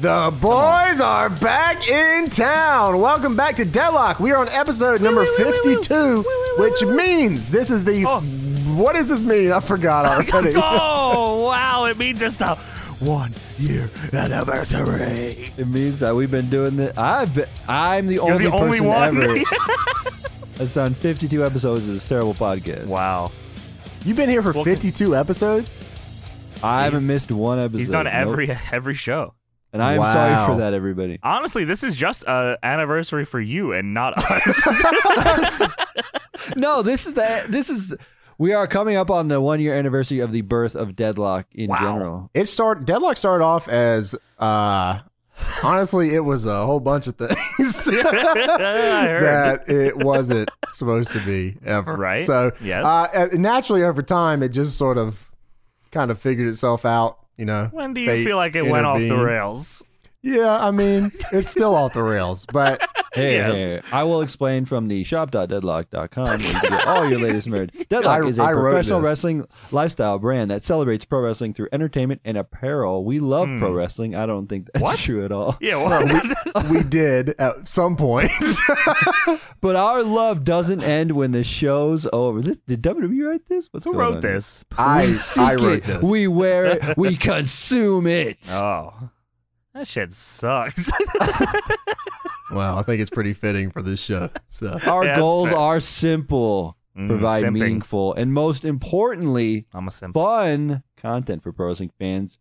The boys are back in town. Welcome back to Deadlock. We are on episode number 52, which means this is the. Oh. What does this mean? I forgot already. Oh, wow. It means it's the one year anniversary. It means that we've been doing this. I've been, I'm the only the only person one. ever that's done 52 episodes of this terrible podcast. Wow. You've been here for Well, 52 episodes? I haven't missed one episode. He's done Nope. every every show. and I am Wow. sorry for that, everybody. Honestly, this is just a anniversary for you and not us. No, this is the this is we are coming up on the one year anniversary of the birth of deadlock in Wow. general. It start Deadlock started off as. uh Honestly, it was a whole bunch of things. I heard. that it wasn't supposed to be ever. Right. So Yes. uh, and naturally over time, it just sort of kind of figured itself out. You know. when do you fate feel like it went off the intervened. rails? Yeah, I mean, it's still off the rails, but Hey, Yes. hey, I will explain from the shop.deadlock.com where you can get all your latest merch. Deadlock I- is a I wrote professional this. wrestling lifestyle brand that celebrates pro wrestling through entertainment and apparel. We love pro wrestling. I don't think that's Hmm. What? true at all. Yeah, well, we did at some point. But our love doesn't end when the show's over. This, did WWE write this? What's who going wrote on here? this? I We seek I wrote it, this. We wear it. We consume it. Oh, that shit sucks. well, I think it's pretty fitting for this show. So Our Yeah, goals that's fair. are simple: Mm, provide simping. meaningful and most importantly, I'm a simp. fun content for pro wrestling fans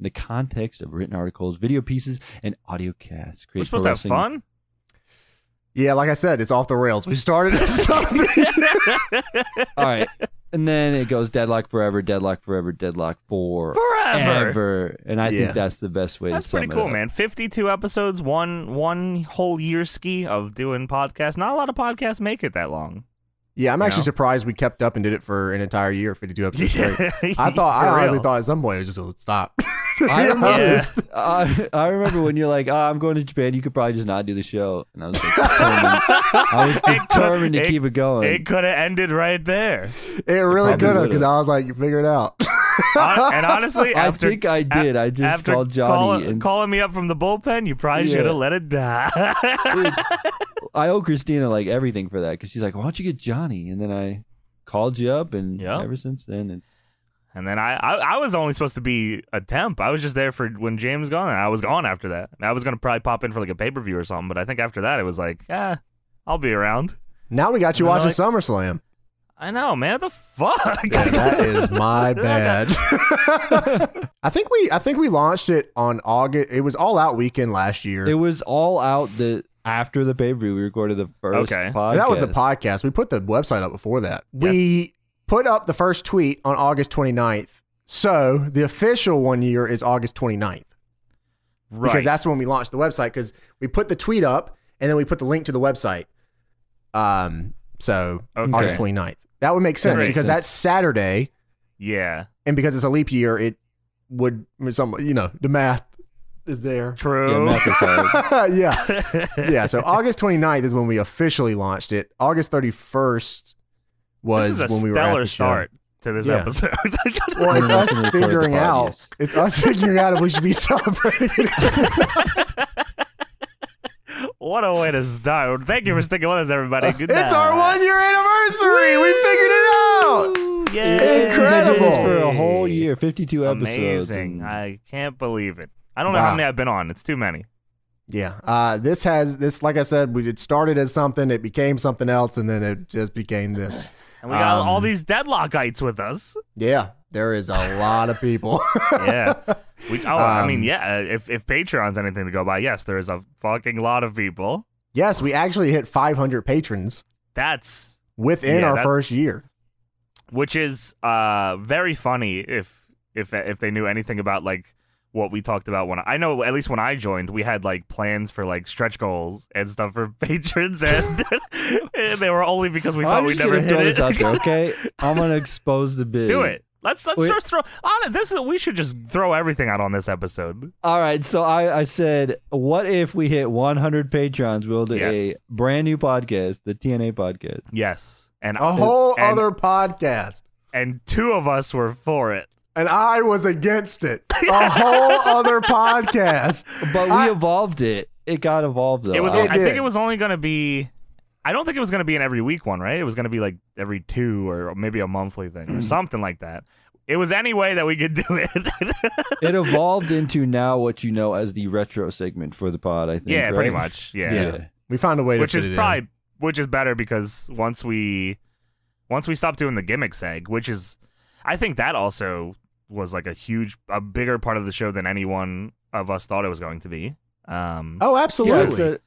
in the context of written articles, video pieces, and audio casts. We're Create pro supposed to have wrestling- fun. yeah, like I said, it's off the rails. We started as something. All right, and then it goes deadlock forever, deadlock forever, deadlock for Forever. ever. And I Yeah. think that's the best way That's to sum pretty it cool, up. man. Fifty-two episodes, one one whole year ski of doing podcasts. Not a lot of podcasts make it that long. yeah, I'm actually No. surprised we kept up and did it for an entire year, 52 episodes straight. I thought I For honestly real. thought at some point it was just gonna stop. I Yeah. remember, Yeah. I, I remember when you're like, oh, I'm going to Japan. You could probably just not do the show, and I was like, determined- I was It could- determined to it- keep it going. it could have ended right there. It really It probably could have would've. because I was like, figure it out. Hon- and honestly, I after think I did. I just after called Johnny, call- and calling me up from the bullpen, you probably Yeah. should have let it die. I owe Christina like everything for that because she's like, why don't you get Johnny? And then I called you up, and Yeah. ever since then, it's and then I, I, I was only supposed to be a temp. I was just there for when James gone, and I was gone after that. And I was gonna probably pop in for like a pay per view or something, but I think after that, it was like, ah, I'll be around. Now we got you And watching they're SummerSlam. I know, man. What the fuck? Yeah, that is my bad. I think we I think we launched it on August. It was all out weekend last year. it was all out the after the pay per view. We recorded the first Okay. podcast. that was the podcast. We put the website up before that. We put up the first tweet on August 29th. So the official one year is August 29th right. because that's when we launched the website because we put the tweet up and then we put the link to the website. Um, so Okay. August 29th. That would make sense makes because sense. that's Saturday. yeah. and because it's a leap year, it would some you know the math is there. Yeah, True. Matt was like, yeah, yeah. So August 29th is when we officially launched it. August 31st was this is a when we were at stellar the show. start to this Yeah. episode. Well, it's Yeah, us that's when we recorded the figuring pod, out. yes. It's us figuring out if we should be celebrating. what a way to start. Thank you for sticking with us, everybody. Good Mm-hmm. it's our night. one year anniversary. We figured it out. Woo! "Hey, Yay! Incredible. we did this for a whole year, fifty-two episodes. Amazing. and- I can't believe it. I don't know Wow. how many I've been on. It's too many. Yeah. Uh, this has this like I said, we it started as something, it became something else, and then it just became this. And we got Um, all these deadlockites with us. Yeah. There is a lot of people. Yeah. We, oh, I Um, mean, yeah. If if Patreon's anything to go by, yes, there is a fucking lot of people. Yes, we actually hit 500 patrons That's within Yeah, our that- first year. which is uh very funny if if if they knew anything about like what we talked about when I know at least when I joined we had like plans for like stretch goals and stuff for patrons and, and they were only because we thought I'm we'd just never gonna hit throw it. this out there, okay? I'm gonna expose the biz. Do it. Let's let's Wait. just throw on this is we should just throw everything out on this episode. All right, so I, I said, what if we hit 100 patrons? We'll do a Yes. brand new podcast, the TNA podcast. Yes. And Oh. A whole and- other podcast. and two of us were for it. and I was against it. A whole other podcast. But we I- evolved it. It got evolved though. Ah. It was. It I think did. it was only gonna be. I don't think it was gonna be an every week one, right? It was gonna be like every two or maybe a monthly thing or something like that. It was any way that we could do it. it evolved into now what you know as the retro segment for the pod. I think. yeah, pretty right? much. Yeah. Yeah. We found a way Which to fit is it in. probably which is better because once we once we stopped doing the gimmick seg, which is I think that also was like a huge a bigger part of the show than any one of us thought it was going to be. Um Oh, Yeah, I absolutely. said,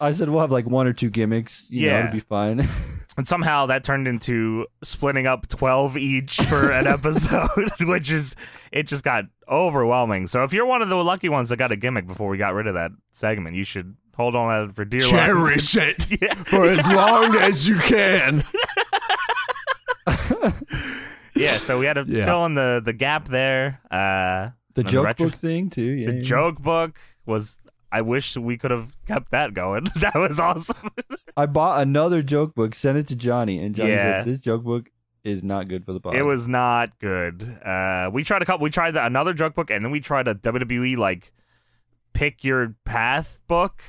I said we'll have like one or two gimmicks. You know, Yeah. it'd be fine. And somehow that turned into splitting up 12 each for an episode, which is, it just got overwhelming. So if you're one of the lucky ones that got a gimmick before we got rid of that segment, you should hold on to that for dear life. Cherish it Yeah, for as long as you can. yeah, so we had to Yeah. fill in the, the gap there. Uh, the And the joke retro- book thing too. Yeah. the yeah. joke book was, I wish we could have kept that going. that was awesome. I bought another joke book, sent it to Johnny, and Johnny Yeah. said, "This joke book is not good for the pod." It was not good. Uh, we tried a couple. We tried another joke book, and then we tried a WWE like pick your path book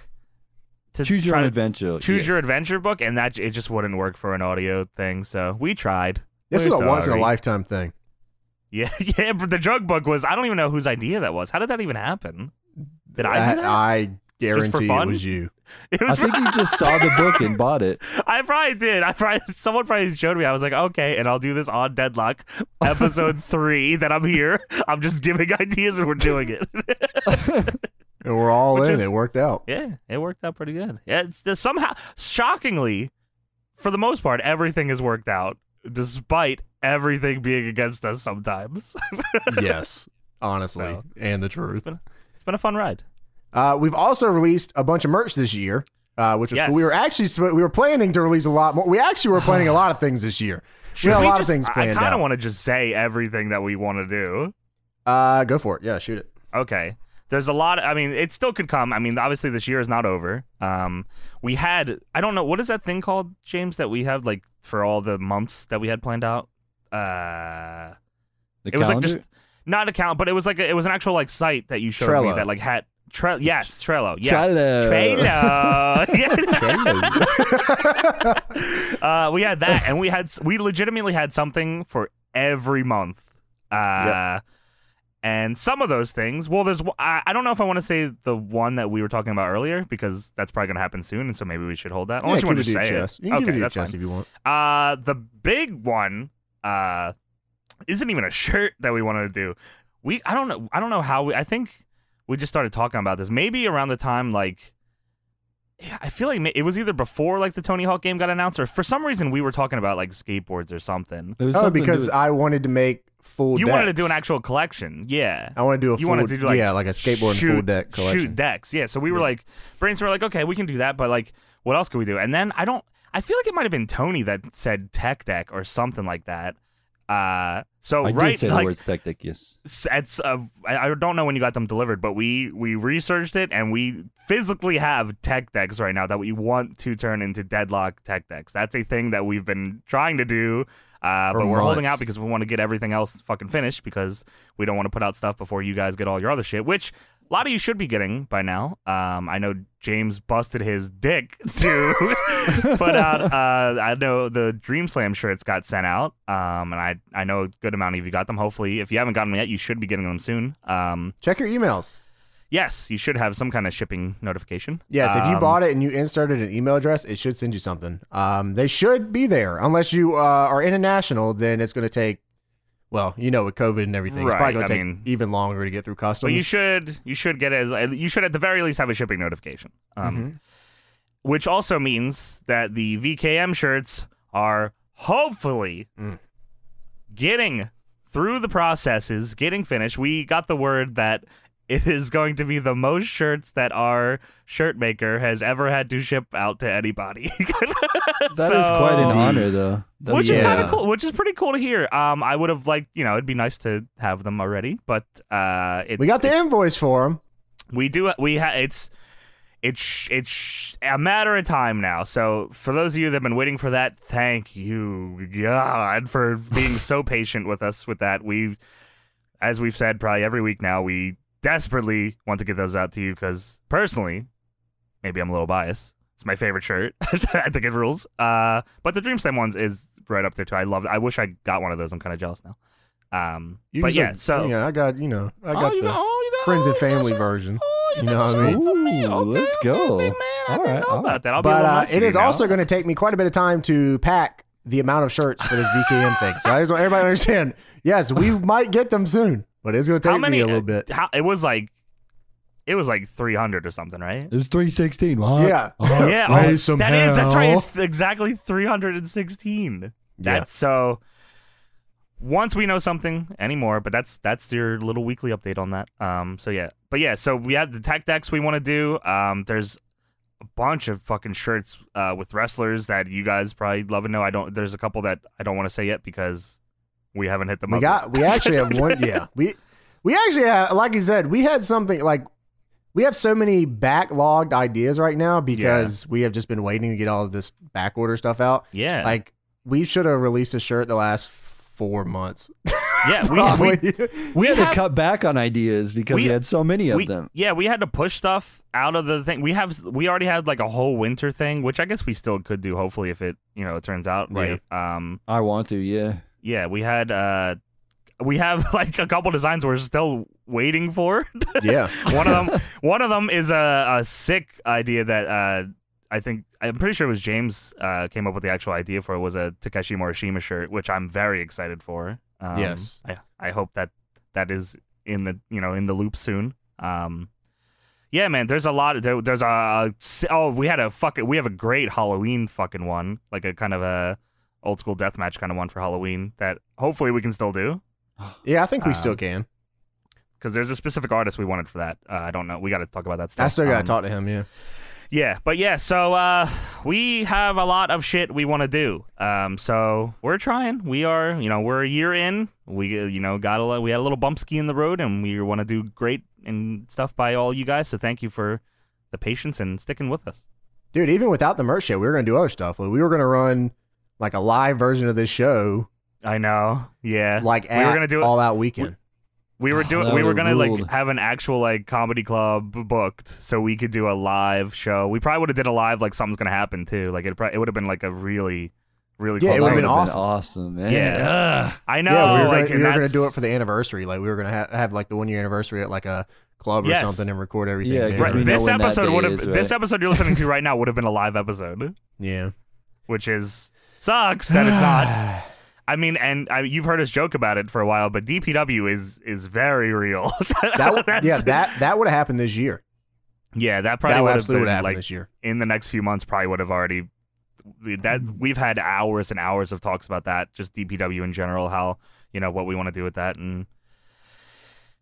to choose your try own to- adventure. choose yes. your adventure book, and that it just wouldn't work for an audio thing. So we tried. This is a We're once in a sorry. lifetime thing. Yeah, yeah. But the joke book was. I don't even know whose idea that was. How did that even happen? Did I? do that? I Just for guarantee it fun? was you. it I was. think you just saw the book and bought it. I probably did. I probably someone probably showed me. I was like, okay, and I'll do this on Deadlock episode three. That I'm here. I'm just giving ideas, and we're doing it. And we're all Which in. is- it worked out. Yeah, it worked out pretty good. Yeah, It's, the- somehow, shockingly, for the most part, everything has worked out, despite everything being against us sometimes. yes. Honestly. So. And the truth. it's been a fun ride. Uh, we've also released a bunch of merch this year, uh, which was Yes. cool. We were actually sp- we were planning to release a lot more. We actually were planning a lot of things this year. We had a Should lot just- of things I- I planned kind out. of want to just say everything that we want to do. uh, go for it. Yeah, shoot it. Okay. There's a lot. I mean, it still could come. I mean, obviously, this year is not over. Um, we had, I don't know, what is that thing called, James, that we have like for all the months that we had planned out? Uh, The it was calendar? like just not account, but it was like a, it was an actual like site that you showed me Trello. that like had Trello. Yes, Trello. Yes. Trello. Trello. Yeah. uh, we had that, and we had s- we legitimately had something for every month. Uh, And some of those things, well, there's one- I, I don't know if I want to say the one that we were talking about earlier because that's probably gonna happen soon, and so maybe we should hold that. yeah, Unless you want give to it say to your it. chest. You can okay, give it to your that's fine. chest if you want. Uh, the big one uh, isn't even a shirt that we wanted to do. We I don't know I don't know how we I think we just started talking about this maybe around the time like yeah, I feel like ma- it was either before like the Tony Hawk game got announced or for some reason we were talking about like skateboards or something. It was Oh, something to because do I wanted to make full. You wanted to decks. do an actual collection, yeah. I want to do a. You full, wanted to do like yeah, like a skateboard shoot, and full deck collection. Shoot decks, yeah. So we were Yeah. like brainstorming, like okay, we can do that, but like what else could we do? And then I don't, I feel like it might have been Tony that said tech deck or something like that. Uh, so with- I did right, say the like words tactic. Yes. s- it's uh, I I don't know when you got them delivered, but we we researched it and we physically have tech decks right now that we want to turn into deadlock tech decks. That's a thing that we've been trying to do. Uh, For but we're holding months. out because we want to get everything else fucking finished because we don't want to put out stuff before you guys get all your other shit, which a lot of you should be getting by now. Um, I know James busted his dick to put out. Uh, I know the Dream Slam shirts got sent out, um, and I I know a good amount of you got them. Hopefully, if you haven't gotten them yet, you should be getting them soon. Um, Check your emails. yes, you should have some kind of shipping notification. Yes, if you Um, bought it and you inserted an email address, it should send you something. Um, they should be there, unless you uh, are international. Then it's going to take. Well, you know, with COVID and everything, it's Right, probably going I to take mean- even longer to get through customs. But you should you should get it as you should at the very least have a shipping notification. Um, Mhm. which also means that the VKM shirts are hopefully Mm. getting through the processes, getting finished. We got the word that it is going to be the most shirts that our shirt maker has ever had to ship out to anybody. That is So- quite an honor, though. That's which is Yeah. kind of cool. Which is pretty cool to hear. Um, I would have liked, you know, it'd be nice to have them already, but uh, it's, we got the invoice for them. we do. We ha- it's it's it's a matter of time now. So for those of you that have been waiting for that, thank you God for being so patient with us with that. We as we've said probably every week now, we desperately want to get those out to you because personally, maybe I'm a little biased. It's my favorite shirt. I think it rules. Uh, but the Dream Slam ones is right up there too. I love. I wish I got one of those. I'm kind of jealous now. Um, but Usually- yeah, so yeah, I got you know, I got oh, you the got, oh, you got, friends oh, and you family got some- version. Oh, You know got what I mean? some for me. Ooh, Okay, let's okay, go. big man. I All didn't right, know all about that. I'll be a But little uh, nice to it you is now. also going to take me quite a bit of time to pack the amount of shirts for this VKM thing. So I just want everybody to understand. Yes, we might get them soon, but it's going to how take many? uh, me a little bit. How, it was like, it was like 300 or something, right? It was 316. What? Yeah. Uh, yeah, Raise oh, some that is- That's right. hell. It's exactly 316. Yeah. That's so. Once we know something anymore, but that's that's your little weekly update on that. Um, so yeah, but yeah, so we have the tech decks we want to do. Um, there's a bunch of fucking shirts uh, with wrestlers that you guys probably love and know. I don't. There's a couple that I don't want to say yet because we haven't hit them. We up got. We actually have one. Yeah, we we actually have. Like you said, we had something like we have so many backlogged ideas right now because we have just been waiting to get all of this back order stuff out. yeah, Like we should have released a shirt the last four months. yeah. We, we Probably. We had We to have- cut back on ideas because We- we, had so many of we, them. Yeah, we had to push stuff out of the thing. We have we already had like a whole winter thing, which I guess we still could do. Hopefully, if it you know it turns out Yeah. right. Um, I want to, yeah. yeah, we had uh, we have like a couple designs we're still waiting for. yeah. one of them, one of them is a, a sick idea that uh, I think I'm pretty sure it was James uh came up with the actual idea for. It was a Takeshi Morishima shirt, which I'm very excited for. Um, Yes. I I hope that that is in the you know in the loop soon. Um, yeah, man. There's a lot. There, there's a, oh, we had a fucking we have a great Halloween fucking one, like a kind of a old school death match kind of one for Halloween that hopefully we can still do Yeah, I think we Um, still can. because there's a specific artist we wanted for that. Uh, I don't know. We got to talk about that stuff. I still got to Um, talk to him. Yeah. Yeah, but yeah, so uh, we have a lot of shit we want to do. Um, so we're trying. We are, you know, we're a year in. We, uh, you know, got a lot, we had a little bump ski in the road, and we want to do great and stuff by all you guys. So thank you for the patience and sticking with us. Dude, even without the merch show, we were gonna do other stuff. Like, we were gonna run like a live version of this show, I know. Yeah, like we at were gonna do it. all out weekend. we were Oh, doing. that we were would've gonna like ruled. have an actual like comedy club booked, so we could do a live show. We probably would have did a live like something's gonna happen too. Like it. Probably, it would have been like a really, really. Yeah, cool it would've thing. been That awesome. awesome, man. Yeah. I know. yeah, we were, gonna, like, and we were gonna that's- do it for the anniversary. Like we were gonna ha- have like the one year anniversary at like a club or Yes. something and record everything. Yeah, there. because Right, we know this when that episode day would have is, this right? episode you're listening to right now would have been a live episode, yeah. which is sucks that it's not. I mean, and I, you've heard us joke about it for a while, but DPW is is very real. That w- That's- yeah, that that would have happened this year. yeah, that probably that would have absolutely been would have happened like this year. in the next few months. Probably would have already that we've had hours and hours of talks about that, just DPW in general, how you know what we want to do with that, and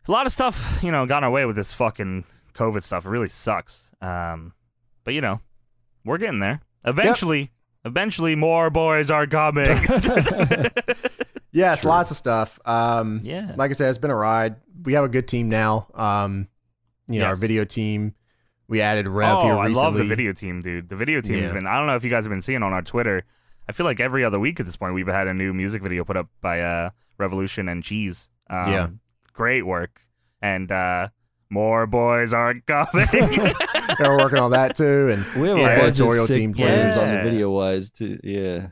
a lot of stuff you know got in our way with this fucking COVID stuff. It really sucks. Um, but you know, we're getting there eventually. Eventually, more boys are coming. Yes, lots of stuff. Um, yeah, like I said, it's been a ride. We have a good team now. Um, you know, our Yes. video team. We added Rev oh, here I recently. love the video team, dude. The video team has Yeah. been. I don't know if you guys have been seeing on our Twitter. I feel like every other week at this point, we've had a new music video put up by uh, Revolution and Cheese. Um, Yeah. great work, and uh, more boys are coming. they were working on that too, and We have Yeah. a bunch Editorial of sick team team plans on Yeah. the video wise too. Yeah.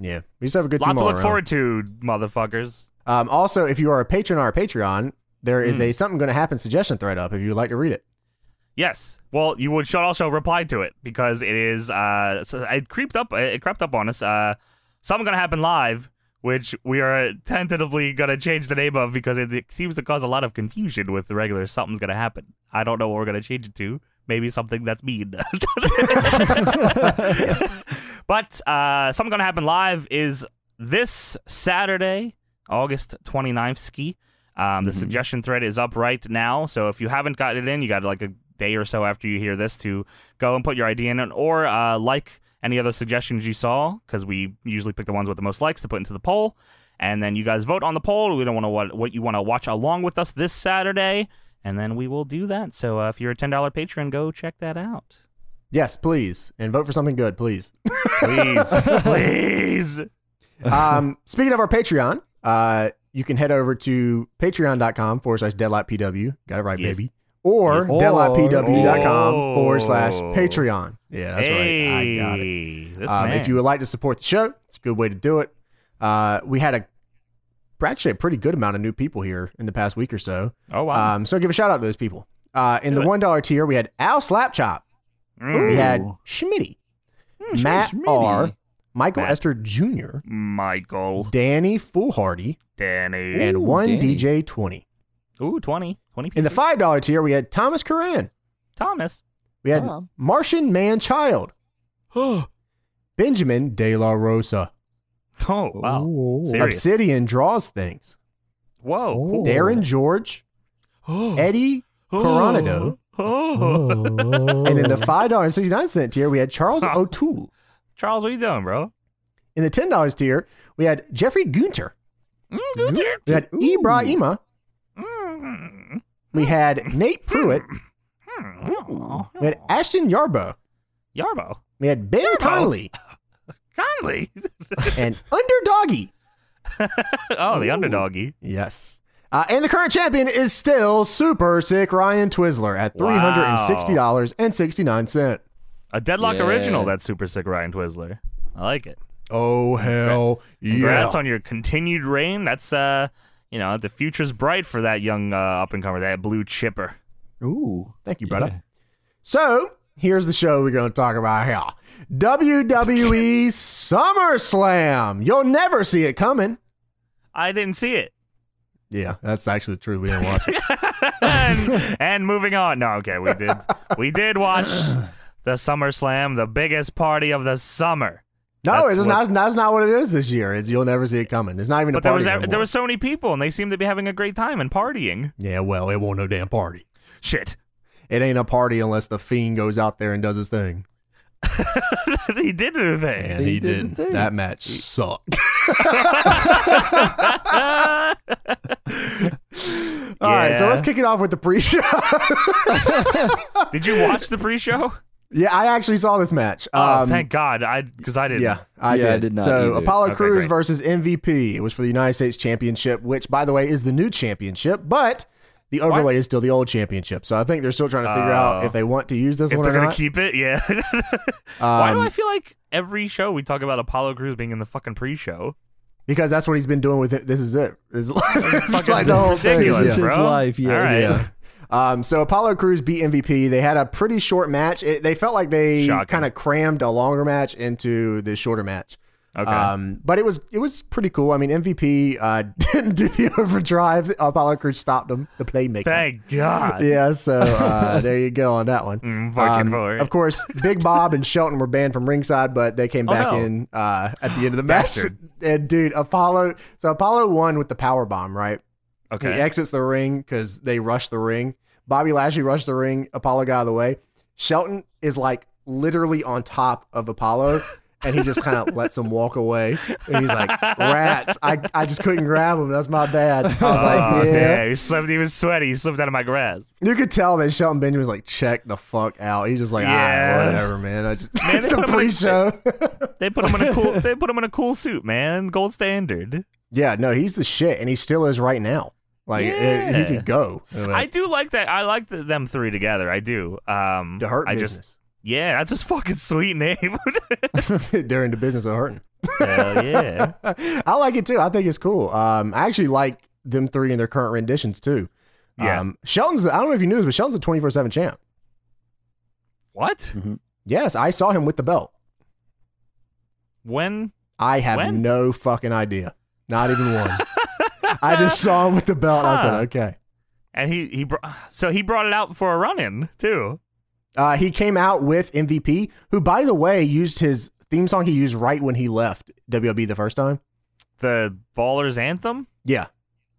yeah, we just have a good Lot team. to all look around. forward to, motherfuckers. Um, also, if you are a patron or a Patreon, there is Mm. a something going to happen suggestion thread up if you'd like to read it. Yes. Well, you would should also reply to it because it is. Uh, so it creeped up. It crept up on us. Uh, something gonna happen live, which we are tentatively gonna change the name of because it, it seems to cause a lot of confusion with the regular. Something's gonna happen. I don't know what we're gonna change it to. Maybe something that's mean. But uh, something gonna happen live is this Saturday, August 29th. Ski. Um, the Mm-hmm. Mhm. suggestion thread is up right now, so if you haven't got it in, you got like a day or so after you hear this to go and put your idea in, it, or uh, like any other suggestions you saw, because we usually pick the ones with the most likes to put into the poll, and then you guys vote on the poll. We don't want to what, what you want to watch along with us this Saturday, and then we will do that. So uh, if you're a ten dollar patron, go check that out. Yes, please, and vote for something good, please. Please, please. Um, speaking of our Patreon, uh, you can head over to patreon.com forward slash deadlightpw. Got it right, Yes. baby. Or Yes. deadlightpw.com forward slash Oh. Patreon. Yeah, that's right. I got it. Hey, this Um, man. if you would like to support the show, it's a good way to do it. Uh, we had a actually a pretty good amount of new people here in the past week or so. oh wow. Um, so give a shout out to those people. Uh, in Do the it. one dollar tier, we had Al Slapchop, Mm. we had Ooh. Schmitty, Mm, Matt Schmitty. R, Michael Matt. Esther Jr., Michael, Danny Foolhardy, Danny. and Ooh, one Danny. DJ twenty. Ooh, 20. 20 In the pieces. five dollar tier, we had Thomas Curran, Thomas. we had Tom. Martian Man Child, oh, Benjamin De La Rosa, wow. Ooh. Serious. Obsidian Draws Things, Whoa. Cool. Darren George, Oh. Eddie Coronado. Oh. And in the five dollars and sixty nine cent tier, we had Charles Huh. O'Toole. Charles, what are you doing, bro? In the ten dollars tier, we had Jeffrey Gunter. Mm, We had Ooh. Ibrahima. Mm-hmm. Hmm. We had Nate Pruitt. We had Ashton Yarbo. Mm-hmm. Yarbo. We had Ben Conley Conley. and Underdoggy. oh, the Ooh. underdoggy. Yes. Uh, and the current champion is still super sick Ryan Twizzler at three hundred and sixty dollars and sixty nine cent. A deadlock Yeah. original, that's super sick Ryan Twizzler. I like it. Oh hell Congrats on your continued reign. That's uh you know, the future's bright for that young uh, up and comer, that blue chipper. Ooh. Thank you, brother. Yeah. So here's the show we're going to talk about here: WWE SummerSlam. You'll never see it coming. I didn't see it. Yeah, that's actually true. We didn't watch it. and, and moving on. No, okay, we did. We did watch the SummerSlam, the biggest party of the summer. No, That's it's what- not. That's not what it is this year. It's you'll never see it coming. It's not even a But there party. was no there more. were so many people, and they seemed to be having a great time and partying. yeah, well, it won't no damn party. Shit, It ain't a party unless the fiend goes out there and does his thing. he did do that. And he, He did the didn't. thing. That match sucked. All right, so Yeah. let's kick it off with the pre-show. did you watch the pre-show? yeah, I actually saw this match. oh, Um, thank God! I because I didn't. Yeah, I Yeah, I did. did not so either. Apollo Okay, Crews great. versus MVP. It was for the United States Championship, which, by the way, is the new championship, but the overlay is still the old championship. So I think they're still trying to figure out Oh. if they want to use this If one they're or gonna not. Um, keep it, yeah. Why do I feel like every show we talk about Apollo Crews being in the fucking pre-show? because that's what he's been doing with it. This is it. It's, like- it's Fucking like the whole thing. ridiculous, This is Yeah. his bro. life, yes. All right. Yeah. Um, so Apollo Crews beat MVP. They had a pretty short match. It, they felt like they Shocking. kind of crammed a longer match into the shorter match. Okay. Um, but it was it was pretty cool. I mean, MVP uh, didn't do the overdrives. Apollo Crews stopped him, the playmaker. thank God. Yeah, so uh, there you go on that one. Mm, fucking Um, forward. of course, Big Bob and Shelton were banned from ringside, but they came Oh, back no. in uh, at the end of the match. Bastard. and dude, Apollo. So Apollo won with the power bomb, right? Okay. He exits the ring because they rushed the ring. Bobby Lashley rushed the ring. Apollo got out of the way. Shelton is like literally on top of Apollo. And he just kind of lets him walk away. And he's like, rats. I, I just couldn't grab him. That's my bad. I was oh, like, yeah. damn. He slipped. He was sweaty. He slipped out of my grasp. You could tell that Shelton Benjamin's like, check the fuck out. He's just like, yeah. Yeah. whatever, man. I just, Man, it's they the put him in a- pre show. They put him in a cool. they put him in a cool suit, man. Gold standard. yeah, no, he's the shit. And he still is right now. Like, it, he Yeah. could go. I do like that. I like the, them three together. I do. Um, the hurt I just business. yeah, that's his fucking sweet name. During the business of hurting. Hell yeah. I like it too. I think it's cool. Um, I actually like them three in their current renditions too. Yeah. Um, Shelton's, the, I don't know if you knew this, but Shelton's a 24 7 champ. What? Yes, I saw him with the belt. When? I have When? no fucking idea. Not even one. I just saw him with the belt. and I said, Huh. okay. And he he br- so he brought it out for a run in too. Uh, he came out with MVP, who, by the way, used his theme song he used right when he left WWE the first time. The Ballers Anthem. Yeah.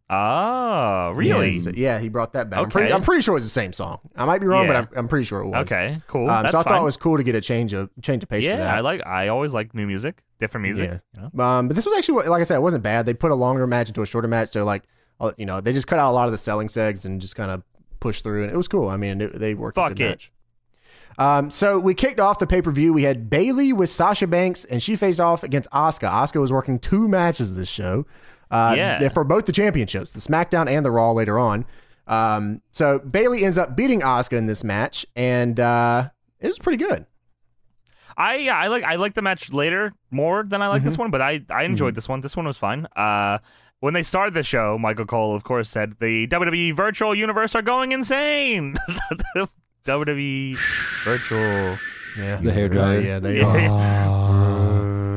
Oh, really? Yes. Yeah, he brought that back. I'm, Okay. pretty, I'm pretty sure it's the same song. I might be wrong, but Yeah. I'm, I'm pretty sure it was. Okay, cool. Um, that's so I fine. thought it was cool to get a change of change of pace for that. yeah. I like. I always like new music, different music. Yeah. you know? Um, but this was actually, what- like I said, it wasn't bad. They put a longer match into a shorter match. So, like, uh, you know, they just cut out a lot of the selling segs and just kind of pushed through. And it was cool. I mean, it, they worked. a Fuck good it. match. Um, so we kicked off the pay per view. We had Bailey with Sasha Banks, and she faced off against Asuka. Asuka was working two matches this show. Uh, Yeah. they're For both the championships, the SmackDown and the Raw later on. Um, so Bailey ends up beating Oscar in this match, and uh, it was pretty good. I yeah, I like I like the match later more than I like this one, but I I enjoyed this one. This one was fine. Uh, when they started the show, Michael Cole, of course, said the WWE Virtual Universe are going insane. WWE Virtual. Yeah. The hair dryer. Yeah, they Yeah. are.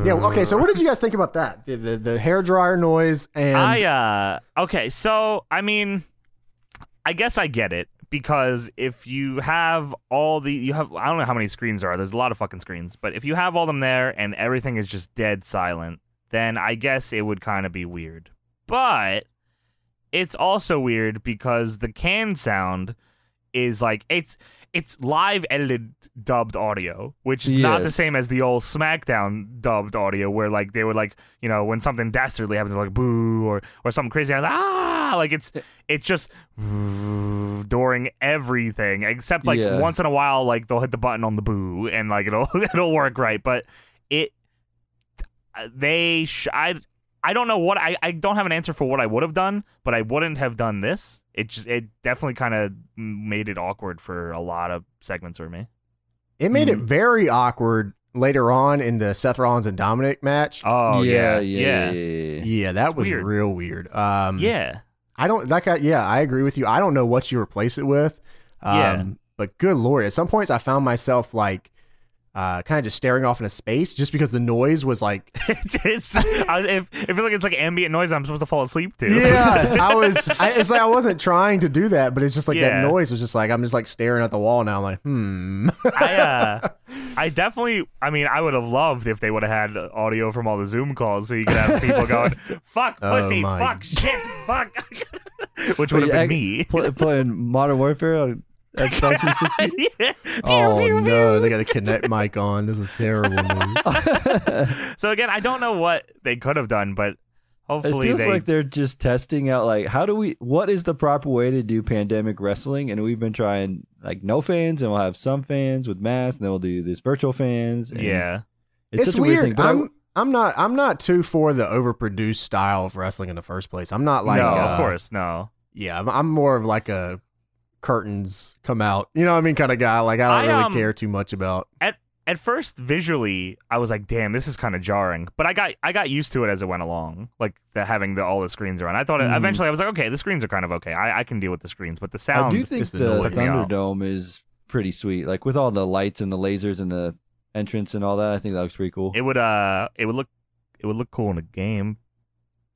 Ah. Yeah. well, Okay. So, what did you guys think about that? The the, the hair dryer noise and I uh okay, so I mean I guess I get it because if you have all the you have I don't know how many screens there are. There's a lot of fucking screens, but if you have all them there and everything is just dead silent, then I guess it would kind of be weird. But it's also weird because the can sound is like it's it's live edited dubbed audio, which is not the Yes. same as the old SmackDown dubbed audio where like they were like you know when something dastardly happens like boo or or something crazy happens, ah like it's it's just during everything except like Yeah. once in a while like they'll hit the button on the boo and like it'll it'll work right but it uh, they sh- I I don't know what I I don't have an answer for what I would have done, but I wouldn't have done this. It just it definitely kind of made it awkward for a lot of segments for me. it made it very awkward later on in the Seth Rollins and Dominic match. Oh yeah, yeah, yeah, yeah, yeah. yeah, that was weird. real weird. Um, Yeah. I don't like. I, yeah, I agree with you. I don't know what you replace it with. Um, Yeah. But good lord, at some points I found myself like, uh, kind of just staring off into space just because the noise was like. it's, it's I, if if you look, it's like ambient noise. I'm supposed to fall asleep to. yeah, I was. I, it's like I wasn't trying to do that, but it's just like Yeah. that noise was just like I'm just like staring at the wall now. I'm like, hmm. I uh, I definitely. I mean, I would have loved if they would have had audio from all the Zoom calls, so you could have people going, "Fuck Oh, pussy, my fuck shit, fuck," which would have Yeah, been me. Play, playing Modern Warfare on Xbox 360. Yeah. Oh no, they got the Kinect mic on. This is terrible. news. So again, I don't know what they could have done, but It hopefully feels they. like they're just testing out like how do we what is the proper way to do pandemic wrestling and we've been trying like no fans and we'll have some fans with masks and then we'll do this virtual fans and yeah. it's, it's such a weird. weird thing but I- I'm I'm not I'm not too for the overproduced style of wrestling in the first place. I'm not like no, uh, of course, no. Yeah, I'm, I'm more of like a curtains come out. You know what I mean kind of guy. Like I don't I, really um, care too much about. At first, visually, I was like, "Damn, this is kind of jarring," but I got I got used to it as it went along, like the having the all the screens around. I thought Hmm. it, Mhm. eventually I was like, "Okay, the screens are kind of okay. I, I can deal with the screens," but the sound. I do think is the the noise. Thunderdome is pretty sweet like with all the lights and the lasers and the entrance and all that I think that looks pretty cool It would uh it would look it would look cool in a game.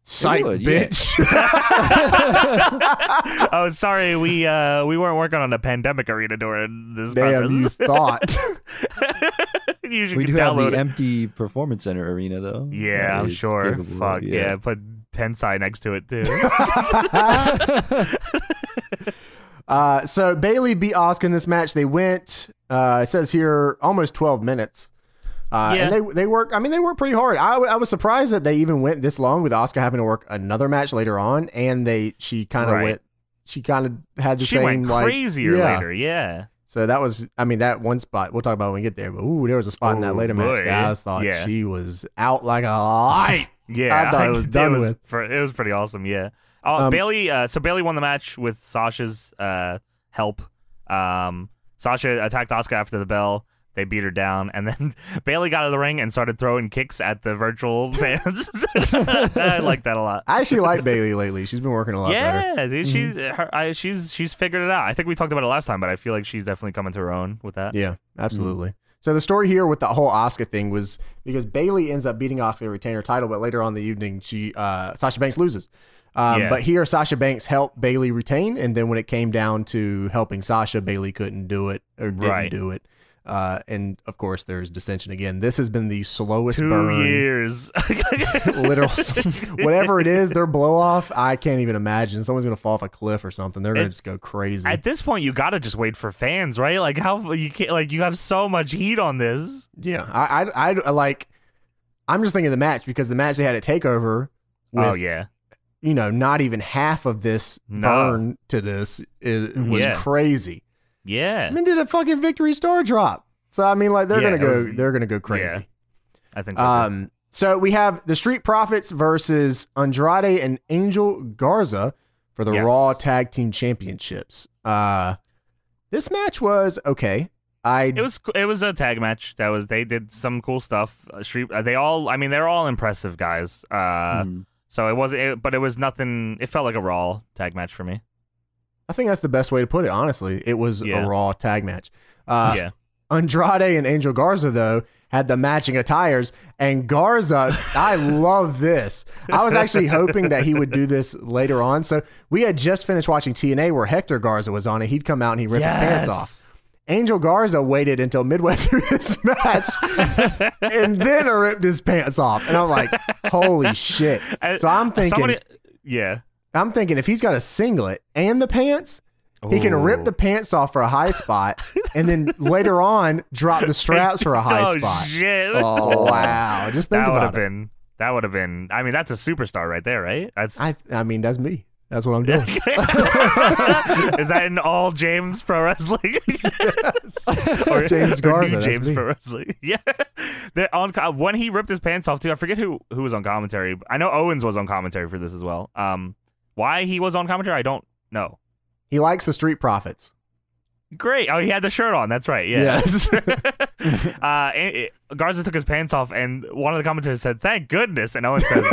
Psych, would, yeah. bitch. oh, sorry, we uh we weren't working on a pandemic arena during this Damn, you process. thought. you should we do have the download it. empty performance center arena though Yeah, That I'm is sure. capable of- Fuck yeah. put Tensai next to it too. Uh, so Bailey beat Oscar in this match. They went. Uh, it says here almost 12 minutes. Uh, Yeah. And they they work. I mean, they worked pretty hard. I, w- I was surprised that they even went this long with Oscar having to work another match later on, and they she kind of Right. went. She kind of had the she same went like crazier yeah. later. Yeah, So that was. I mean, that one spot we'll talk about when we get there. But ooh, there was a spot in that Oh, later match. boy. Guys thought Yeah. she was out like a light. yeah. I thought it was done with. pr- it was pretty awesome. Yeah. Oh, Um, Bailey. Uh, so Bailey won the match with Sasha's uh, help. Um, Sasha attacked Asuka after the bell. They beat her down, and then Bailey got out of the ring and started throwing kicks at the virtual fans. I like that a lot. I actually like Bailey lately. She's been working a lot better. Mm-hmm. yeah, dude, she's her, I, she's she's figured it out. I think we talked about it last time, but I feel like she's definitely coming to her own with that. Yeah, absolutely. So the story here with the whole Oscar thing was because Bailey ends up beating Oscar to retain her title, but later on in the evening, she uh, Sasha Banks loses. Um, Yeah. But here, Sasha Banks helped Bailey retain, and then when it came down to helping Sasha, Bailey couldn't do it or didn't Right. do it. Uh, and of course, there's dissension again. This has been the slowest Two burn, years. literal, whatever it is, their blow off. I can't even imagine. Someone's gonna fall off a cliff or something. They're gonna It- just go crazy. At this point, you gotta just wait for fans, right? Like how you can't, like you have so much heat on this. Yeah, I, I, I- like. I'm just thinking of the match because the match they had at Takeover, with oh yeah, you know, not even half of this No. burn to this is was Yeah. crazy. yeah. I mean, did a fucking victory star drop? So I mean, like they're Yeah, gonna that go, was- they're gonna go yeah, crazy. I think so. too. um, So we have the Street Profits versus Andrade and Angel Garza for the Yes. Raw Tag Team Championships. Uh, this match was okay. I It was it was a tag match. That was they did some cool stuff. Uh, Shri- uh, They all I mean they're all impressive guys. Uh, Mm-hmm. Mhm. so it wasn't it, but it was nothing. It felt like a raw tag match for me. I think that's the best way to put it. Honestly, it was Yeah. a Raw tag match. Uh, yeah, Andrade and Angel Garza though had the matching attires, and Garza, I love this. I was actually hoping that he would do this later on. So we had just finished watching TNA where Hector Garza was on it. He'd come out and he ripped his pants off. Angel Garza waited until midway through this match and then ripped his pants off. And I'm like, holy shit. I- So I'm thinking, Somebody, yeah, I'm thinking if he's got a singlet and the pants, he can rip Ooh. the pants off for a high spot and then later on drop the straps for a high oh, spot. Shit. Oh, Wow. Just think that would have about it. been that would have been. I mean, that's a superstar right there, right? That's I, I mean, that's me. That's what I'm doing. is that in all James Pro Wrestling? or, James or new Garza, that's James me. Pro Wrestling. Yeah. They're on co- uh, when he ripped his pants off too. I forget who who was on commentary. I know Owens was on commentary for this as well. Um, why he was on commentary, I don't know. He likes the street profits. Great. Oh, he had the shirt on. That's right. Yeah. Yes. uh, and- uh, Garza took his pants off, and one of the commentators said, "Thank goodness," and Owen says,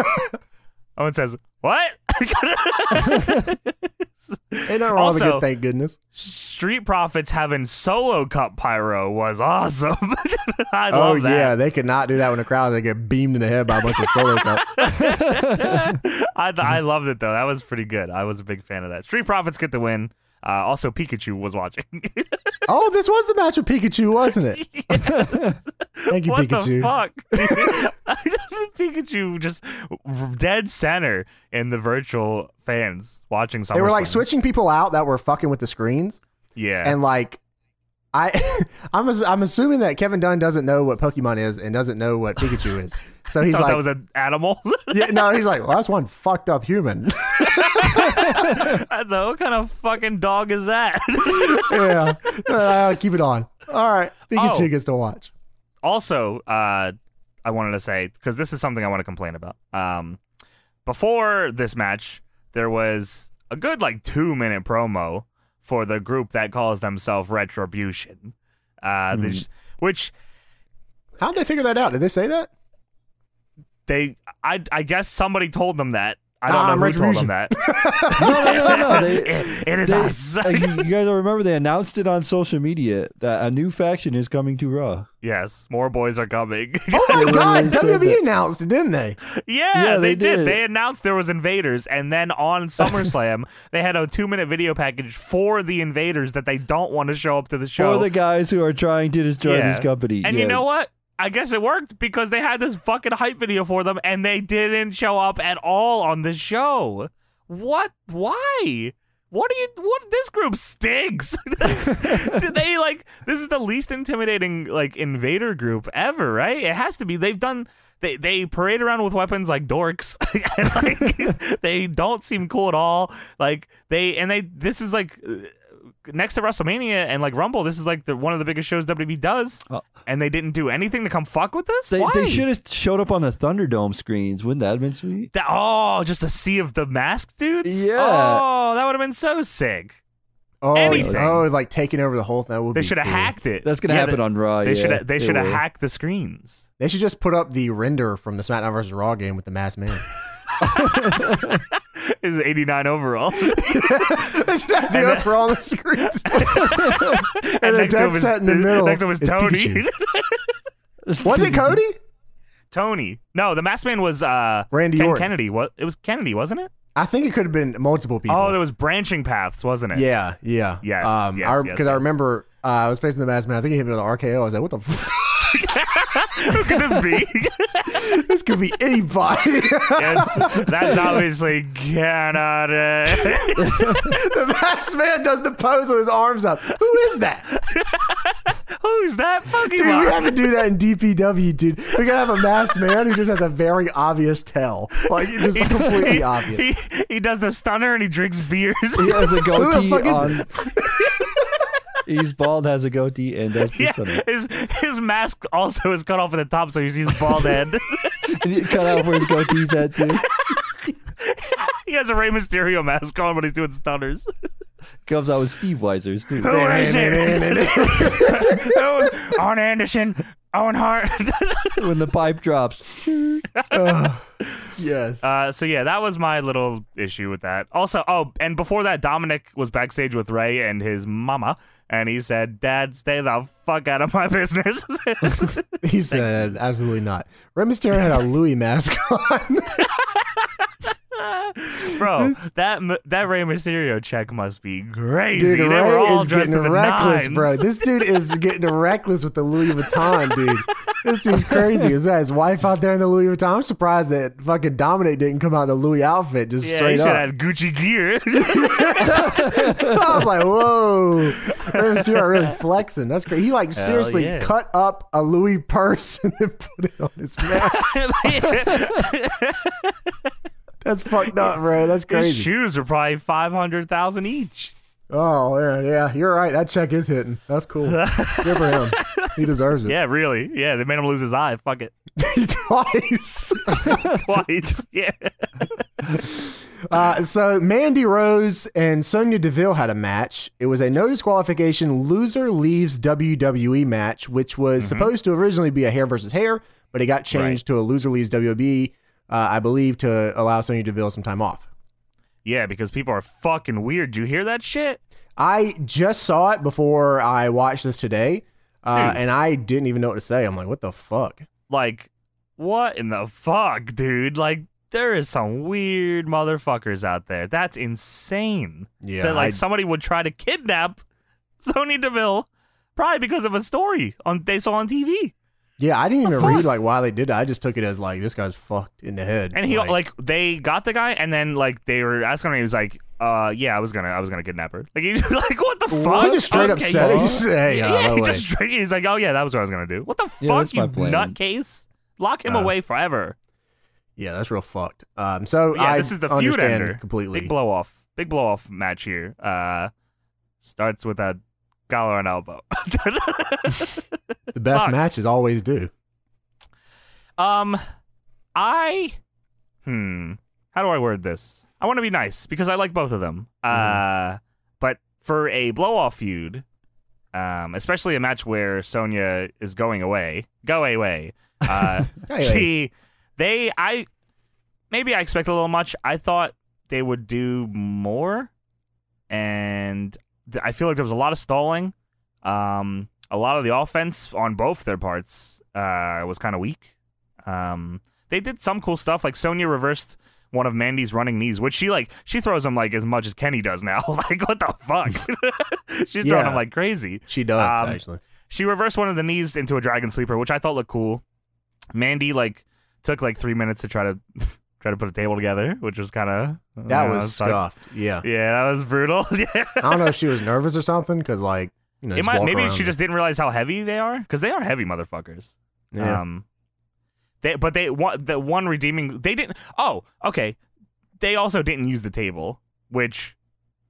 "Owen says what?" Ain't nothing wrong with a Also- good, thank goodness. Street Profits having solo cup pyro was awesome. I Oh, love yeah. that. They could not do that when a crowd. They get beamed in the head by a bunch of solo cups. I th- I loved it though. That was pretty good. I was a big fan of that. Street Profits get the win. Uh, also, Pikachu was watching. Oh, this was the match with Pikachu, wasn't it? Thank you, what the Pikachu. fuck? Pikachu just dead center in the virtual fans watching something. They were like switching people out that were fucking with the screens, Yeah. and like, I, I'm ass- I'm assuming that Kevin Dunn doesn't know what Pokemon is and doesn't know what Pikachu is, so he's thought like, that was an animal. yeah, no, he's like, well, that's one fucked up human. That's a, what kind of fucking dog is that? yeah, uh, keep it on. All right, Pikachu Oh. gets to watch. also, uh, I wanted to say because this is something I want to complain about. Um, before this match, there was a good like two minute promo for the group that calls themselves Retribution, uh, Hmm. they just- which How'd they figure that out? Did they say that? they I I guess somebody told them that. I don't Ah, know who told Retribution. them that. no, no, no, no. They, It- it is they- us. uh, you you guys all remember they announced it on social media that a new faction is coming to Raw. yes, more boys are coming. Oh my god, literally said WWE that. announced it, didn't they? Yeah, Yeah, they, they did. did. They announced there was invaders, and then on SummerSlam, they had a two-minute video package for the invaders that they don't want to show up to the show. Or the guys who are trying to destroy Yeah. this company. and yeah. you know what? I guess it worked because they had this fucking hype video for them, and they didn't show up at all on the show. What? Why? What are you? What? This group stinks. Did they like? This is the least intimidating like invader group ever, right? It has to be. They've done. They they parade around with weapons like dorks. and, like, they don't seem cool at all. Like they and they. This is like. uh, Next to WrestleMania and like Rumble, this is like the one of the biggest shows WWE does, Oh. and they didn't do anything to come fuck with us. They, Why? they should have showed up on the Thunderdome screens. Wouldn't that have been sweet? That- oh, just a sea of the masked dudes. Yeah. Oh, that would have been so sick. Oh, Anything. oh, like taking over the whole thing. That would They be should have cool. hacked it. That's gonna Yeah, happen they- on Raw. They yeah. should have. They should have will. hacked the screens. They should just put up the render from the SmackDown vs. Raw game with the masked man. This is 89 overall. It's not And the then- upper on the screen. and a next dead up is- set in the middle. Next up was is Tony. Pikachu. Was it Cody? Tony. No, the masked man was uh, Randy Ken Orton. Kennedy. What? It was Kennedy, wasn't it? I think it could have been multiple people. Oh, there was branching paths, wasn't it? yeah, yeah. Yes, Um, yes, I, yes, I yes. remember uh, I was facing the masked man. I think he hit me with an RKO. I was like, what the f? Who could this be? this could be anybody. It's- that's obviously Canada. the masked man does the pose with his arms up. Who is that? Who's that Dude, we Pokemon? have to do that in DPW, dude. We gotta have a masked man who just has a very obvious tell. Like, it's just completely obvious. he, he does the stunner and he drinks beers. He has Who the a goatee fuck on. is He's bald, has a goatee, and does yeah, this on it. his his mask also is cut off at the top, so he sees bald head. Cut off where his goatee's at too. He has a Rey Mysterio mask on, but he's doing stunners. Comes out with Steve Weisers too. Who is it? Who- Arn Anderson, Owen Hart. when the pipe drops. Ugh. yes. Uh, so yeah, that was my little issue with that. Also, oh, and before that, Dominic was backstage with Ray and his mama, and he said, "Dad, stay the fuck out of my business." he said, absolutely not. Rey Mysterio had a Louis mask on. Bro, that m- that Rey Mysterio check must be crazy. dude, Ray they were all is dressed getting in the reckless, nines. bro. This dude is getting reckless with the Louis Vuitton, dude. This dude's crazy. Is that his wife out there in the Louis Vuitton? I'm surprised that fucking Dominic didn't come out in the Louis outfit just Yeah, he straight should up. have Gucci gear. I was like, whoa. Ernest, you are really flexing. That's great. He like seriously yeah. cut up a Louis purse and then put it on his mask. That's fucked up, bro. That's His crazy. shoes were probably five hundred thousand each. Oh yeah, yeah. You're right. That check is hitting. That's cool. Good for him. He deserves it. Yeah, really. Yeah, they made him lose his eye. Fuck it, Twice. twice. yeah. Uh, so Mandy Rose and Sonya Deville had a match. It was a no disqualification loser leaves WWE match, which was Mm-hmm. supposed to originally be a hair versus hair, but it got changed to a loser leaves WWE, uh, I believe, to allow Sonya Deville some time off. Yeah, because people are fucking weird. Do you hear that shit? I just saw it before I watched this today, uh, Dude. and I didn't even know what to say. I'm like, what the fuck? Like, what in the fuck, dude? Like, there is some weird motherfuckers out there. That's insane. Yeah, that like I- somebody would try to kidnap Sony Deville, probably because of a story on they saw on TV. yeah. I didn't even The fuck? read like why they did it. I just took it as like this guy's fucked in the head. And he like, they got the guy, and then like they were asking him, he was like, "Uh, yeah, I was gonna, I was gonna kidnap her." Like he's like, "What the fuck?" he just straight up Okay, said it. you- He said, hey, yeah, uh, by the he way. just straight. He's like, "Oh yeah, that was what I was gonna do." What the Yeah, fuck, that's you my plan. nutcase? Lock him Uh, away forever. Yeah, that's real fucked. Um, so But yeah, I this is the feud understand ender. completely. Big blow off, big blow off match here. Uh, starts with a collar and elbow. the best Fuck. matches always do. Um, I, hmm, how do I word this? I want to be nice because I like both of them. Uh, but for a blow-off feud, um, especially a match where Sonya is going away, go away. Uh, Hey, hey, she, they, I, maybe I expect a little much. I thought they would do more, and th- I feel like there was a lot of stalling. Um, a lot of the offense on both their parts uh, was kind of weak. Um, they did some cool stuff, like Sonya reversed one of Mandy's running knees, which she like she throws him like as much as Kenny does now. like what the fuck? She's throwing Yeah. him like crazy. she does um, actually. She reversed one of the knees into a dragon sleeper, which I thought looked cool. Mandy like took like three minutes to try to try to put a table together, which was kind of That was scuffed. Yeah, yeah, that was brutal. yeah, I don't know if she was nervous or something because like you know, it just might, walk maybe around she and- just didn't realize how heavy they are because they are heavy motherfuckers. Yeah. Um, they but they one the one redeeming they didn't. Oh, okay. They also didn't use the table, which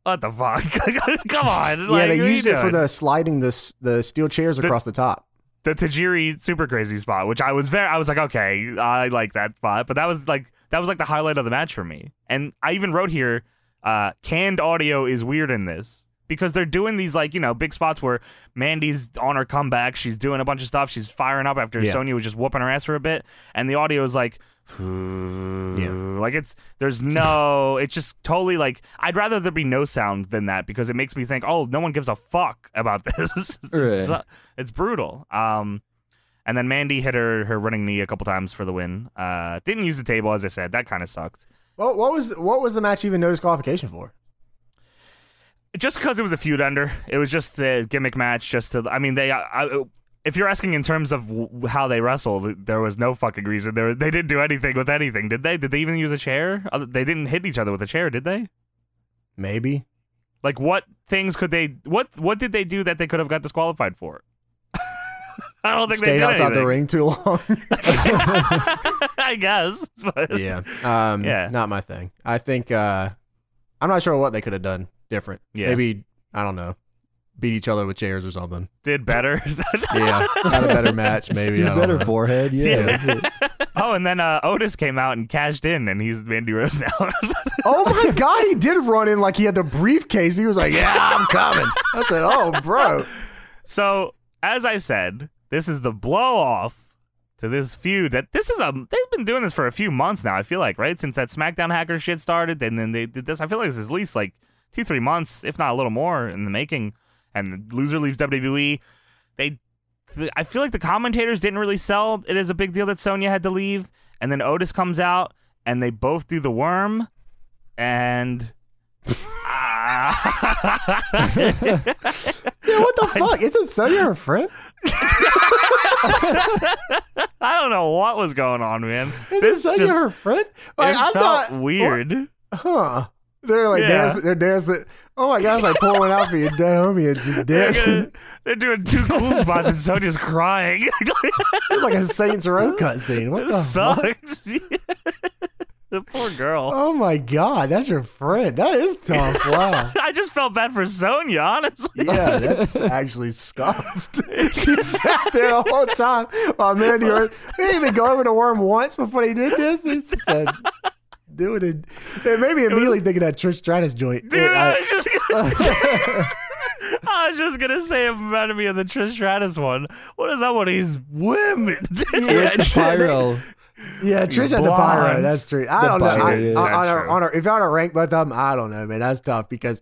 what the fuck? Come on, yeah, like, they what are used you it for doing? the sliding the s- the steel chairs The- across the top. the Tajiri super crazy spot, which I was very I was like, okay, I like that spot, but that was like that was like the highlight of the match for me. And I even wrote here, uh, canned audio is weird in this because they're doing these like you know big spots where Mandy's on her comeback, she's doing a bunch of stuff, she's firing up after Yeah. Sonya was just whooping her ass for a bit, and the audio is like. Like it's there's no it's just totally like I'd rather there be no sound than that because it makes me think oh no one gives a fuck about this Right. It's- uh, it's brutal. Um, and then Mandy hit her her running knee a couple times for the win. Uh, didn't use the table as I said. That kind of sucked. Well, what was what was the match even no disqualification for? Just because it was a feud under, it was just a gimmick match. Just to, I mean, they. uh, I, I, if you're asking in terms of w- how they wrestled, there was no fucking reason. There, they didn't do anything with anything, did they? Did they even use a chair? Other- They didn't hit each other with a chair, did they? Maybe Like, what things could they? What what did they do that they could have got disqualified for? I don't think they stayed did outside anything. the ring too long. I guess. But. yeah, um, Yeah. not my thing. I think uh, I'm not sure what they could have done different. Yeah. Maybe I don't know. beat each other with chairs or something. Did better. Yeah, had a better match maybe. Do I don't better know. forehead. Yeah. Yeah. that's it. oh, and then uh, Otis came out and cashed in, and he's Mandy Rose now. Oh my god, he did run in like he had the briefcase. He was like, "Yeah, I'm coming." I said, "Oh, bro." so, as I said, this is the blow off to this feud that this is a they've been doing this for a few months now. I feel like right since that SmackDown hacker shit started, and then they did this. I feel like this is at least like two, three months, if not a little more, in the making. And the loser leaves WWE. They, th- I feel like the commentators didn't really sell it as a big deal that Sonya had to leave, and then Otis comes out, and they both do the worm, and. Ah. Yeah, what the fuck? Isn't Sonya her friend? I don't know what was going on, man. Isn't This Sonya just her friend? it felt weird. huh? They're like Yeah. dancing. They're dancing. Oh my god, it's like pulling out for your dead homie and just They're, dancing. gonna- they're doing two cool spots and Sonya's crying. It's like a Saints Row cutscene. What the this fuck? sucks. the poor girl. Oh my god, that's your friend. That is tough. Wow. I just felt bad for Sonya, honestly. Yeah, that's actually scuffed. she sat there the whole time while Mandy Rose. They didn't even go over the worm once before they did this. They just said, "Do it." in-" They made me immediately thinking that Trish Stratus joint. Dude, I, I- was just gonna I was just gonna say it reminded me of the Trish Stratus one. What is that one? He's women. Yeah, With Pyro. yeah, Trish had the pyro. Blondes. That's true. I The don't know. I, pyro, yeah, on, on that's our, true. on our, if you're on a rank both of them, I don't know, man. That's tough because.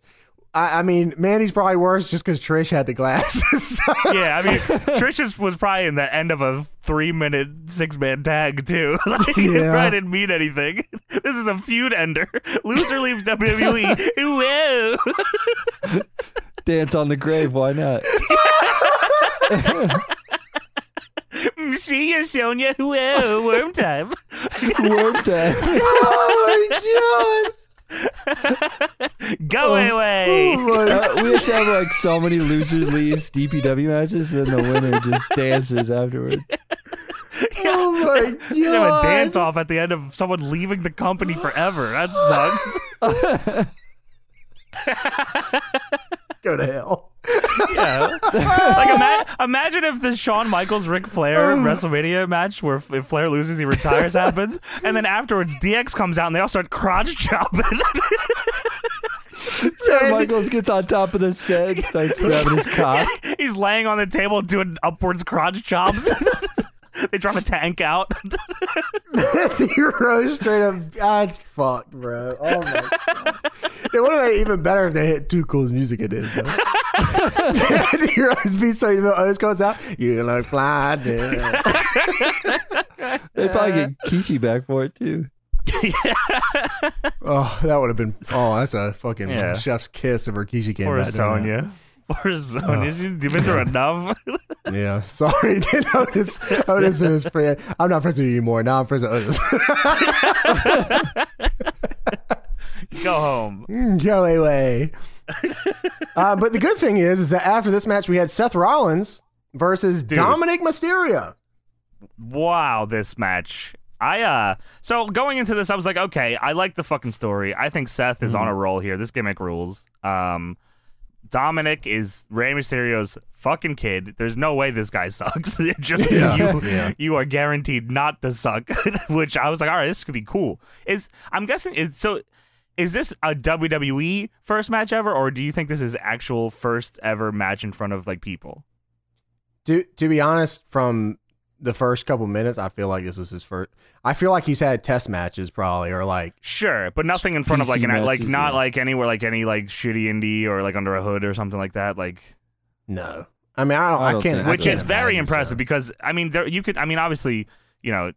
I, I mean, Mandy's probably worse just because Trish had the glasses. So- yeah, I mean, Trish is- was probably in the end of a three minute six man tag too. like, it Yeah. probably didn't mean anything. This is a feud ender. Loser leaves WWE. Whoa. Dance on the grave. Why not? See you, Sonya. Whoa. Worm time. Worm time. oh my god! Go away. Oh my Uh, we have to have like so many losers leaves DPW matches, and then the winner just dances afterwards. Oh my god! They have a dance off at the end of someone leaving the company forever. That sucks. Go to hell. yeah. Like ima- imagine if the Shawn Michaels Ric Flair WrestleMania match where if Flair loses he retires happens, and then afterwards DX comes out and they all start crotch chopping. Shawn Michaels gets on top of the set and starts grabbing his cock. He's laying on the table doing upwards crotch chops. they drop a tank out. you rose straight up. That's fucked, bro. Oh my god. It would have been even better if they hit two cool's music it is. Though. Your Rose beat so you know Otis comes out. You look fly, dude. They probably get Kichi back for it too. Oh, that would have been. Oh, that's a fucking Yeah. chef's kiss if Rikishi came Poor back. to that. Sonya. Poor Sonya. She's been through enough. Yeah, sorry. Then Otis, Otis and his friend. I'm not friends with you anymore. Now I'm friends with oh, Otis. Go home. Mm, Go away. uh, but the good thing is, is that after this match, we had Seth Rollins versus Dominic Mysterio. wow this match i uh so going into this i was like okay i like the fucking story i think seth is on a roll here this gimmick rules um dominic is Rey mysterio's fucking kid there's no way this guy sucks It just Yeah, you yeah. you are guaranteed not to suck which i was like all right this could be cool is i'm guessing is so is this a WWE first match ever, or do you think this is actual first ever match in front of like people? To to be honest, from the first couple minutes, I feel like this was his first. I feel like he's had test matches probably, or like Sure, but nothing in front of PC like an like matches, not yeah. like anywhere like any like shitty indie or like under a hood or something like that. Like no. I mean, I don't. I, I don't can't. think I which can't is very imagine, so. impressive because I mean there you could I mean obviously you know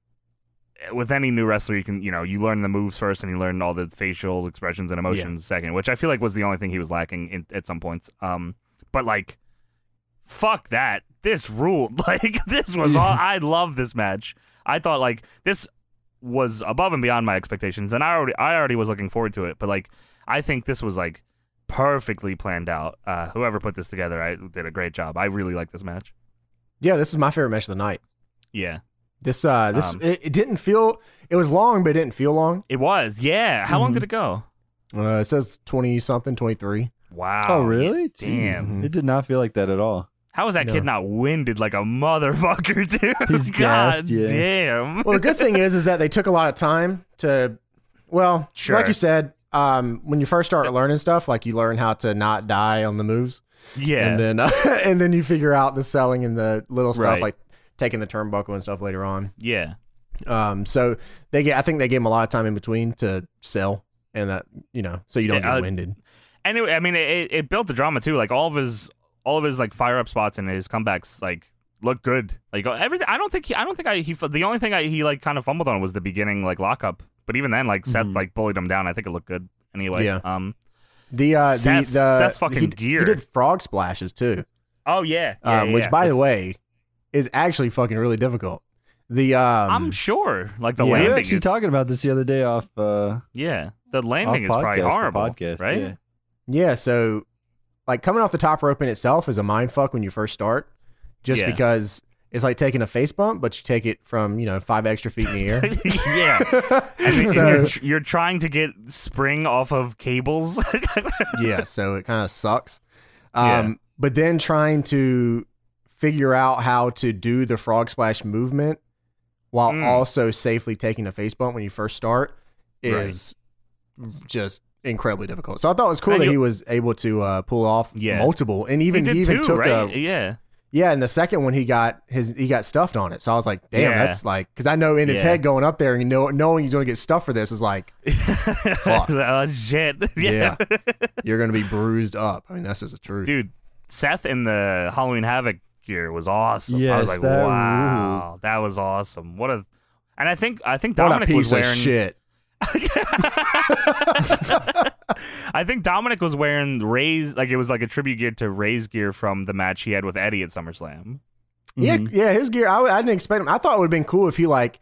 with any new wrestler you can you know you learn the moves first and you learn all the facial expressions and emotions second, which I feel like was the only thing he was lacking in, at some points. Um, but like fuck that. This ruled. Like this was all I love this match. I thought like this was above and beyond my expectations and I already I already was looking forward to it, but like I think this was like perfectly planned out. Uh whoever put this together, I did a great job. I really like this match. Yeah, this is my favorite match of the night. Yeah. This uh, this Um, it, it didn't feel. It was long, but it didn't feel long. Mm-hmm. It was. Yeah. How long did it go? Uh, it says twenty something, twenty three. Wow. oh, really? Damn. Jeez. It did not feel like that at all. How is that No. kid not winded like a motherfucker, dude? He's God gassed, yeah. damn. Well, the good thing is, is that they took a lot of time to. Well, Sure. like you said, um, when you first start learning stuff, like you learn how to not die on the moves, Yeah. and then uh, and then you figure out the selling and the little stuff Right. like taking the turnbuckle and stuff later on. yeah. Um, so they get, I think they gave him a lot of time in between to sell, and that you know, so you don't Yeah, get uh, winded. Anyway, I mean, it, it built the drama too. Like all of his, all of his like fire up spots and his comebacks, like look good. Like everything. I don't think he. I don't think I. He. The only thing I he like kind of fumbled on was the beginning like lockup. But even then, like Seth Mhm. like bullied him down. I think it looked good. Anyway. Yeah. Um. The uh, Seth's- the the Seth's fucking he, gear. He did frog splashes too, Oh yeah. yeah, um, yeah, which yeah. by the way is actually fucking really difficult. The um, I'm sure. Like the yeah. we landing. were actually is- talking about this the other day off. Uh, yeah. The landing is off probably podcast, the horrible. podcast, right. yeah. Yeah, so like coming off the top rope in itself is a mind fuck when you first start, just Yeah. because it's like taking a face bump, but you take it from you know five extra feet in the air. yeah. And, and so you're, tr- you're trying to get spring off of cables. yeah, so it kind of sucks. Yeah. Um, But then trying to figure out how to do the frog splash movement while Mm. also safely taking a face bump when you first start is just incredibly difficult. So I thought it was cool And that you- he was able to uh, pull off Yeah. multiple, and even he he, did even too, took a right? yeah. Yeah, and the second one he got his he got stuffed on it. So I was like, damn, Yeah. that's like because I know in his Yeah. head going up there and you know knowing he's gonna get stuffed for this is like Fuck. oh shit. Yeah. you're gonna be bruised up. I mean that's just the truth. Dude, Seth in the Halloween Havoc gear was awesome. I Yes, was like, that wow, that was awesome. What a and I think I think what a Dominic piece was wearing of shit. I think Dominic was wearing Ray's like it was like a tribute gear to Ray's gear from the match he had with Eddie at SummerSlam. Yeah, Mm-hmm. Mhm. yeah, his gear. I, w- I didn't expect him. I thought it would have been cool if he like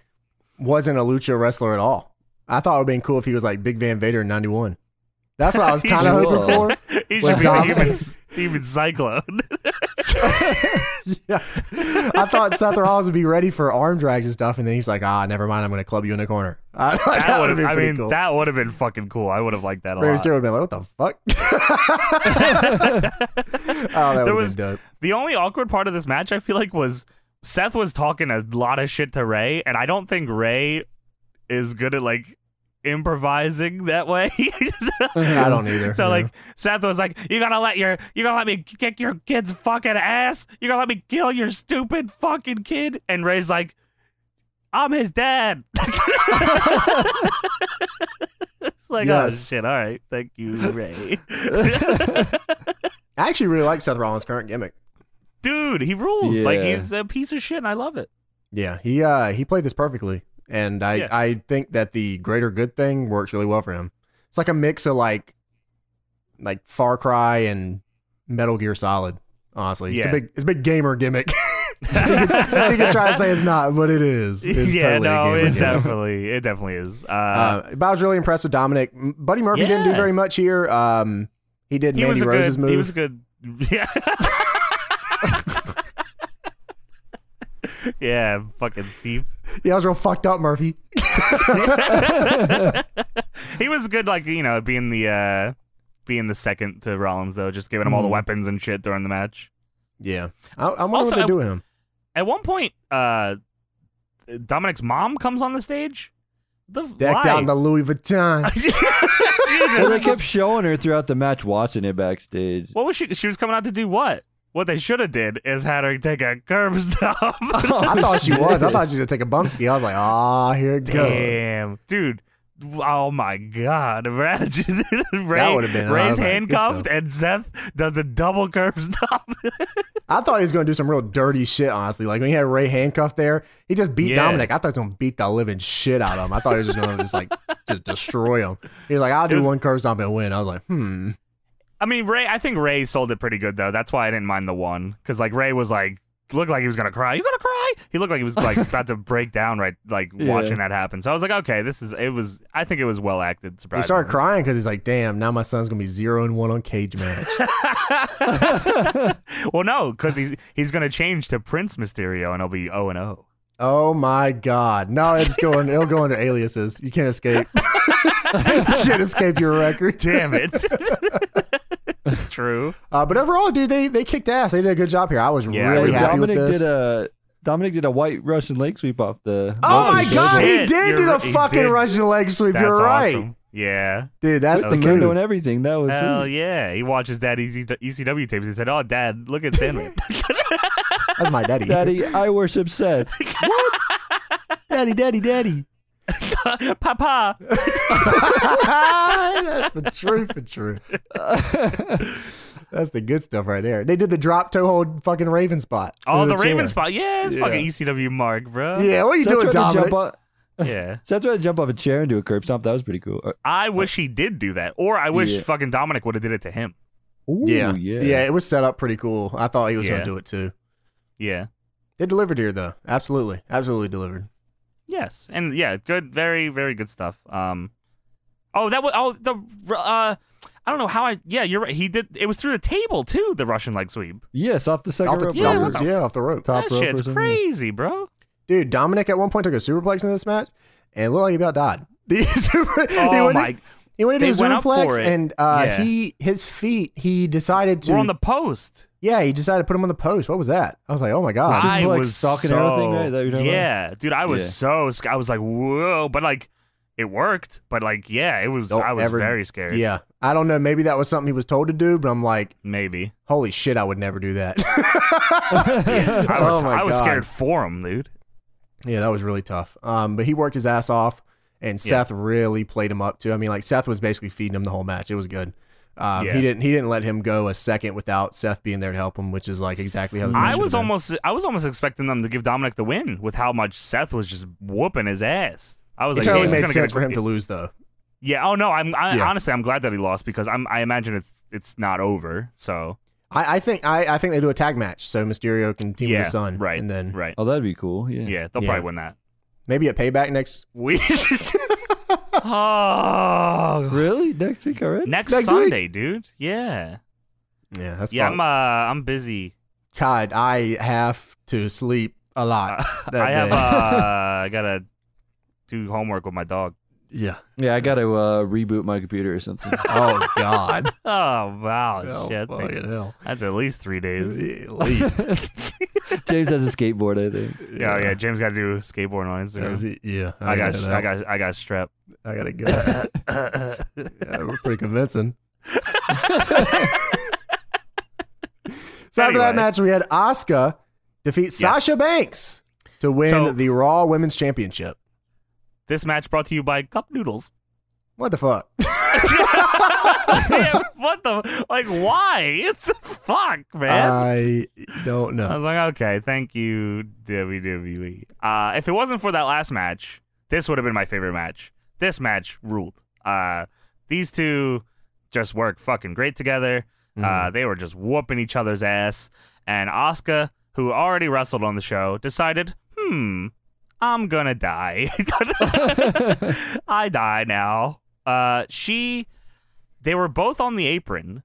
wasn't a lucha wrestler at all. I thought it would have been cool if he was like Big Van Vader in '91. That's what I was He kind of should- hoping for. he Was should be the Dominic- human, human cyclone. yeah. I thought Seth Rollins would be ready for arm drags and stuff, and then he's like, "Ah, never mind. I'm gonna club you in the corner." I, that, would would've have. I pretty mean, cool. that would have been fucking cool. I would have liked that a Rey lot. Mysterio would have been like, "What the fuck?" oh, that would There was- have been dope. The only awkward part of this match, I feel like, was Seth was talking a lot of shit to Ray, and I don't think Ray is good at like improvising that way. I don't either. So yeah. like Seth was like, "You gonna let your you gonna let me kick your kid's fucking ass? You gonna let me kill your stupid fucking kid?" And Ray's like, "I'm his dad." it's like, Yes. oh shit! All right, thank you, Ray. I actually really like Seth Rollins' current gimmick. Dude, he rules. Like Yeah. he's a piece of shit, and I love it. Yeah, he uh he played this perfectly, and I Yeah. I think that the greater good thing works really well for him. It's like a mix of like like Far Cry and Metal Gear Solid. Honestly, it's a Yeah. big it's a big gamer gimmick. you can you can try to say it's not, but it is. It's yeah, totally no, a gamer it gimmick. definitely, it definitely is. Uh, Uh, but I was really impressed with Dominic. M- Buddy Murphy didn't do Yeah. very much here. Um, he did he Mandy was a Rose's good. move. He was a good. Yeah. yeah, fucking thief. yeah, I was real fucked up, Murphy. He was good, like you know, being the uh being the second to Rollins though, just giving him all the Mhm. weapons and shit during the match. Yeah, I, I wonder Also, what they I- do with him. At one point, uh Dominic's mom comes on the stage. The Decked why? out in the Louis Vuitton. Well, they Jesus. kept showing her throughout the match, watching it backstage. What was she? She was coming out to do what? What they should have did is had her take a curb stop. I thought she was. I thought she was gonna take a bump ski. I was like, ah, here it goes. Damn, dude. Oh my God! Imagine Ray, would've been- Ray's oh, my- handcuffed and Seth does a double curb stop. I thought he was gonna do some real dirty shit. Honestly, like when he had Ray handcuffed there, he just beat Yeah. Dominic. I thought he was gonna beat the living shit out of him. I thought he was just gonna just like just destroy him. He was like, I'll do was- one curb stomp and win. I was like, hmm. I mean, Ray. I think Ray sold it pretty good though. That's why I didn't mind the one because like Ray was like looked like he was gonna cry. You gonna cry? He looked like he was like about to break down. Right, like Yeah. watching that happen. So I was like, okay, this is it. Was I think it was well acted. He Surprisingly, started crying because he's like, damn, now my son's gonna be zero and one on cage match. well, no, because he's he's gonna change to Prince Mysterio, and it'll be O and O. Oh my God! No, it's going. it'll go under aliases. You can't escape. you can't escape your record. Damn it! True. Uh, but overall, dude, they they kicked ass. They did a good job here. I was Yeah, really they happy Dominic with this. did a Dominic did a white Russian leg sweep off the. oh Holy my off the god, table. he did shit, do you're the right, he fucking did. Russian leg sweep. That's you're right, awesome. Yeah. dude. That's With the That was kendo move. and everything. That was Hell sweet. yeah. He watches E daddy's ECW tapes and said, Oh, dad, look at Sandman. That's my daddy. Daddy, I worship Seth. daddy, daddy, daddy. Papa. That's the truth for true. That's the good stuff right there. They did the drop toe hold fucking Raven spot. Oh, With the Raven chair. spot. Yeah, it's Yeah. fucking ECW mark, bro. Yeah, what are you Seth doing, tried to jump Dominic? off. Yeah. Seth tried to jump off a chair and do a curb stomp. That was pretty cool. Uh, I wish he did do that, or I wish Yeah. fucking Dominic would have did it to him. Ooh, Yeah. yeah, yeah, it was set up pretty cool. I thought he was Yeah. gonna do it too. Yeah. They delivered here though. Absolutely, absolutely delivered. Yes. And yeah, good, very, very good stuff. Um. Oh, that was oh the uh, I don't know how I yeah you're right. He did it was through the table too. The Russian leg sweep. Yes, off the second Off the, rope. Yeah, off what the- the- yeah, off the rope. Top that rope or shit's something. crazy, bro. Dude, Dominic at one point took a superplex in this match, and it looked like he about died. The super, he Oh went my, in, he went into They went up superplex, for it. and uh, Yeah. he his feet. He decided to. we're on the post. yeah, he decided to put him on the post. What was that? I was like, oh my god. I Superplex, was stalk and so, everything, right? That what you're talking about? yeah, dude, I was Yeah. so sc- I was like, whoa, but like it worked. But like, yeah, it was. Don't I was ever- very scared. Yeah, I don't know. Maybe that was something he was told to do, but I'm like, maybe. holy shit, I would never do that. I was. Oh my I was God. scared for him, dude. yeah, that was really tough. Um, but he worked his ass off, and Yeah. Seth really played him up too. I mean, like Seth was basically feeding him the whole match. It was good. Um, Yeah. He didn't. He didn't let him go a second without Seth being there to help him, which is like exactly how this match I should was have been. almost I was almost expecting them to give Dominic the win with how much Seth was just whooping his ass. I was It like, totally yeah, he's made gonna get sense a- for him to lose though. Yeah. Oh no. I'm I, Yeah. honestly I'm glad that he lost because I'm I imagine it's it's not over. So I, I think I, I think they do a tag match so Mysterio can team yeah. with the Sun, right. And then right. Oh, that'd be cool. Yeah. Yeah. They'll Yeah. probably win that. maybe a payback next week. Oh. Really? Next week already? Next, Next Sunday, dude. Yeah. yeah, that's Yeah. fun. I'm uh I'm busy. God, I have to sleep a lot. that I have day. uh I gotta do homework with my dog. yeah. Yeah, I got to uh, reboot my computer or something. Oh God. Oh wow. Oh, Shit. that fucking takes- hell. That's at least three days. At least. James has a skateboard, I think. Yeah, yeah. James got to do skateboarding on That was Instagram. it. Yeah, I got, it I out. got, I got strep. I got to go. yeah, we're pretty convincing. so after Anyway. that match, we had Asuka defeat Sasha Banks to win So- the Raw Women's Championship. this match brought to you by Cup Noodles. What the fuck? Yeah, what the? Like, why? It's the fuck, man. Oh, I don't I know. was like, okay, thank you, WWE. Uh, if it wasn't for that last match, this would have been my favorite match. This match ruled. Uh, these two just worked fucking great together. Mm. Uh, they were just whooping each other's ass. And Asuka, who already wrestled on the show, decided, hmm, I'm gonna die. I die now. Uh, she, they were both on the apron,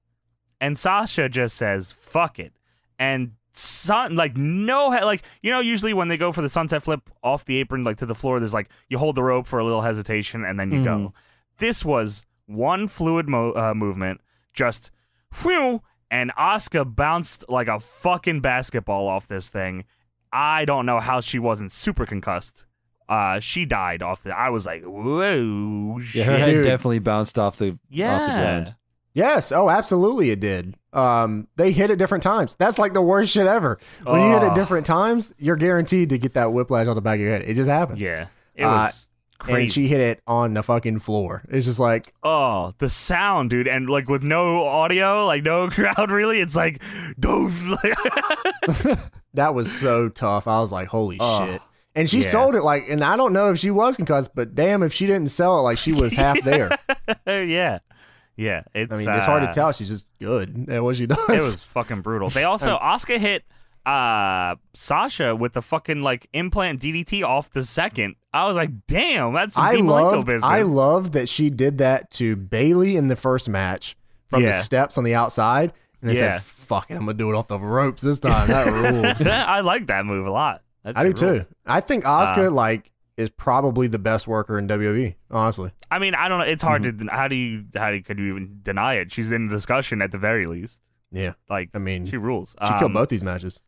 and Sasha just says, fuck it. And Sun, like no, he- like you know, usually when they go for the sunset flip off the apron, like to the floor, there's like you hold the rope for a little hesitation and then you go. This was one fluid mo- uh, movement, just phew, and Asuka bounced like a fucking basketball off this thing. I don't know how she wasn't super concussed. Uh, she died off the. I was like, whoa, Yeah, shit. her head Dude. definitely bounced off the off the Yeah. ground. Yes. Oh, absolutely, it did. Um, they hit at different times. That's like the worst shit ever. When you hit at Ugh. different times, you're guaranteed to get that whiplash on the back of your head. It just happened. Oh, Yeah, it Uh, was and crazy. she hit it on the fucking floor. It's just like oh, the sound, dude, and like with no audio, like no crowd, really. It's like, dove. that was so tough. I was like, holy Oh, shit. And she yeah. sold it like, and I don't know if she was concussed, but damn, if she didn't sell it like she was half there. yeah, yeah. It's I mean, it's hard to uh, tell. She's just good at what she does. It was fucking brutal. They also Oscar hit uh Sasha with the fucking like implant DDT off the second. I was like, damn, that's some I Dean Malenko loved, business. I loved that she did that to Bailey in the first match from Yeah. the steps on the outside. And they Yeah. said, fuck it, I'm going to do it off the ropes this time. That ruled. I like that move a Uh. lot. That I do shit rules. too. I think Oscar like is probably the best worker in WWE, honestly. I mean, I don't know. It's hard Mm-hmm. to how do you how do, could you even deny it? She's in the discussion at the very least. Yeah. Like I mean, she she, rules. killed Um, both these matches.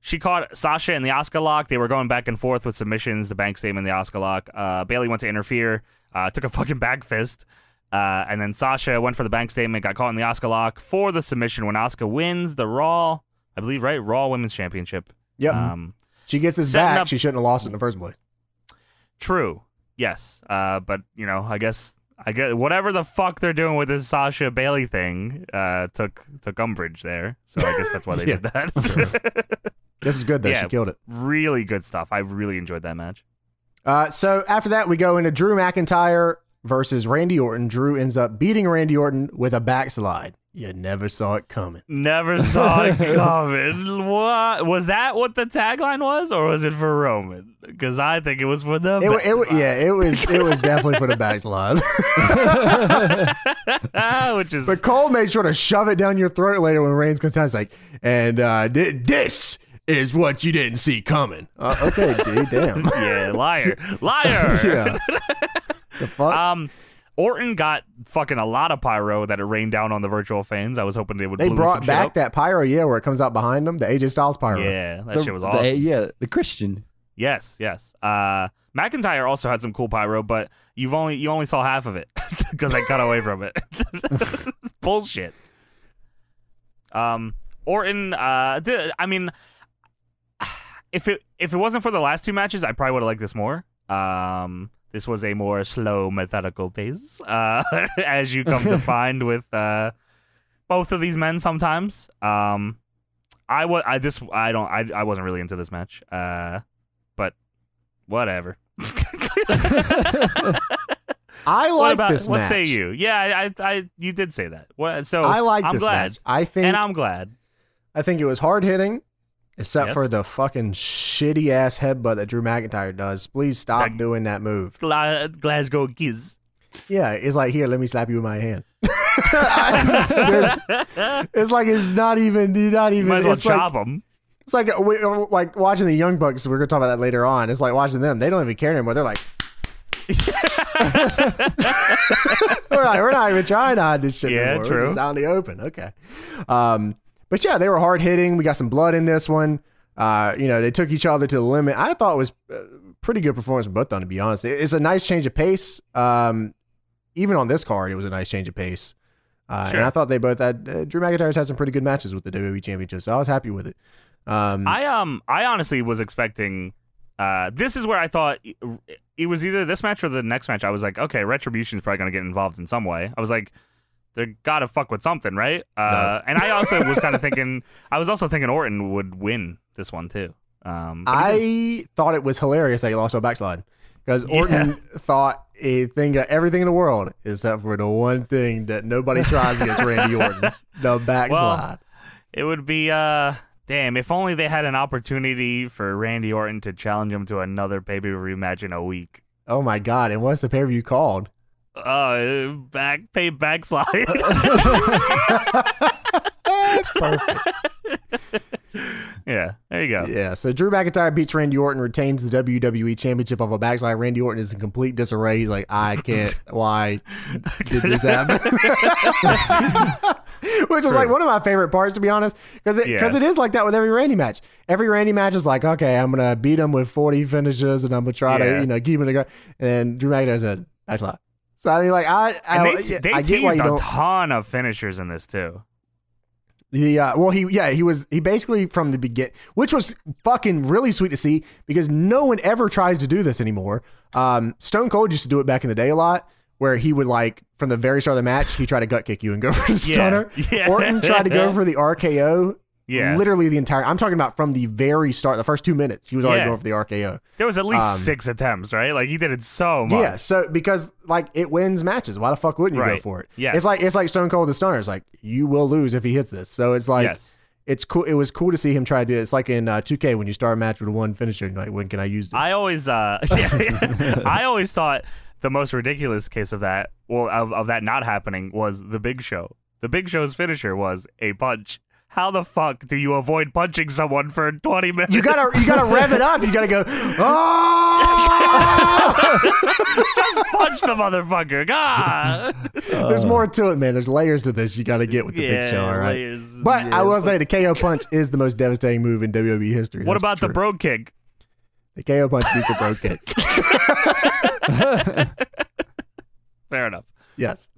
She caught Sasha in the Oscar lock. They were going back and forth with submissions, the bank statement, the Oscar lock. Uh, Bailey went to interfere, uh, took a fucking back fist, uh, and then Sasha went for the bank statement, got caught in the Oscar lock for the submission. When Oscar wins the Raw, I believe, right? Raw Women's Championship. Yep. Um, she gets this setting back. up- she shouldn't have lost it in the first place. True. Yes. Uh, but you know, I guess I guess whatever the fuck they're doing with this Sasha Bailey thing uh, took took umbrage there. So I guess that's why they Yeah. did that. This is good though. Yeah. She killed it. really good stuff. I really enjoyed that match. Uh, so after that, we go into Drew McIntyre versus Randy Orton. Drew ends up beating Randy Orton with a backslide. You never saw it coming. Never saw it coming. what was that? What the tagline was, or was it for Roman? Because I think it was for the. It, wa- it, wa- yeah, it was it was definitely for the backslide. yeah. Ah, Which is but Cole made sure to shove it down your throat later when Reigns comes down. He's like, and uh, thi- this is what you didn't see coming. Uh, okay, dude, damn. yeah, liar, liar. yeah. The fuck? Um, Orton got fucking a lot of pyro that it rained down on the virtual fans. I was hoping they would. they blew some brought shit back up. that pyro, yeah, where it comes out behind them, the AJ Styles pyro. Yeah, that The- shit was the- awesome. yeah, the Christian. yes, yes. Uh, McIntyre also had some cool pyro, but you've only you only saw half of it because I cut away from it. Bullshit. Um, Orton. Uh, did, I mean, if it if it wasn't for the last two matches, I probably would have liked this more. Um, this was a more slow, methodical pace, uh, as you come to find with uh, both of these men sometimes. Um, I was I this I don't I I wasn't really into this match. Uh, but whatever. I what like about this what match. say you? Yeah, I, I I you did say that. What so I like I'm this glad. match. I think And I'm glad. I think it was hard hitting, except Yes. for the fucking shitty ass headbutt that Drew McIntyre does. Please stop That- doing that move. Gla- Glasgow Giz. Yeah, it's like here, let me slap you with my hand. I- Might it's like it's not even. You're not even. as well it's, like, chop him. it's like uh, we- like watching the Young Bucks. We're gonna talk about that later on. It's like watching them. They don't even care anymore. They're like. we're, not, we're not even trying to hide this shit Yeah, anymore. true. We're just out in the open. Okay. Um, but yeah, they were hard hitting. We got some blood in this one. Uh, you know, they took each other to the limit. I thought it was uh, pretty good performance from both of them, to be honest. It- It's a nice change of pace. Um, even on this card, it was a nice change of pace. Uh, Sure. And I thought they both had uh, Drew McIntyre's had some pretty good matches with the WWE Championship, so I was happy with it. Um, I um I honestly was expecting uh this is where I thought it- it was either this match or the next match. I was like, okay, Retribution's probably going to get involved in some way. I was like they got to fuck with something, right? Uh and I also was kind of thinking I was also thinking Orton would win this one too. Um but he didn't. I thought it was hilarious that he lost to a backslide because Orton thought a thing everything in the world except for the one thing that nobody tries against Randy Orton, the backslide. it would be uh damn, if only they had an opportunity for Randy Orton to challenge him to another pay-per-view match in a week. oh my god! And what's the pay per view called? Uh, back pay backslide. Perfect. yeah, there you go. Yeah. So Drew McIntyre beats Randy Orton, retains the WWE Championship off a backslide. Randy Orton is in complete disarray. He's like, I can't. Why did this happen? Which was like one of my favorite parts, to be honest, because it Yeah. because it is like that with every Randy match. Every Randy match is like, okay, I'm gonna beat him with 40 finishes, and I'm gonna try Yeah. to you know keep him to go. And Drew McIntyre said, that's a lot. So I mean, like I I, And they, yeah, they I get teased why you a don't. ton of finishers in this too. Yeah, well, he yeah he was he basically from the begin, which was fucking really sweet to see because no one ever tries to do this anymore. Um, Stone Cold used to do it back in the day a lot, where he would like from the very start of the match he tried to gut kick you and go for the Yeah, stunner. yeah. Orton tried to go for the RKO. Yeah, literally the entire. I'm talking about from the very start, the first two minutes he was already Yeah. going for the RKO. there was at least um, six attempts, right? Like he did it so much. Yeah, so because like it wins matches, why the fuck wouldn't you go Right. for it? Yes. it's like it's like Stone Cold the stunner. It's like you will lose if he hits this. So it's like. yes, it's cool. It was cool to see him try to do it. It's like in uh, 2K when you start a match with one finisher, and you're like, when can I use this? I always, uh, I always thought the most ridiculous case of that, well, of, of that not happening, was the Big Show. The Big Show's finisher was a punch. How the fuck do you avoid punching someone for twenty minutes? you gotta, you gotta rev it up. You gotta go. Oh! Just punch the motherfucker. God. There's more to it, man. There's layers to this you got to get with the Big Show, all right? layers. But Yeah. I will say the KO punch is the most devastating move in WWE history. what That's about the true. bro kick? The KO punch beats a bro kick. Fair enough. Yes.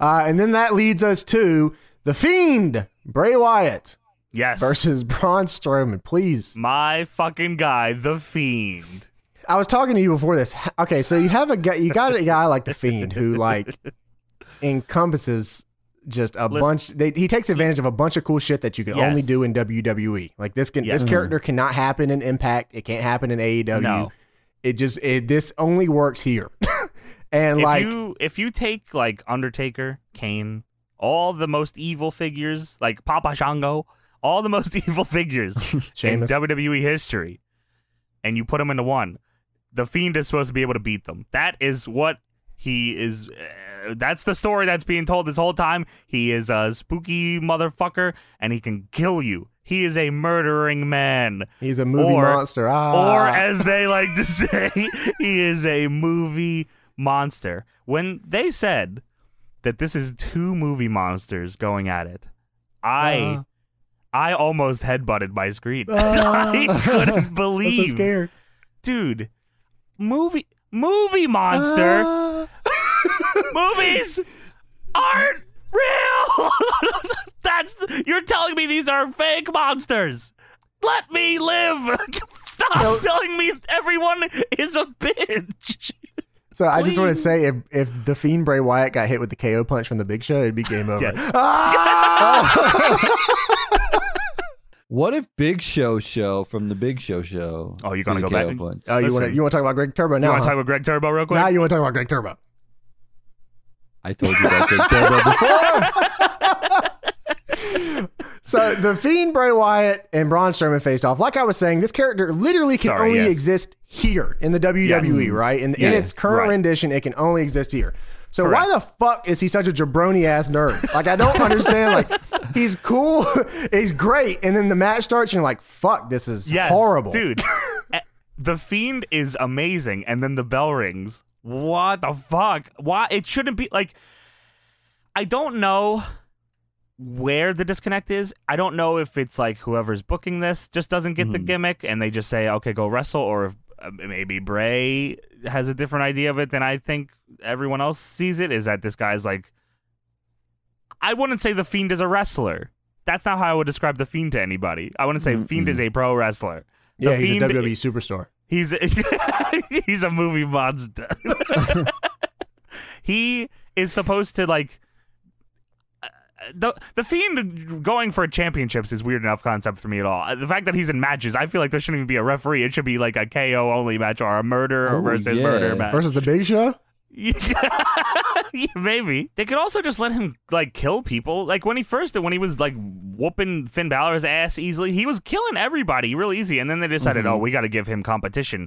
Uh, and then that leads us to The Fiend, Bray Wyatt Yes. versus Braun Strowman. Please. My fucking guy, the fiend. I was talking to you before this. H- Okay, so you have a guy, you got a guy like The Fiend who like encompasses just a Listen- bunch they, he takes advantage of a bunch of cool shit that you can only Yes. do in WWE. Like this can this Yes. Mm-hmm. character cannot happen in Impact, it can't happen in AEW. No. It just it, this only works here. and If like you if you take like Undertaker, Kane, all the most evil figures, like Papa Shango, all the most evil figures in Sheamus. WWE history, and you put them into one, the Fiend is supposed to be able to beat them. That is what he is. Uh, that's the story that's being told this whole time. He is a spooky motherfucker, and he can kill you. He is a murdering man. he's a movie or- monster. Ah. or as they like to say, he is a movie monster. When they said that this is two movie monsters going at it, I Uh. I almost headbutted my screen. Uh. I couldn't I'm so believe, scared. dude, movie movie monster Ah. Uh, movies aren't real. That's the, you're telling me these are fake monsters. Let me live. Stop telling me everyone is a bitch. So I just want to Please. say, if if the fiend Bray Wyatt got hit with the KO punch from the Big Show, it'd be game over. Ah! Yeah. What if Big Show show from the Big Show show? Oh, you're did gonna a go back KO and- punch? Oh, you want to Listen. you want to talk about Greg Turbo You now? want huh? to talk about Greg Turbo real quick? now you want to talk about Greg Turbo? I told you about Big Turbo before. So the fiend Bray Wyatt and Braun Strowman faced off. Like I was saying, this character literally can Sorry, only yes. exist here in the WWE, Yes. right? In, in Yes, its current right. rendition, it can only exist here. So Correct. why the fuck is he such a jabroni ass nerd? Like I don't understand. Like he's cool, he's great, and then the match starts, and you're like, fuck, this is Yes, horrible, dude. Eh, the Fiend is amazing, and then the bell rings. What the fuck? Why it shouldn't be like? I don't know where the disconnect is. I don't know if it's like whoever's booking this just doesn't get the Hmm. gimmick, and they just say, "Okay, go wrestle," or if uh, maybe Bray has a different idea of it than I think everyone else sees it. Is that this guy's like? I wouldn't say the Fiend is a wrestler. That's not how I would describe the Fiend to anybody. I wouldn't say Fiend is a pro wrestler. The Yeah, he's Fiend- a E WWE superstar. He's a, he's a movie monster. he is supposed to like uh, the the fiend going for championships is weird enough concept for me at all. Uh, The fact that he's in matches, I feel like there shouldn't even be a referee. It should be like a KO only match or a murder Oh, versus yeah. murder match. versus the Big Show. Yeah, maybe they could also just let him like kill people. Like when he first when he was like whooping Finn Balor's ass easily, he was killing everybody real easy. And then they decided, Mhm. oh, we got to give him competition.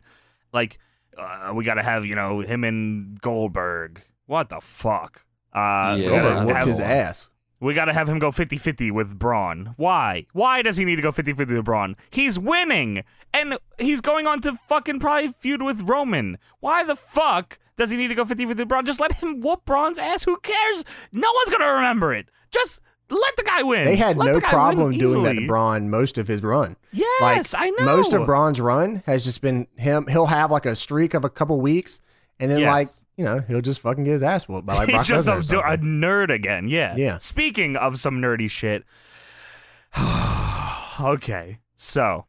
Like uh, we got to have you know him and Goldberg. What the fuck? Uh, Yeah. we gotta Goldberg whooped have- his ass. we got to have him go 50 50 with Braun. Why? Why does he need to go 50 50 with Braun? He's winning! And he's going on to fucking probably feud with Roman. Why the fuck does he need to go 50 50 with Braun? Just let him whoop Braun's ass. Who cares? No one's going to remember it. Just let the guy win. They had Let no the guy problem win doing that easily. to Braun most of his run. Yes, I know. Most of Braun's run has just been him. He'll have like a streak of a couple weeks, and then Yes. like you know he'll just fucking get his ass whooped by like He's Brock just a, Lesnar. or something. a nerd again. Yeah. Yeah. Speaking of some nerdy shit. okay. So,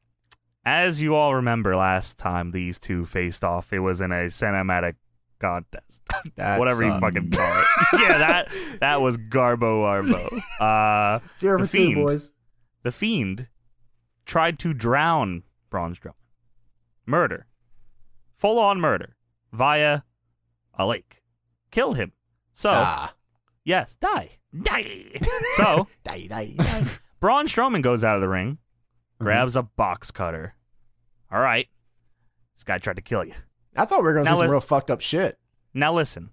as you all remember last time these two faced off, it was in a cinematic contest. That whatever you sucked. fucking call it. yeah, that that was Garbo Arbo. Uh zero The for two Fiend. boys. the fiend tried to drown Braun Strowman. Murder. Full on murder via a lake. Kill him. So, Ah, Yes, die. Die. so, die, die, die. Braun Strowman goes out of the ring, grabs a box cutter. All right. This guy tried to kill you. I thought we were gonna Now see some let- real fucked up shit. Now, listen.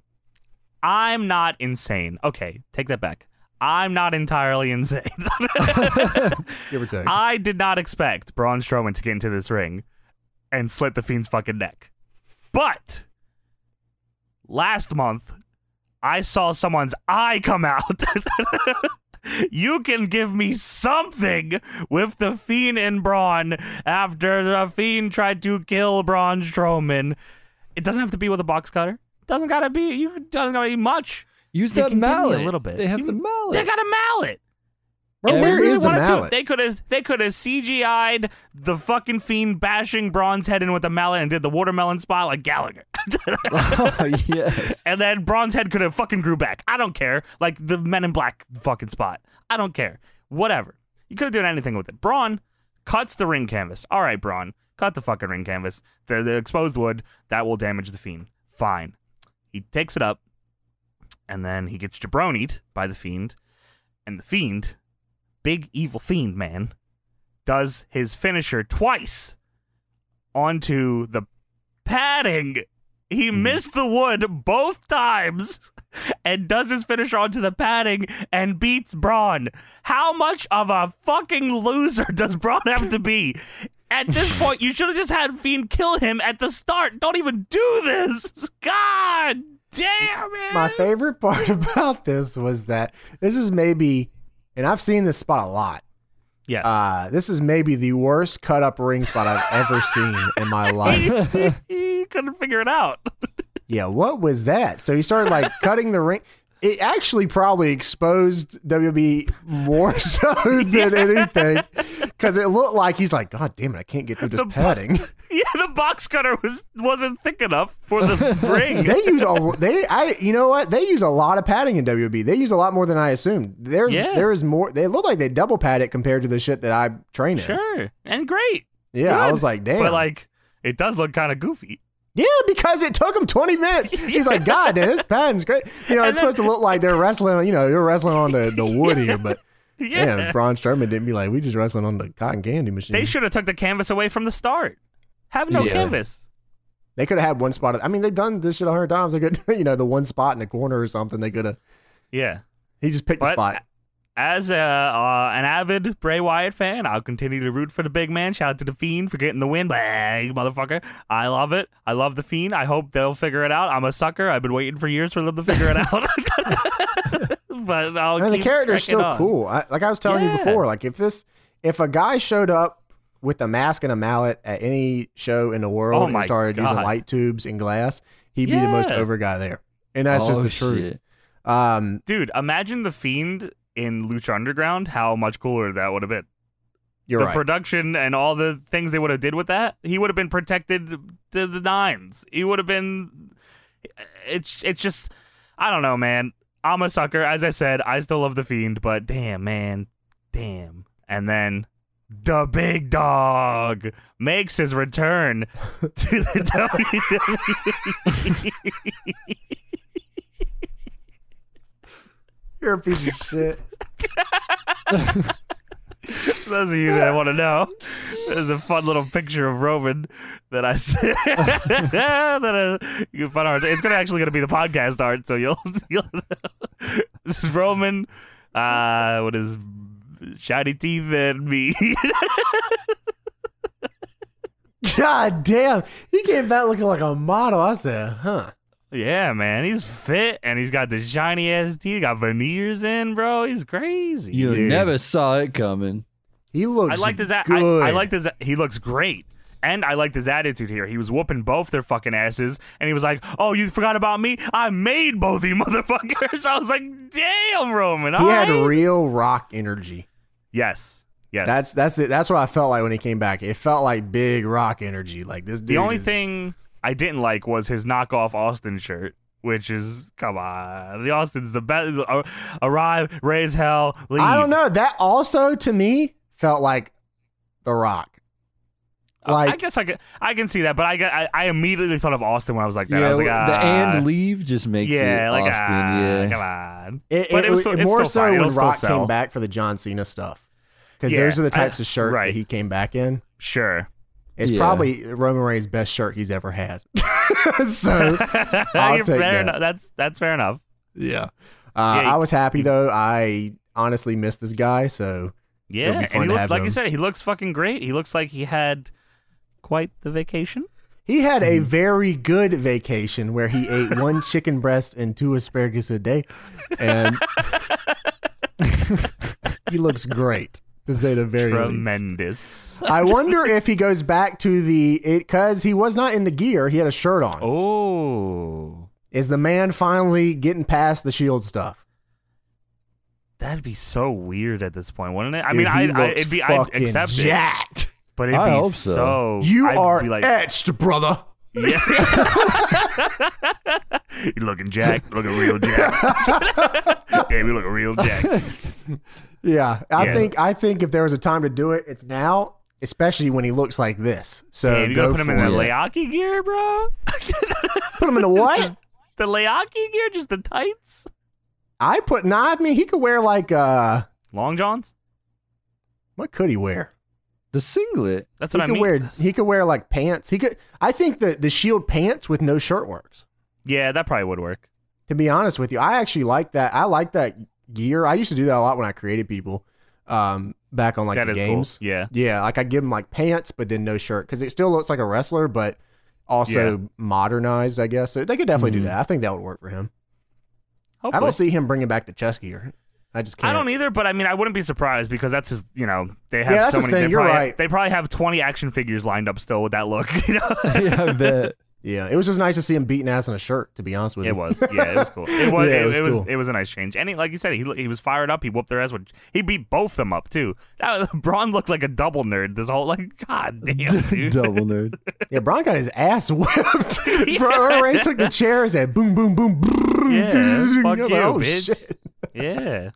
I'm not insane. Okay, take that back. I'm not entirely insane. Give or take. I did not expect Braun Strowman to get into this ring and slit the Fiend's fucking neck. But last month, I saw someone's eye come out. you can give me something with the Fiend and Braun after the Fiend tried to kill Braun Strowman. It doesn't have to be with a box cutter. Doesn't gotta be. You doesn't gotta be much. Use They that can give me a mallet. little bit. They have You- the They mallet. got a mallet. Bro, If they where really is the wanted to, mallet? they could have they could have CGI'd the fucking fiend bashing Braun's head in with a mallet and did the watermelon spot like Gallagher. oh, yes. and then Braun's head could have fucking grew back. I don't care. Like the Men in Black fucking spot. I don't care. Whatever. You could have done anything with it. Braun cuts the ring canvas. All right, Braun, cut the fucking ring canvas. The, the exposed wood that will damage the fiend. Fine. He takes it up, and then he gets jabronied by the fiend, and the fiend, big evil fiend man, does his finisher twice onto the padding. He missed the wood both times and does his finisher onto the padding and beats Braun. How much of a fucking loser does Braun have to be? At this point, you should have just had Fiend kill him at the start. Don't even do this. God damn it. My favorite part about this was that this is maybe, and I've seen this spot a lot. Yes. Uh, this is maybe the worst cut up ring spot I've ever seen in my life. he, he couldn't figure it out. Yeah, what was that? So he started like cutting the ring. It actually probably exposed WB more so than anything because it looked like he's like, God damn it, I can't get through this The bu- padding. Yeah, the box cutter was wasn't thick enough for the ring. they use a they I you know what they use a lot of padding in WB. They use a lot more than I assumed. There's Yeah. there is more. They look like they double pad it compared to the shit that I train in. Sure. And great. Yeah, I Good. was like, damn. But like it does look kind of goofy. yeah, because it took him 20 minutes. He's like, God, damn, this padding's great. You know, And it's then- supposed to look like they're wrestling. You know, you're wrestling on the, the wood here, but Yeah. yeah, damn, Braun Strowman didn't be like, we just wrestling on the cotton candy machine. They should have took the canvas away from the start. Have no Yeah. canvas. They could have had one spot. I mean, they've done this shit a hundred times. They could, you know, the one spot in the corner or something. They could have. Yeah. He just picked But the spot. As a, uh, an avid Bray Wyatt fan, I'll continue to root for the big man. Shout out to the Fiend for getting the win. Bang, motherfucker. I love it. I love the Fiend. I hope they'll figure it out. I'm a sucker. I've been waiting for years for them to figure it out. but I'll I mean, the keep character's checking still on. cool. I, like I was telling you Yeah. before, like if this, if a guy showed up with a mask and a mallet at any show in the world Oh and my started using God. light tubes and glass, he'd be the most Yeah. over guy there, and that's just Oh, the truth. shit. Um, Dude, imagine the Fiend in Lucha Underground. How much cooler that would have been. you're the right. production and all the things they would have did with that, he would have been protected to the nines. He would have been. It's it's just I don't know, man. I'm a sucker. As I said, I still love the fiend, but damn, man, damn. And then the big dog makes his return to the E. WWE. you're a piece of shit. Those of you that want to know, there's a fun little picture of Roman that I s- that uh, you can find on our. It's gonna actually gonna be the podcast art, so you'll you'll. know. this is Roman. Uh, what is shiny teeth and me? God damn, he came back looking like a model. I said, huh? yeah, man, he's fit and he's got the shiny ass teeth. He got veneers in, bro. He's crazy. You Dude. never saw it coming. He looks. I liked his. A- I, Good. I liked his. He looks great, and I liked his attitude here. He was whooping both their fucking asses, and he was like, "Oh, you forgot about me? I made both of you motherfuckers." I was like, "Damn, Roman." He all had right." real rock energy. yes, yes. That's that's it. That's what I felt like when he came back. It felt like big rock energy. Like this. Dude the only is- thing I didn't like was his knockoff Austin shirt. Which is come on, the Austin's the best. ar- Arrive, raise hell, leave. I don't know. That also to me felt like The Rock. Uh, I Like- guess I can, I can see that, but I, got- I I immediately thought of Austin when I was like that. I Yeah, was like, the ah, and leave just makes yeah, it like Austin. ah, yeah. come on. It, But it was still- it's more still so fine. It'll when still Rock sell. came back for the John Cena stuff because Yeah, those are the I- types of shirts right. that he came back in. Sure. It's Yeah. probably Roman Reigns' best shirt he's ever had. so I'll take that. That's that's fair enough. yeah, uh, Yeah, I was happy though. I honestly missed this guy. So It'll be Yeah, fun and he to looks have like you him. said he looks fucking great. He looks like he had quite the vacation. he He had Mm-hmm. a very good vacation where he ate one chicken breast and two asparagus a day, and he looks great to say the very least. Tremendous. I wonder if he goes back to the it because he was not in the gear; he had a shirt on. Oh, Is the man finally getting past the shield stuff? that'd be so weird at this point, wouldn't it? I Dude, mean, I, he I looks it'd be I'd fucking accept it, jacked. but it'd I be hope so. so. You I'd are be like, etched, brother. you looking jack, looking real jack. Damn, you looking real jack. Yeah, I Yeah. think I think if there was a time to do it, it's now, especially when he looks like this. So Damn, you go gonna put him for in that it. Layaki gear, bro? Put him in a what? The Layaki gear, just the tights, I put nah. I mean, he could wear like uh, long johns. what could he wear? The singlet. That's he what could I mean. wear he could wear like pants. He could. I think the the shield pants with no shirt works. yeah, that probably would work. To be honest with you, I actually like that. I like that gear. I used to do that a lot when I created people, um, back on like That the is games. cool. Yeah. Yeah, like I give him like pants, but then no shirt because it still looks like a wrestler, but also modernized, I guess. So they could definitely do Mhm. that. I think that would work for him. Mm. Hopefully. I don't see him bringing back the chest gear. I just can't. I don't either, but I mean, I wouldn't be surprised because that's just you know they have Yeah, that's so his many. thing. They You're probably, right. They probably have twenty action figures lined up still with that look. You know, yeah, I bet. yeah, it was just nice to see him beating ass in a shirt. To be honest with you, it was yeah, it was cool. It was Yeah, it it, was it was cool. it was a nice change. And he, like you said, he he was fired up. He whooped their ass. With, he beat both them up too. That, Braun looked like a double nerd. This whole like god damn dude. Double nerd. Yeah, Braun got his ass whipped. Bro, Reigns took the chairs and boom, boom, boom. brrrr. Yeah, I was fuck you, like, oh, bitch. shit. yeah,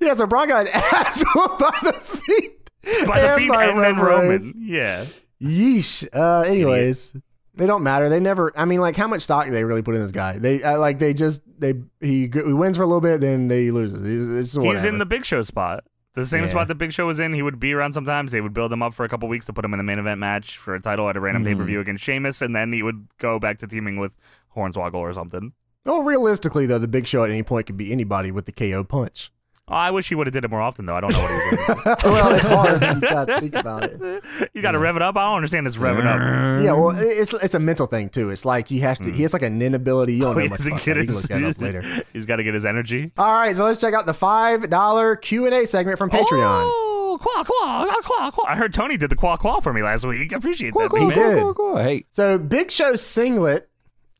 Yeah, so Braun got his ass whipped by the feet. by the And feet by and then Roman Reigns. Roman. Yeah, Yeesh. Uh, anyways, they don't matter. They never. I mean, like, how much stock do they really put in this guy? They uh, like they just they he, g- he wins for a little bit, then they loses. It's, it's he's in the Big Show spot. The same Yeah. spot the Big Show was in, he would be around sometimes. They would build him up for a couple weeks to put him in the main event match for a title at a random Hmm. Mhm. pay per view against Sheamus, and then he would go back to teaming with Hornswoggle or something. Well, realistically though, the Big Show at any point could be anybody with the KO punch. Oh, I wish he would have did it more often, though. I don't know what he was doing. well, it's hard. You got to think about it. you got to rev it up. I don't understand this revving up. Yeah, well, it- it's it's a mental thing too. It's like you have to. He has like a nin ability. You don't know Mm. Oh, He much doesn't about get that. You can his- look that up later. He's got to get his energy. All right, so let's check out the five dollar Q and A segment from Patreon. Oh, qua, qua, qua, qua. I heard Tony did the qua qua for me last week. I appreciate Qua, that. qua, big he man. did. Cool, cool. Hey, So Big Show singlet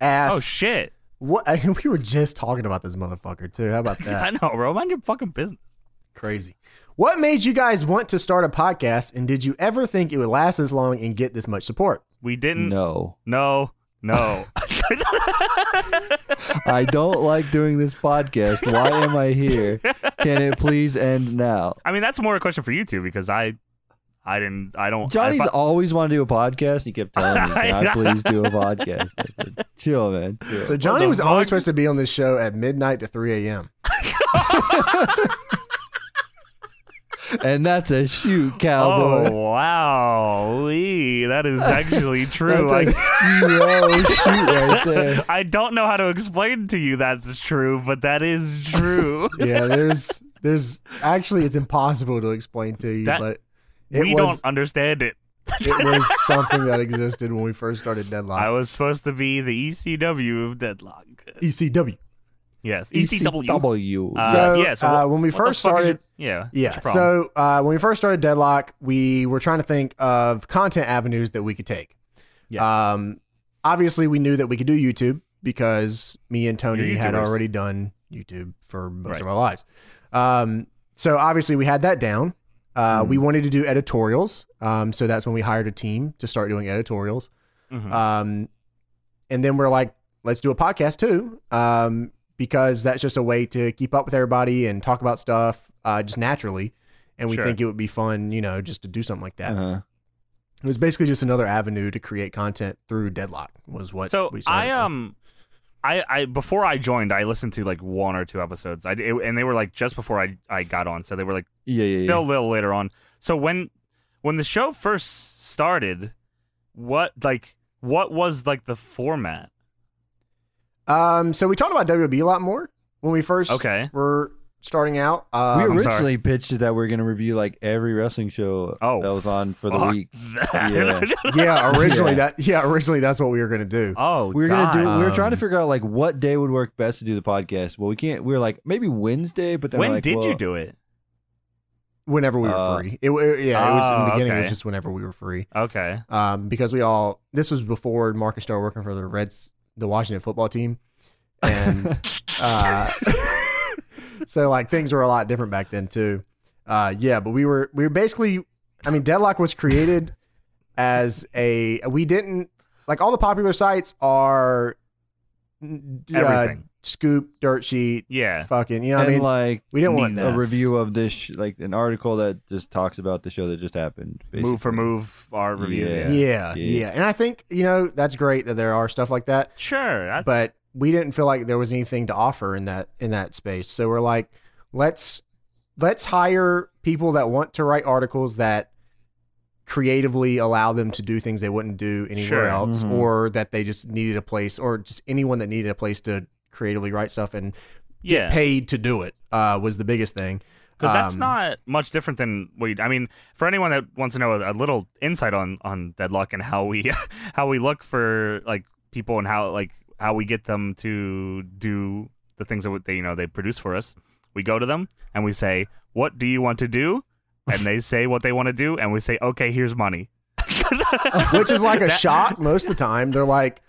asks, Oh, shit. "What?" we were just talking about this motherfucker too. How about that? I know, bro. Mind your fucking business. Crazy. What made you guys want to start a podcast, and did you ever think it would last as long and get this much support? We didn't. no. No, no. I don't like doing this podcast. Why am I here? Can it please end now? I mean, that's more a question for you two because I, I didn't. I don't. Johnny's I, fi- always wanted to do a podcast. He kept telling me, "Can I please do a podcast?" I said, "Chill, man. Chill." So Johnny the was always fuck? supposed to be on this show at midnight to three a.m. and that's a shoot, oh cowboy. wow, oh, that is actually true. that's a I, ski row shoot right there. I don't know how to explain to you that's true, but that is true. Yeah, there's there's actually it's impossible to explain to you, That- but it we was don't understand it. it was something that existed when we first started I Deadlock. E was supposed to be the ECW of Deadlock. ECW. Yes, E E ECW. ECW. E Uh, so yeah, so uh, when we What the first fuck is your- started, yeah, yeah. what's your problem? So uh, when we first started Deadlock, we were trying to think of content avenues that we could take. Yeah. Um, obviously, we knew that we could do YouTube because me and Tony You're had YouTubers. already done YouTube for most of Right. our lives. Um, so obviously, we had that down. Uh, Hmm. We wanted to do editorials, um, so that's when we hired a team to start doing editorials. Mhm. Um, and then we're like, let's do a podcast too, um, because that's just a way to keep up with everybody and talk about stuff uh, just naturally. And we Sure. think it would be fun, you know, just to do something like that. uh-huh. It was basically just another avenue to create content through Deadlock. Was what. so we started I with. um, I I before I joined, I listened to like one or two episodes. I it, and they were like just before I I got on, so they were like. Yeah, yeah, yeah. still a little later on. So when when the show first started, what like what was like the format? Um, so we talked about WWE a lot more when we first Okay. were starting out. Um, we I'm originally sorry. pitched it that we are going to review like every wrestling show Oh, that was on for the Fuck week. that. Yeah. yeah, originally Yeah. that yeah, originally that's what we were gonna do. oh, We were God. gonna do. We were Um, trying to figure out like what day would work best to do the podcast. Well, we can't. We were like maybe Wednesday, but then when we're like, did well, you do it? Whenever we were Uh, free, it, it yeah, it was in the Oh, beginning. It okay. was just whenever we were free, Okay. um, because we all this was before Marcus started working for the Reds, the Washington football team, and uh, so like things were a lot different back then too. Uh, yeah, but we were we were basically, I mean, Deadlock was created as a we didn't like all the popular sites are uh, Everything. Scoop, Dirt Sheet, Yeah. fucking you know and what I mean. like we didn't want need that. a Yes. review of this, sh- like an article that just talks about the show that just happened. Move for basically. move, our reviews. Yeah. Yeah. yeah, yeah, Yeah. And I think, you know, that's great that there are stuff like that, Sure. That's, but we didn't feel like there was anything to offer in that in that space. So we're like, let's let's hire people that want to write articles that creatively allow them to do things they wouldn't do anywhere Sure. mm-hmm. else Mhm. or that they just needed a place or just anyone that needed a place to creatively write stuff and get yeah. paid to do it uh, was the biggest thing. Because that's Um, not much different than we. I mean, for anyone that wants to know a, a little insight on on Deadlock and how we how we look for like people and how like how we get them to do the things that would- they you know they produce for us. We go to them and we say, "What do you want to do?" And they say what they want to do, and we say, "Okay, here's money." which is like a That- shock most of the time. They're like,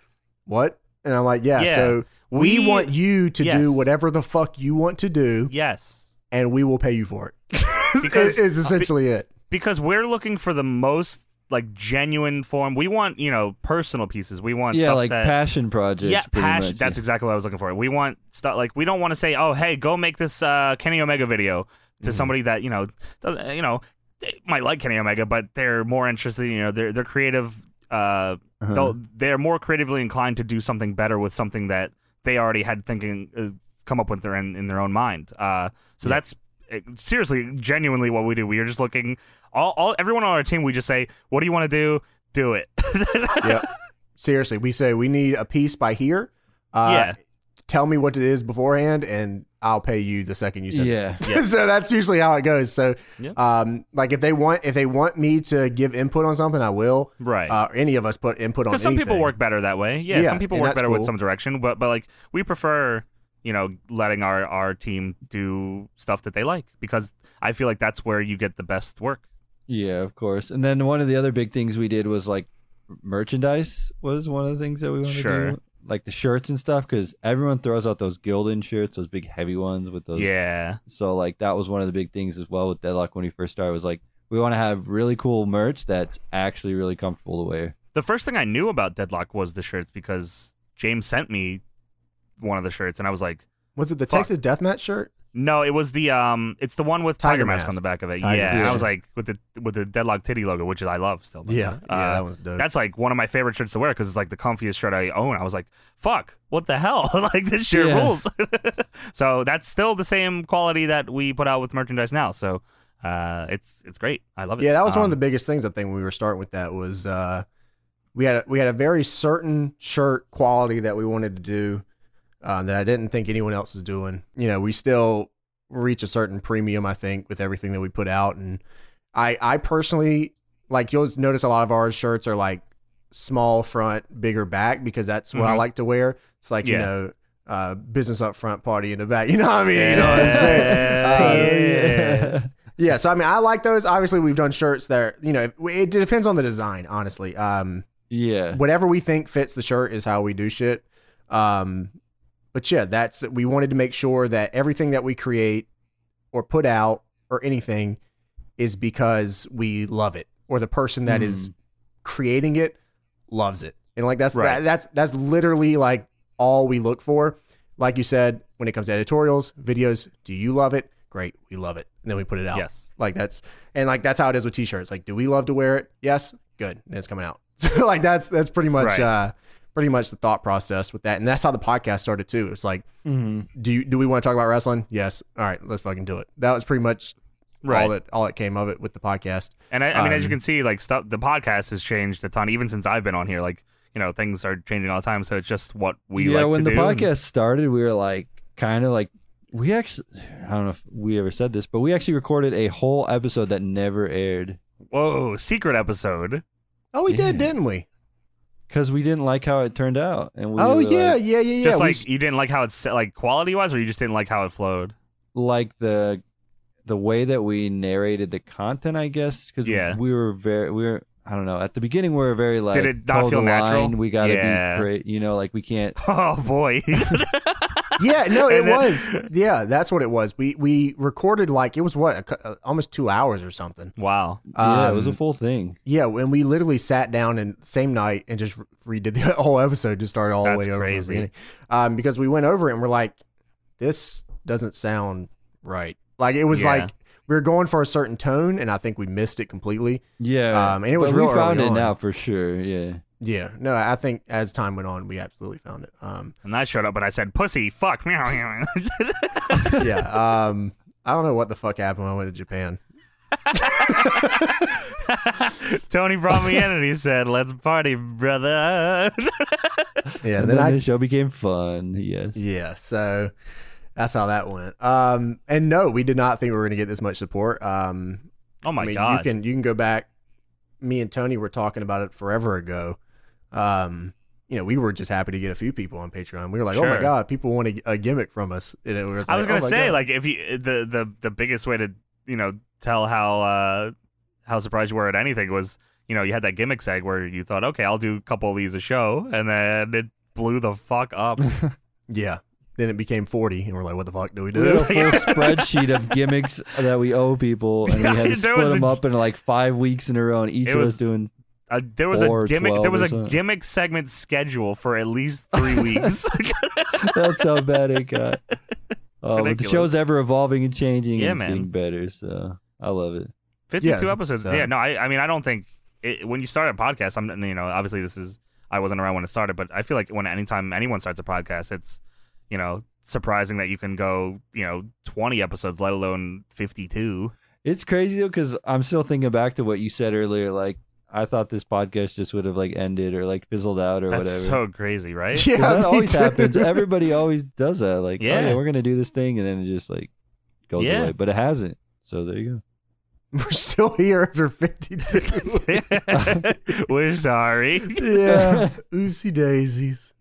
"What?" And I'm like, "Yeah." Yeah. So we, want you to Yes. do whatever the fuck you want to do, Yes. and we will pay you for it. Because- Because is essentially it. because we're looking for the most like genuine form. We want you know personal pieces. We want Yeah, stuff like that passion projects. yeah pretty passion. much, that's yeah. exactly what I was looking for. We want stuff like we don't want to say oh hey go make this uh, Kenny Omega video Mm-hmm. to Mhm. somebody that you know doesn't you know they might like Kenny Omega but they're more interested you know they're they're creative. Uh, Uh-huh. they'll, they're more creatively inclined to do something better with something that they already had thinking uh, come up with their in, in their own mind. Uh, so Yeah. that's uh, seriously, genuinely what we do. We are just looking all, all everyone on our team. We just say, "What do you want to do? Do it." yep. Seriously, we say we need a piece by here. yeah, Uh, Tell me what it is beforehand, and I'll pay you the second you send it. Uh-huh. Yeah. Yeah. so that's usually how it goes. So, Yeah. um, like if they want if they want me to give input on something, I will. right. Uh, any of us put input on Because some people anything. work better that way. Yeah, Yeah, some people and work that's better with cool. some direction, but but like we prefer, you know, letting our our team do stuff that they like because I feel like that's where you get the best work. Yeah, of course. And then one of the other big things we did was like merchandise was one of the things that we wanted Sure. to do. Like the shirts and stuff, because everyone throws out those Gildan shirts, those big heavy ones with those. Yeah, So like that was one of the big things as well with Deadlock when we first started was like we want to have really cool merch that's actually really comfortable to wear. the first thing I knew about Deadlock was the shirts because James sent me one of the shirts, and I was like, Was it the Fuck. Texas Deathmatch shirt? "No, it was the um, it's the one with Tiger, Tiger mask, Mask. on the back of it." Tiger yeah, and I Mask. was like, with the with the Deadlock titty logo, which I love still. by the way. yeah, Uh, that one's dope. that's like one of my favorite shirts to wear because it's like the comfiest shirt I own. I was like, "Fuck, what the hell?" like this shirt Yeah. rules. so that's still the same quality that we put out with merchandise now. So uh, it's it's great. I love it. Yeah, that was one Um, of the biggest things I think when we were starting with that was uh, we had a, we had a very certain shirt quality that we wanted to do uh, that I didn't think anyone else is doing. You know, we still reach a certain premium I think with everything that we put out, and I I personally like you'll notice a lot of our shirts are like small front, bigger back because that's what I Mhm. like to wear. It's like you Yeah. know. Uh, business up front, party in the back. You know what I mean? You know what I'm saying? Um, Uh, Yeah, Oh, yeah. Yeah, so I mean, I like those. Obviously, we've done shirts that are- you know it, it depends on the design, honestly. Um, yeah. whatever we think fits the shirt is how we do shit. Um, but yeah, that's we wanted to make sure that everything that we create or put out or anything is because we love it or the person that is creating it loves it, and like that's Right. that, that's that's literally like all we look for. Like you said, when it comes to editorials, videos, do you love it? Great, we love it, and then we put it out. Yes. Like that's and like that's how it is with t-shirts. Like, do we love to wear it? Yes, good. And it's coming out. So like that's that's pretty much Right. uh pretty much the thought process with that. And that's how the podcast started too. It was like, do you do we want to talk about wrestling? Yes. All right, let's fucking do it. That was pretty much all Right. that all that came of it with the podcast. And I, I mean, as you Um, can see, like stuff, the podcast has changed a ton, even since I've been on here. Like, you know, things are changing all the time, so it's just what we yeah, like when to do. the podcast started, we were like kind of like we actually I don't know if we ever said this, but we actually recorded a whole episode that never aired Whoa, secret episode. Oh, we did, Yeah. didn't we? because we didn't like how it turned out. And we oh were yeah, like, yeah, yeah, yeah. just We like you didn't like how it's like quality wise, or you just didn't like how it flowed. like the the way that we narrated the content, I guess, because Yeah. we were very we were I don't know at the beginning we were very like it not toe feel the natural? line, we gotta Yeah. be great, you know, like we can't. Oh boy. yeah, no, it And then- was. Yeah, that's what it was. We we recorded like it was what a, cou- uh, almost two hours or something. wow. yeah, it was a Um, full thing. yeah, and we literally sat down and same night and just re- redid the whole episode, just started all That's the way over. from the crazy. beginning. Um, because we went over it and we're like, this doesn't sound right. Like it was Yeah. like we were going for a certain tone, and I think we missed it completely. Yeah, Um, and it was but real we found early it on. now for sure. Yeah, Yeah, no, I think as time went on, we absolutely found it. Um, And that showed up, and I said, "Pussy, fuck." meow, meow." yeah, um, I don't know what the fuck happened when I went to Japan. Tony brought me in, and he said, "Let's party, brother." Yeah, and then I the show became fun. Yes, Yeah, so that's how that went. Um, and no, we did not think we were going to get this much support. Um, oh my I mean, god. you can you can go back. Me and Tony were talking about it forever ago. Um, you know, we were just happy to get a few people on Patreon. We were like, oh my Sure. god, people want a, a gimmick from us. And it was I was oh gonna my say, God. like, if you the the the biggest way to you know tell how uh how surprised you were at anything was you know you had that gimmick seg where you thought, okay, I'll do a couple of these a show, and then it blew the fuck up. yeah. Then it became forty, and we're like, what the fuck do we We had do? a full spreadsheet of gimmicks that we owe people, and we had There to split was a- them up into like five weeks in a row, and each It of was- us doing. Uh, there was a Four or gimmick. 12 There was or a something. gimmick segment schedule for at least three weeks. That's how bad it got. Oh, but the ridiculous. show's ever evolving and changing, Yeah, and it's man. getting better. So I love it. Fifty-two Yeah, episodes. so- Yeah. No, I. I mean, I don't think it, when you start a podcast. I'm. You know, obviously this is. I wasn't around when it started, but I feel like when anytime anyone starts a podcast, it's, you know, surprising that you can go, you know, twenty episodes, let alone fifty-two. It's crazy though, because I'm still thinking back to what you said earlier. Like I thought this podcast just would have like ended or like fizzled out or That's whatever. so crazy, right? 'Cause that me always too. happens. Everybody always does that. Like, oh, Yeah. yeah, we're gonna do this thing, and then it just like goes Yeah. away. But it hasn't. So there you We're still here after fifty-two. We're sorry. yeah, oopsie daisies.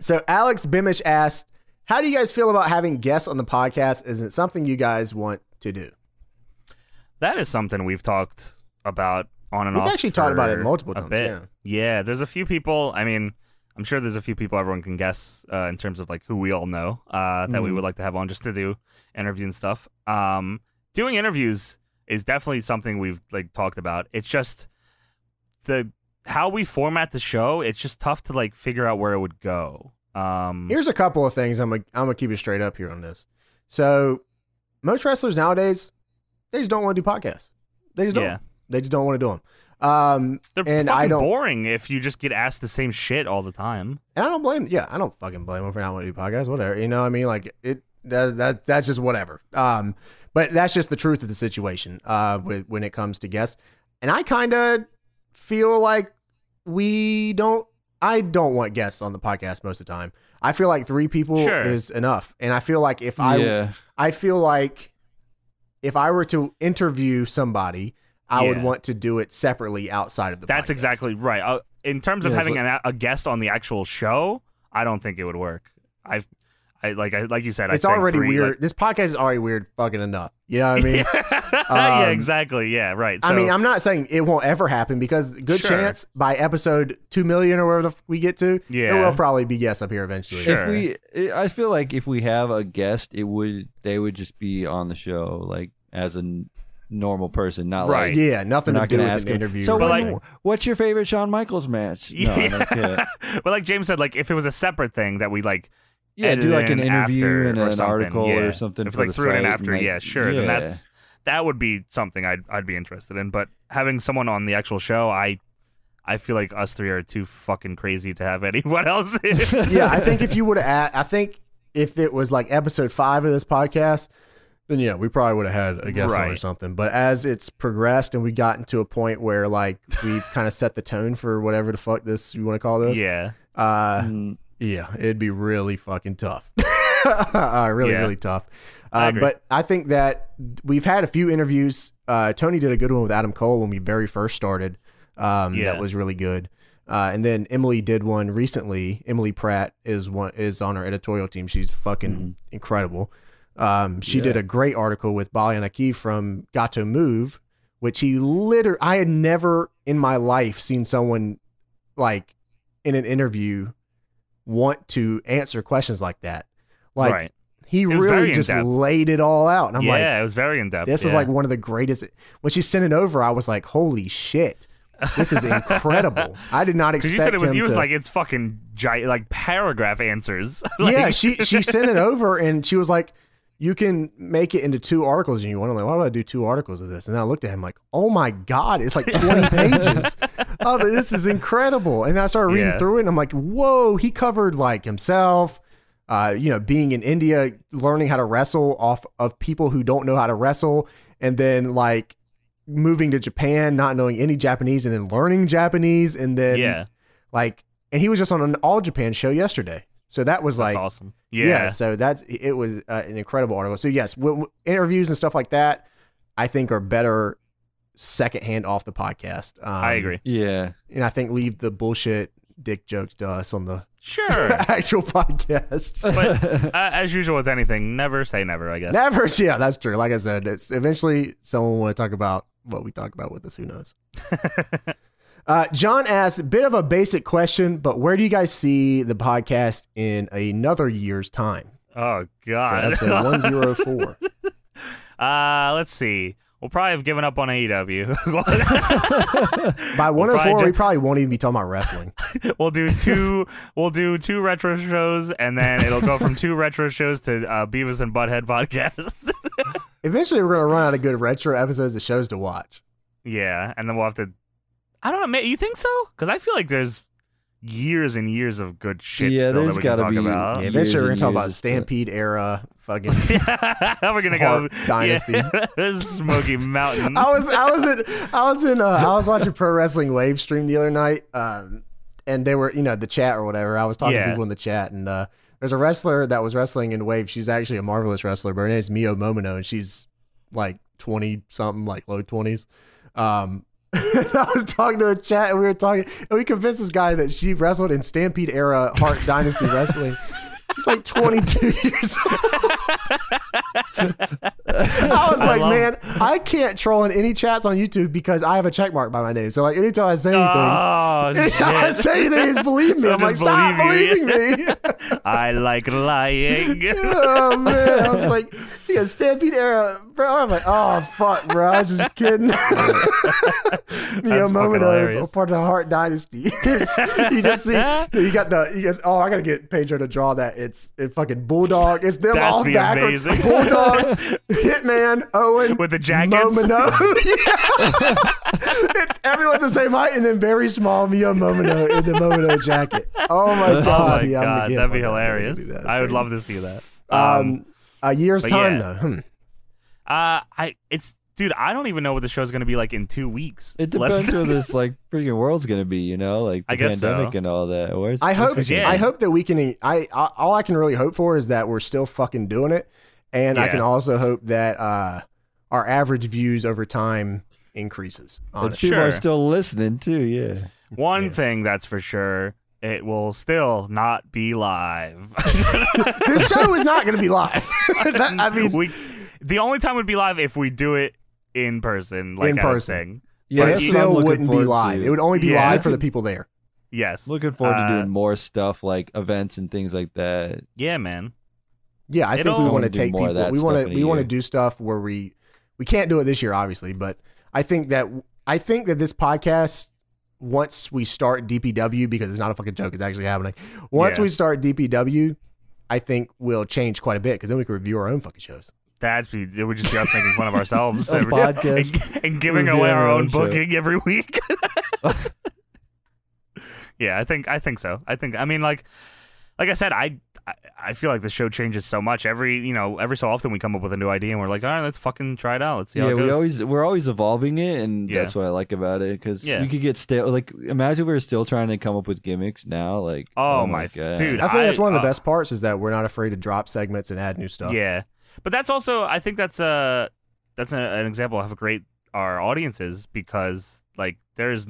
so Alex Bimish asked, "How do you guys feel about having guests on the podcast? Is it something you guys want to do?" That is something we've talked about on and We've off. actually talked about it for multiple a times, bit. yeah. Yeah, there's a few people. I mean, I'm sure there's a few people everyone can guess uh, in terms of like who we all know uh, that we Mm-hmm. Mhm. would like to have on just to do interview and stuff. Um, doing interviews is definitely something we've like talked about. It's just the how we format the show. It's just tough to like figure out where it would go. Um, Here's a couple of things. I'm gonna I'm gonna keep it straight up here on this. So most wrestlers nowadays, they just don't want to do podcasts. They just don't. Yeah. They just don't want to do them. Um, they're and fucking I don't- boring if you just get asked the same shit all the time. and I don't blame. Yeah, I don't fucking blame them for not wanting to do podcasts. Whatever. You know what I mean? Like it. That, that that's just whatever. Um, but that's just the truth of the situation. Uh, with when it comes to guests, and I kind of feel like we don't. I don't want guests on the podcast most of the time. I feel like three people Sure. is enough, and I feel like if go. I yeah. I feel like if I were to interview somebody, I would Yeah. want to do it separately outside of the. That's podcast. exactly right. Uh, in terms of Yeah, it's having an, a guest on the actual show, I don't think it would work. I've, I like, I, like you said, I It's think already three, weird. like- this podcast is already weird. Fucking enough. You know what I mean? yeah, Um, exactly. Yeah, right. I So- mean, I'm not saying it won't ever happen because good Sure. chance by episode two million or wherever the f- we get to, Yeah. it will probably be yes up here eventually. Sure. If we, it, I feel like if we have a guest, it would they would just be on the show like as a n- normal person, not Right. like Yeah, nothing we're to not do going with to ask an him, interview. So, or But, when- anything. what's your favorite Shawn Michaels match? No, I don't care. yeah. but like James said, like if it was a separate thing that we like, yeah, edited do like an in interview after and or an something, article yeah. or something. if for like the threw it in site and, after, like- yeah, sure. Then yeah. that's that would be something I'd I'd be interested in. But having someone on the actual show, I. I feel like us three are too fucking crazy to have anyone else. in. yeah, I think if you would have, I think if it was like episode five of this podcast, then yeah, we probably would have had a guest on or Right. something. But as it's progressed and we've gotten to a point where like we've kind of set the tone for whatever the fuck this you want to call this, yeah, uh, Mm, yeah, it'd be really fucking tough. uh, really, Yeah. really tough. I Uh, agree. but I think that we've had a few interviews. Uh, Tony did a good one with Adam Cole when we very first started. Um, Yeah. That was really good. Uh, and then Emily did one recently. Emily Pratt is one is on our editorial team. She's fucking Mm-hmm. Mhm. incredible. Um, she Yeah. did a great article with Bali Anaki from Got to Move, which he literally I had never in my life seen someone like in an interview want to answer questions like that. Like right. he was really very just in-depth. laid it all out, and I'm yeah, like, it was very in depth. this is like one of the greatest. When she sent it over, I was like, holy shit, this is incredible. I did not Because expect you said it was, him you was to. like, it's fucking giant, like paragraph answers. Like, yeah, she she sent it over and she was like, "You can make it into two articles." And you want I'm like, why would I do two articles of this? And I looked at him like, "Oh my god, it's like 20 pages." I was like, "This is incredible." And I started reading Yeah. through it, and I'm like, "Whoa!" He covered like himself. Uh, you know, being in India, learning how to wrestle off of people who don't know how to wrestle, and then like moving to Japan, not knowing any Japanese, and then learning Japanese, and then yeah, like, and he was just on an All Japan show yesterday, so that was that's like awesome. yeah. Yeah, so that's it was uh, an incredible article. So yes, w- w- interviews and stuff like that, I think are better secondhand off the podcast. Um, I agree. Yeah. and I think leave the bullshit dick jokes to us on the Sure. uh, actual podcast. But- as usual with anything, never say never. I guess. Never, yeah, that's true. Like I said, it's eventually someone will want to talk about what we talk about with us. Who knows? uh, John asked a bit of a basic question, but where do you guys see the podcast in another year's time? oh So God. episode one zero four. uh, let's see. We'll probably have given up on AEW. By We'll 104, probably we probably won't even be talking about wrestling. we'll do two. We'll do two retro shows, and then it'll go from two retro shows to uh, Beavis and Butthead podcast. Eventually, we're going to run out of good retro episodes of shows to watch. yeah, and then we'll have to. I don't know. ma- You think so? Because I feel like there's years and years of good shit Yeah, still that there's we can gotta talk be- about. Yeah, years eventually, we're going and to talk years about of stuff. Stampede era fucking We're gonna go. Hart Dynasty. Yeah, this is Smoky Mountain. I was I was in I was in uh, I was watching pro wrestling wave stream the other night, um, and they were you know the chat or whatever. I was talking to Yeah. people in the chat, and uh, there's a wrestler that was wrestling in wave. She's actually a marvelous wrestler, but her name's Mio Momono, and she's like twenty something, like low twenties. Um, I was talking to a chat, and we were talking, and we convinced this guy that she wrestled in Stampede era Heart Dynasty wrestling. She's like 22 years old. I was I like, love- man, I can't troll in any chats on YouTube because I have a check mark by my name. So like, anytime I say anything, oh anytime I shit! say anything, he's believe me. They'll I'm like, just stop believe you." believing me. I like lying. oh man, I was like, yeah, Stampede era, bro. I'm like, oh fuck, bro. I was just kidding. Mio fucking Momono, hilarious. a part of the Heart Dynasty. you just see, you got the, you got, oh, I gotta get Pedro to draw that. It's it fucking bulldog. It's them That'd all be backwards. amazing. Bulldog, Hitman, Owen With the jackets. Momono. Yeah. it's everyone's the same height, and then very small Mio Momono in the Momono jacket. Oh my god, Oh my yeah, I'm gonna god, get that'd be one. I'm gonna hilarious. do that. I would Crazy. love to see that. Um, a year's but time yeah. though. Hmm. Uh, I it's dude. I don't even know what the show's gonna be like in two weeks. It Let's- depends where this like freaking world's gonna be, you know, like the I guess so. pandemic and all that. Where's I where's hope. this Yeah. I hope that we can. I, I all I can really hope for is that we're still fucking doing it, and I Yeah. can also hope that uh, our average views over time increases. But Honestly, people Sure. are still listening too, yeah. One Yeah. thing that's for sure, it will still not be live. this show is not going to be live. That- I mean, we the only time would be live if we do it in person, like In I was person. saying. but Yeah, it that's what I'm still looking wouldn't be forward live. to. It would only be Yeah. live for the people there. Yes, Looking forward Uh, to doing more stuff like events and things like that. Yeah, man. Yeah, I think It'll- we I want wanna to do take more of people. that We want stuff to in a we want to year. do stuff where we we can't do it this year, obviously, but I think that I think that this podcast once we start DPW because it's not a fucking joke, it's actually happening. Once Yeah. we start DPW, I think we'll change quite a bit because then we can review our own fucking shows. That's be it would just be us making fun of ourselves A every- podcast and, and giving reviewing away our our own own show. booking every week. yeah, I think I think so. I think I mean like like I said, I I- I feel like the show changes so much. Every you know, every so often we come up with a new idea and we're like, all right, let's fucking try it out. Let's see how yeah, it goes. we always we're always evolving it, and Yeah. that's what I like about it because Yeah. we could get stale. Like, imagine we were still trying to come up with gimmicks now. Like, Oh my f- god, dude. I think that's I- one of the uh, best parts is that we're not afraid to drop segments and add new stuff. Yeah, but that's also I think that's a that's a, an example of how great our audience is because like there's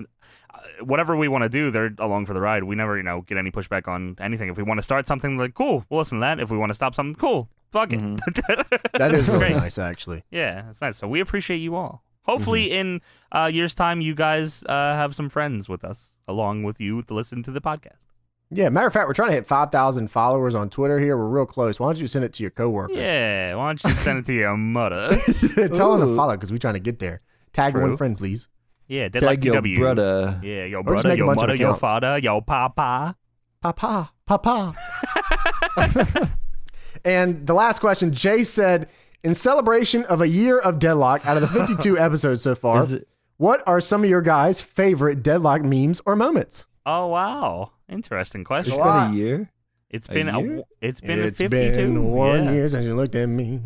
uh, whatever we want to do, they're along for the ride. We never you know get any pushback on anything. If we want to start something, like cool, we'll listen to that. If we want to stop something, cool, fuck it. Mm-hmm. That is It's really great. nice, actually. Yeah, it's nice. So we appreciate you all. Hopefully, Mm-hmm. in uh, years' time, you guys uh, have some friends with us along with you to listen to the podcast. Yeah, matter of fact, we're trying to hit 5,000 followers on Twitter here. We're real close. Why don't you send it to your coworkers? Yeah, why don't you send it to your mother? Tell them to Ooh. follow because we're trying to get there. Tag True. one friend, please. Yeah, dead Tag like your UW. brother. Yeah, your Or just brother, make a your bunch of mother, your accounts. father, your papa. Papa, papa. and the last question Jay said, in celebration of a year of Deadlock, out of the 52 episodes so far, Is it- what are some of your guys' favorite Deadlock memes or moments? Oh wow, interesting It's question. Wow. been a year. It's A been a, year? it's been It's a fifty-two. one yeah. year since you looked at me.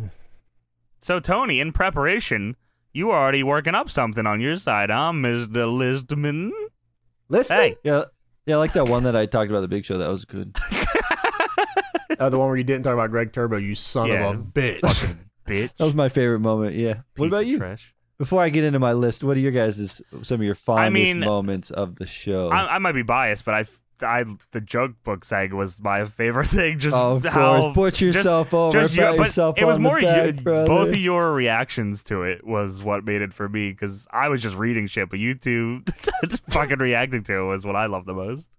So Tony, in preparation, you were already working up something on your side, huh, Mister Listman? Listen, Hey, Yeah, yeah, I like that one that I talked about the Big Show. That was good. Oh, the one where you didn't talk about Greg Turbo, you son Yeah. of a bitch. fucking bitch. That was my favorite moment. Yeah. What Piece about of you? Trash. Before I get into my list, what are your guys' some of your fondest mean- moments of the show? I, I might be biased, but I, f- I- the joke book sag was my favorite thing. Just Oh, of how course, put yourself over, just pat you- but yourself it was on the more you- back, brother. both of your reactions to it was what made it for me because I was just reading shit, but you two fucking reacting to it was what I loved the most.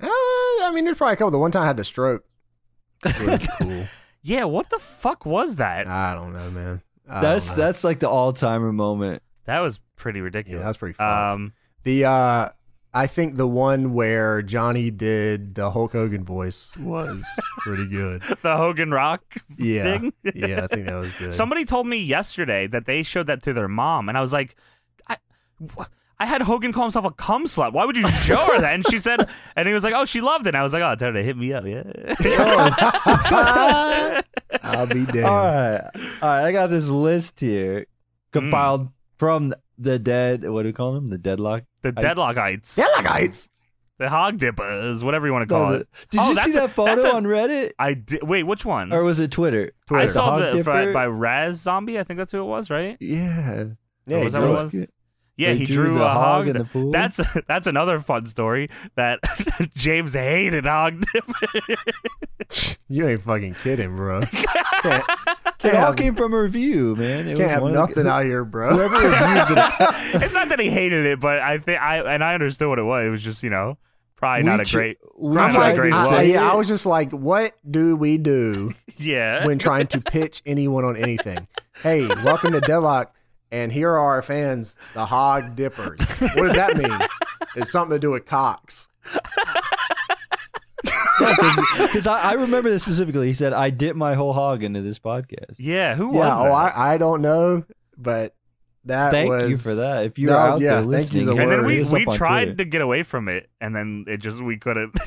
Uh, I mean, there's probably a couple. The one time I had a stroke. It was cool. Yeah, what the fuck was that? I don't know, man. I Ah. That's don't know. that's like the all timer moment. That was pretty yeah, ridiculous. that's pretty fun. um, the uh, I think the one where Johnny did the Hulk Hogan voice was pretty good. the Hogan Rock Yeah, thing. yeah, I think that was good. Somebody told me yesterday that they showed that to their mom, and I was like, I, wh- I had Hogan call himself a cum slut. Why would you show her that? And she said, and he was like, oh, she loved it. And I was like, oh, tell her to hit me up, yeah. I'll be damned. All right, all right. I got this list here compiled Mm. from the dead. What do we call them? The deadlock. the I- Deadlockites, Yeah, like heights. the Hog Dippers, whatever you want to call No, it. the- Did Oh, you see that's a- that photo that's a- on Reddit I di- wait, which one? or was it Twitter? Twitter. I The saw Hog the, by, Dipper? by Raz Zombie. I think that's who it was, right? Yeah, Yeah, was he that what drew it that was? was good. Yeah, They he drew, the a hog. in the pool. that's that's another fun story that James hated hog dippers. You ain't fucking kidding, bro. Can't, can't it all have, came from a review, man. It was can't have one of the- nothing out here, bro. Whoever reviewed the it's not that he hated it, but I think I and I understood what it was. It was just you know probably not a ch- great we I'm I'm not tried like, a great to I, look. say yeah, I it. was just like, what do we do yeah. when trying to pitch anyone on anything? Hey, welcome to Deadlock, and here are our fans, the Hog Dippers. What does that mean? It's something to do with cocks. Because I, I remember this specifically. He said, I dipped my whole hog into this podcast. yeah, who was yeah, that? oh, I, I don't know, but that Thank was you for that. If you're No, out yeah, there thank you listening, so hit and then word. we, us we up on tried Twitter. to get away from it, and then it just we couldn't.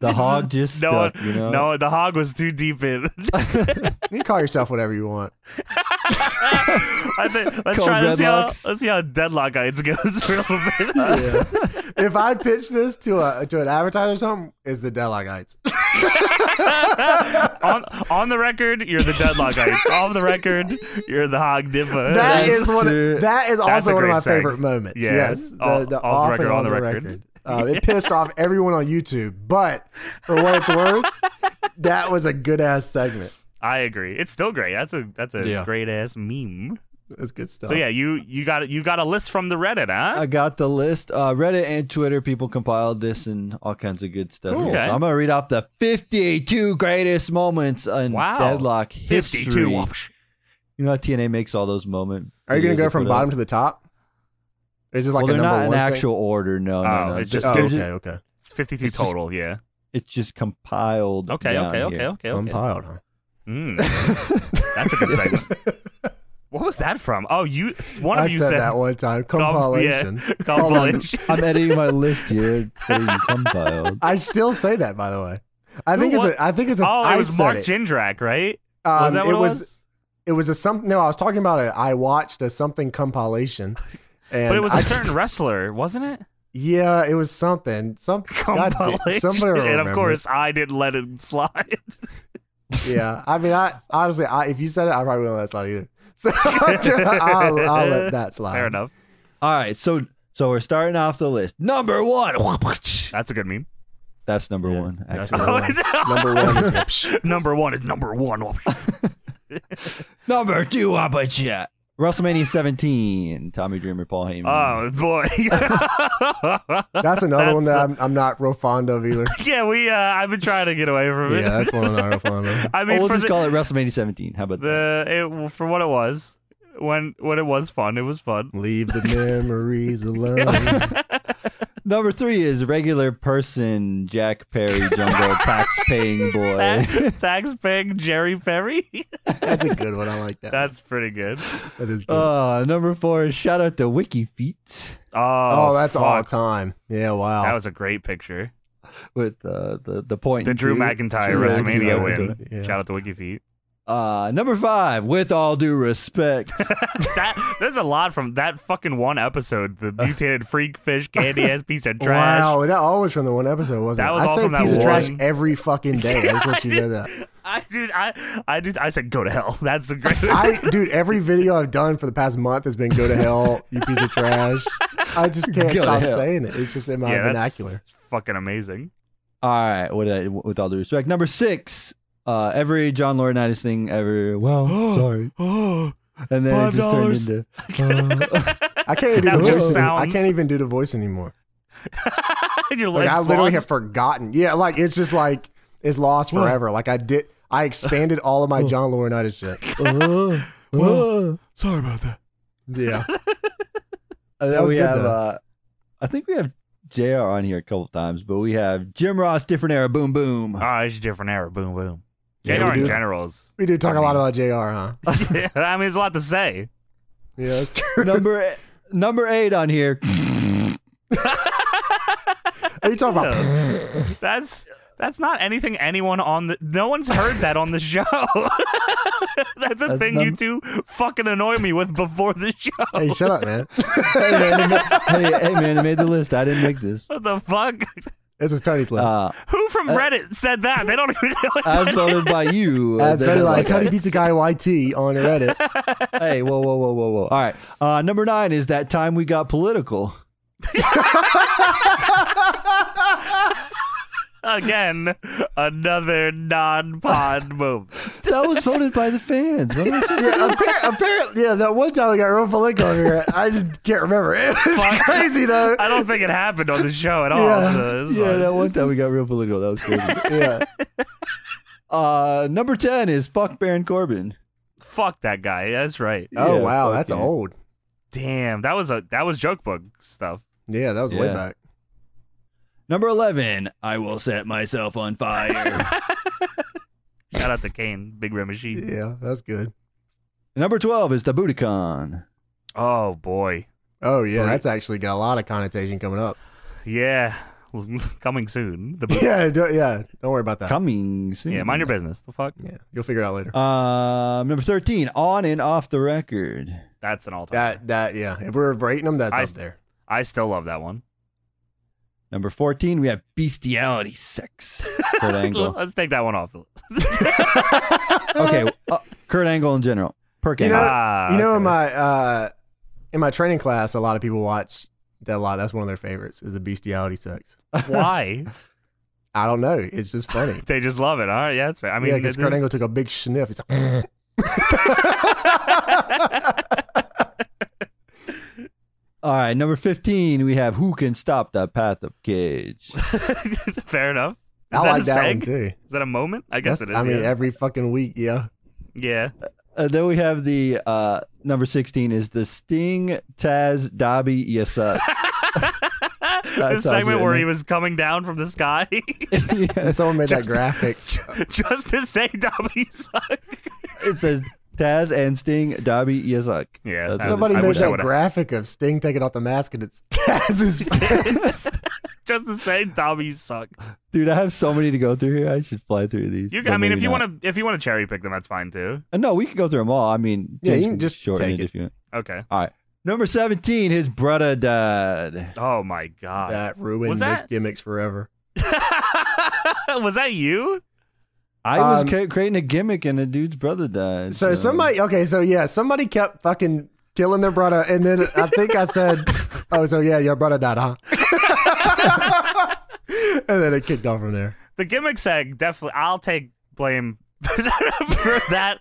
the hog just No, stuck, you know? no, the hog was too deep in. You can call yourself whatever you want. I think, let's Called try. Let's see, how, Redlocks. let's see how deadlock ites goes for a little bit. Yeah. if I pitch this to a to an advertiser or something, it's the Deadlockites. on on the record, you're the deadlockites. Off the record, you're the hog dipper. That That's is one. true. Of, that is also a one of great my seg. favorite moments. Yeah. Yes, the, Off- the off the record, and on the record. Uh, It pissed off everyone on YouTube, but for what it's worth, that was a good ass segment. I agree. It's still great. That's a that's a Yeah. great ass meme. That's good stuff. So yeah, you you got you got a list from the Reddit, huh? I got the list. Uh, Reddit and Twitter people compiled this and all kinds of good stuff. Cool. here. So Okay. I'm going to read off the 52 greatest moments in Wow. Deadlock history. Fifty-two. You know how TNA makes all those moments? Are you gonna go from bottom to the top? Is it like well, a they're number not an one thing? actual order. No, no, Oh, no. it's They're- just- Oh, they're okay, okay. Fifty-two It's just- total. yeah. it's just compiled. Okay. down Okay. here. Okay. Okay. Okay. Compiled, huh? Mm, that's a good segment. what was that from? Oh, you. One of I you said, said that one time. Comp- yeah, Compilation. compilation. I'm editing my list here. and putting compiled. I still say that, by the way. I think Who it's a. I think it's a. Oh, I it was said Mark it. Jindrak, right? Um, was that what it was? It was a some. No, I was talking about a. I watched a something compilation, and but it was a I- certain wrestler, wasn't it? Yeah, it was something. Some God, Compilation. somebody will and of remember. course, I didn't let it slide. Yeah, I mean, I honestly, I, if you said it, I probably wouldn't let that slide either. So I'll, I'll let that slide. Fair enough. All right, so so we're starting off the list. Number one. That's a good meme. That's number Yeah, one. that's Actually. number one. Number Hmm. one is whoops. number one is number one. Number two, Wampa Chat. WrestleMania 17. Tommy Dreamer, Paul oh Heyman. boy. That's another one that That's, I'm, I'm not real fond of either. yeah, we. Uh, I've been trying to get away from it. Yeah, that's one I'm not real fond of. I Well, mean, Oh, we'll for just the, call it WrestleMania 17. How about that? the it, for what it was, when when it was fun, it was fun. Leave the memories alone. Number three is regular person Jack Perry Jungle tax paying boy. Tax paying Jerry Perry. That's a good one. I like that. That's Oh, pretty good. that is good. Uh, number four is shout out to WikiFeet Oh, oh, that's fuck. all time. Yeah, wow. That was a great picture. with uh, the, the point. The and Drew two. McIntyre Drew WrestleMania McIntyre. win. Yeah. Shout out to WikiFeet. Uh, number five, with all due respect. that there's a lot from that fucking one episode. The mutated freak fish candy ass piece of trash. Uh. Wow, that always from the one episode, wasn't That it? was I all say from that piece of trash one- every fucking day. I just want Oh, you to know that. I dude, I I dude, I said go to hell. That's a great. I dude, every video I've done for the past month has been "Go to hell, you piece of trash." I just can't Go to stop hell. saying it. It's just in my yeah, vernacular. That's fucking amazing. all right, with, uh, with all due respect. Number six, uh, every John Laurinaitis thing ever. Well, sorry. Oh, And then it just $5. turned into. uh, I can't even That do the just voice. any- I sounds- can't even do the voice anymore. your Like legs I literally lost. have forgotten. Yeah, like it's just like it's lost Whoa. forever. Like I did, I expanded all of my John Laurinaitis shit. uh, uh. Sorry about that. Yeah, And That then was we good, have, though. uh, I think we have JR on here a couple times, but we have Jim Ross, different era, boom, boom. Oh, it's a different era. Boom, boom. Yeah, JR we in do. generals. we do talk a lot about Jr. Huh? yeah, I mean, there's a lot to say. Yeah, that's true. number e- number eight on here. Are you talking about? Yeah. that's that's not anything anyone on the. No one's heard that on the show. that's a That's thing you num- two fucking annoy me with before the show. Hey, shut up, man. hey, man, it ma- hey, hey, man, it made the list. I didn't make this. What the fuck? It's a Tony clip. Uh, Who from Reddit said that? They don't even know. What as that voted by you. That's uh, very like okay. Tony beats a guy YT on Reddit. Hey, whoa, whoa, whoa, whoa, whoa. All right. Uh, number nine is that time we got political. Again, another non-pod move. That was voted by the fans. What am I saying? Yeah, appar- apparently, yeah, that one time we got real Felico on here. I just can't remember. It was Fuck. crazy though. I don't think it happened on the show at all. Yeah. so it's yeah, fine. that one time we got real political. That was crazy. Yeah, Uh, number ten is fuck Baron Corbin. fuck that guy. That's right. Oh Yeah, wow, fuck that's yeah. old. Damn, that was a that was joke book stuff. Yeah, that was way Yeah. back. Number eleven, I will set myself on fire. Shout out to Kane, Big Red Machine. Yeah, that's good. Number 12 is the Budokan. Oh boy, Oh yeah, Right. that's actually got a lot of connotation coming up. yeah, coming soon. The boot. Yeah. Yeah, don't, yeah. Don't worry about that. Coming soon. mind your business. The fuck. yeah, you'll figure it out later. Um, number 13, on and off the record. That's an all-time. that that yeah. If we're rating them, that's I- up there. I still love that one. Number 14, we have bestiality sex. Kurt Angle. Let's take that one off. Okay, uh, Kurt Angle in general. Perk You know- Angle. Ah, you know, in okay. my uh, in my training class, a lot of people watch that a lot. That's one of their favorites is the bestiality sex. why I don't know. It's just funny. they just love it. All right, yeah, that's fair. I I mean, mean, because it Kurt is- Angle took a big sniff. He's like, All right, number 15, we have who can stop the path of Cage. fair enough. Is I that like a that one seg? too. Is that a moment? I guess That's- it is. I mean, yeah. every fucking week, yeah. yeah. Uh, then we have the uh, number 16 is the Sting, Taz, Dobby, yes, uh, this sounds segment good, where man. he was coming down from the sky And someone made that Just- graphic. just to say W suck. it says Taz and Sting, Dobby Yazak. Yeah, That's- I- Somebody I made wish I that would have graphic of Sting taking off the mask and it's Taz's face. just to say, Dobby, you suck. Dude, I have so many to go through here. I should fly through these. You, But I mean, maybe if you not. want to, if you want to cherry pick them, that's fine too. Uh, No, we can go through them all. I mean, Yeah, James you can just shorten take it. if you want. Okay. Number 17, his brother died. Oh my god. that ruined Was the that- gimmicks forever. was that you? I was Um, ca- creating a gimmick and a dude's brother died. uh, So somebody, okay, so yeah, somebody kept fucking killing their brother, and then I think I said, "Oh, so yeah, your brother died, huh?" and then it kicked off from there. The gimmick seg definitely. I'll take blame for that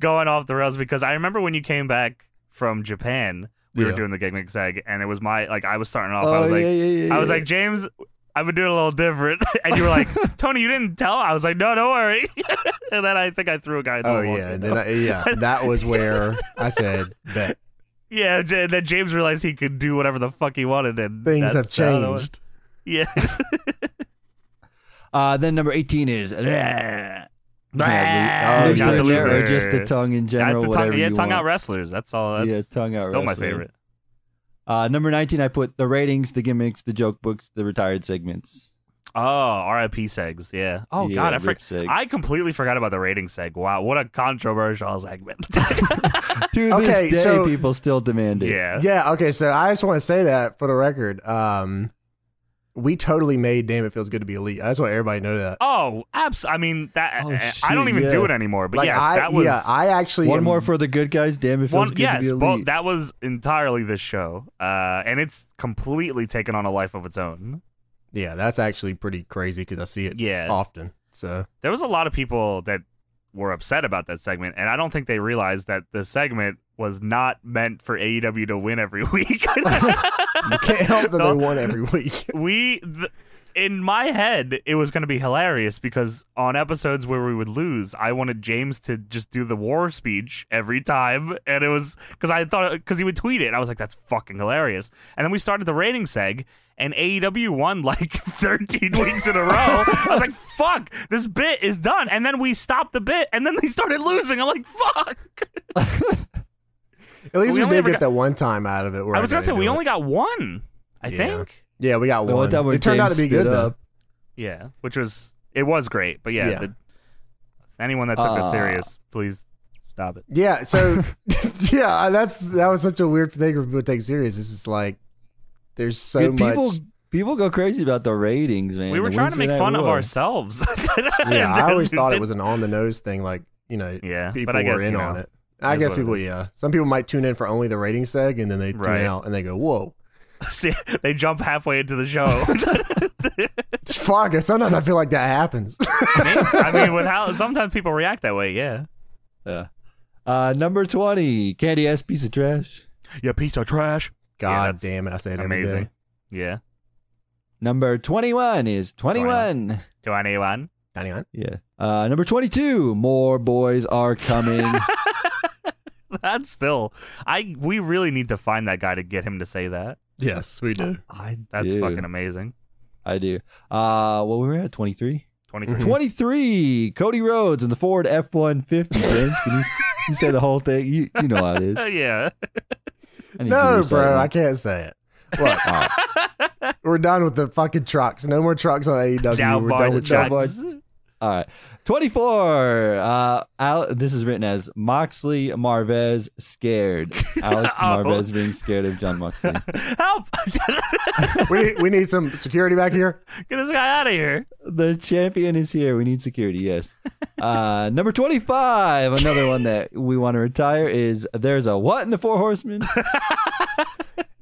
going off the rails because I remember when you came back from Japan, we were Yeah. doing the gimmick seg, and it was my like I was starting off. Oh, I was yeah, like, yeah, yeah, I was yeah. like, James, I've been doing a little different, and you were like, Tony, you didn't tell. I was like, no, don't worry. and then I think I threw a guy. Into Oh the wall, yeah, you and know? then I, yeah, that was where I said that Yeah, J- then James realized he could do whatever the fuck he wanted, and things have that's how that was. changed. Yeah, Uh, then number 18 is. Yeah, Oh, Luke yeah. Taylor, Luke or just the tongue in That's general. the whatever tongue, yeah, you tongue out want. wrestlers. That's all. That's yeah, tongue out. still my wrestling. favorite. Uh, number 19, I put the ratings, the gimmicks, the joke books, the retired segments. Oh, R.I.P. Segs. Yeah. Oh Yeah, God, I rip for- seg. I completely forgot about the rating seg. Wow, what a controversial segment. to Okay, this day, so- people still demand it. yeah. Yeah, okay, so I just want to say that for the record, um, we totally made "Damn It Feels Good to Be Elite." I just want everybody to know that. Oh, abs. I mean that. Oh, I- I shit, don't even yeah. do it anymore. But Like, yes, I, that was. yeah, I actually One am- more for the good guys. Damn, it feels one, good yes, to be well, elite. that was entirely the show, uh, and it's completely taken on a life of its own. yeah, that's actually pretty crazy because I see it Yeah, often. So there was a lot of people that were upset about that segment, and I don't think they realized that the segment was not meant for AEW to win every week. you can't help that No. they won every week. we th- in my head it was going to be hilarious because on episodes where we would lose i wanted james to just do the war speech every time and it was because i thought because he would tweet it and i was like that's fucking hilarious and then we started the rating seg and AEW won like 13 weeks in a row. I was like, fuck, this bit is done. And then we stopped the bit and then they started losing. I'm like, fuck. At least We we, only did ever get got- that one time out of it. Where I was going to say, didn't we do it. only got one, I Yeah. think. yeah we got The one. one time when it turned out to James be good stood though. up. Yeah, which was it was great, but yeah, Yeah. the- anyone that took Uh, it serious, please stop it. Yeah, so yeah, that's that was such a weird thing for people to take serious. This is like there's so Dude, much. people people go crazy about the ratings, man. we were The trying to Wednesday make Night fun of War. ourselves. Yeah, I always thought it Did- was an on the nose thing. Like you know, Yeah, people but I guess were in you know, on it. I is guess what it people, is. yeah. Some people might tune in for only the rating seg, and then they tune Right. out and they go, "Whoa, See, they jump halfway into the show. fuck!" Sometimes I feel like that happens. I mean, with how sometimes people react that way. Yeah, Yeah. Uh, number twenty, candy ass piece of trash. yeah, piece of trash. God that's damn it! I say it every Amazing. day. Yeah, Number twenty-one is twenty-one. to anyone. Hang on. Yeah. Uh, number twenty-two, more boys are coming. That's still, I we really need to find that guy to get him to say that. Yes, we do. I That's do. fucking amazing. I do. Uh, well, we were at twenty-three. Twenty Hmm. three. 23 Cody Rhodes and the Ford F150 James can you, you say the whole thing you, you know how it is Mm-hmm. yeah, I need you No, to say bro, I it. can't say it. Look, Oh, we're done with the fucking trucks. No more trucks on AEW. down Oh, we're by done the with trucks. Cowboys. jacks. all right 24 uh Al- this is written as Moxley Marvez scared Alex Oh. Marvez being scared of John Moxley Help! we need, we need some security back here. Get this guy out of here. the champion is here we need security yes uh number 25 another one that we want to retire is there's a what in the four horsemen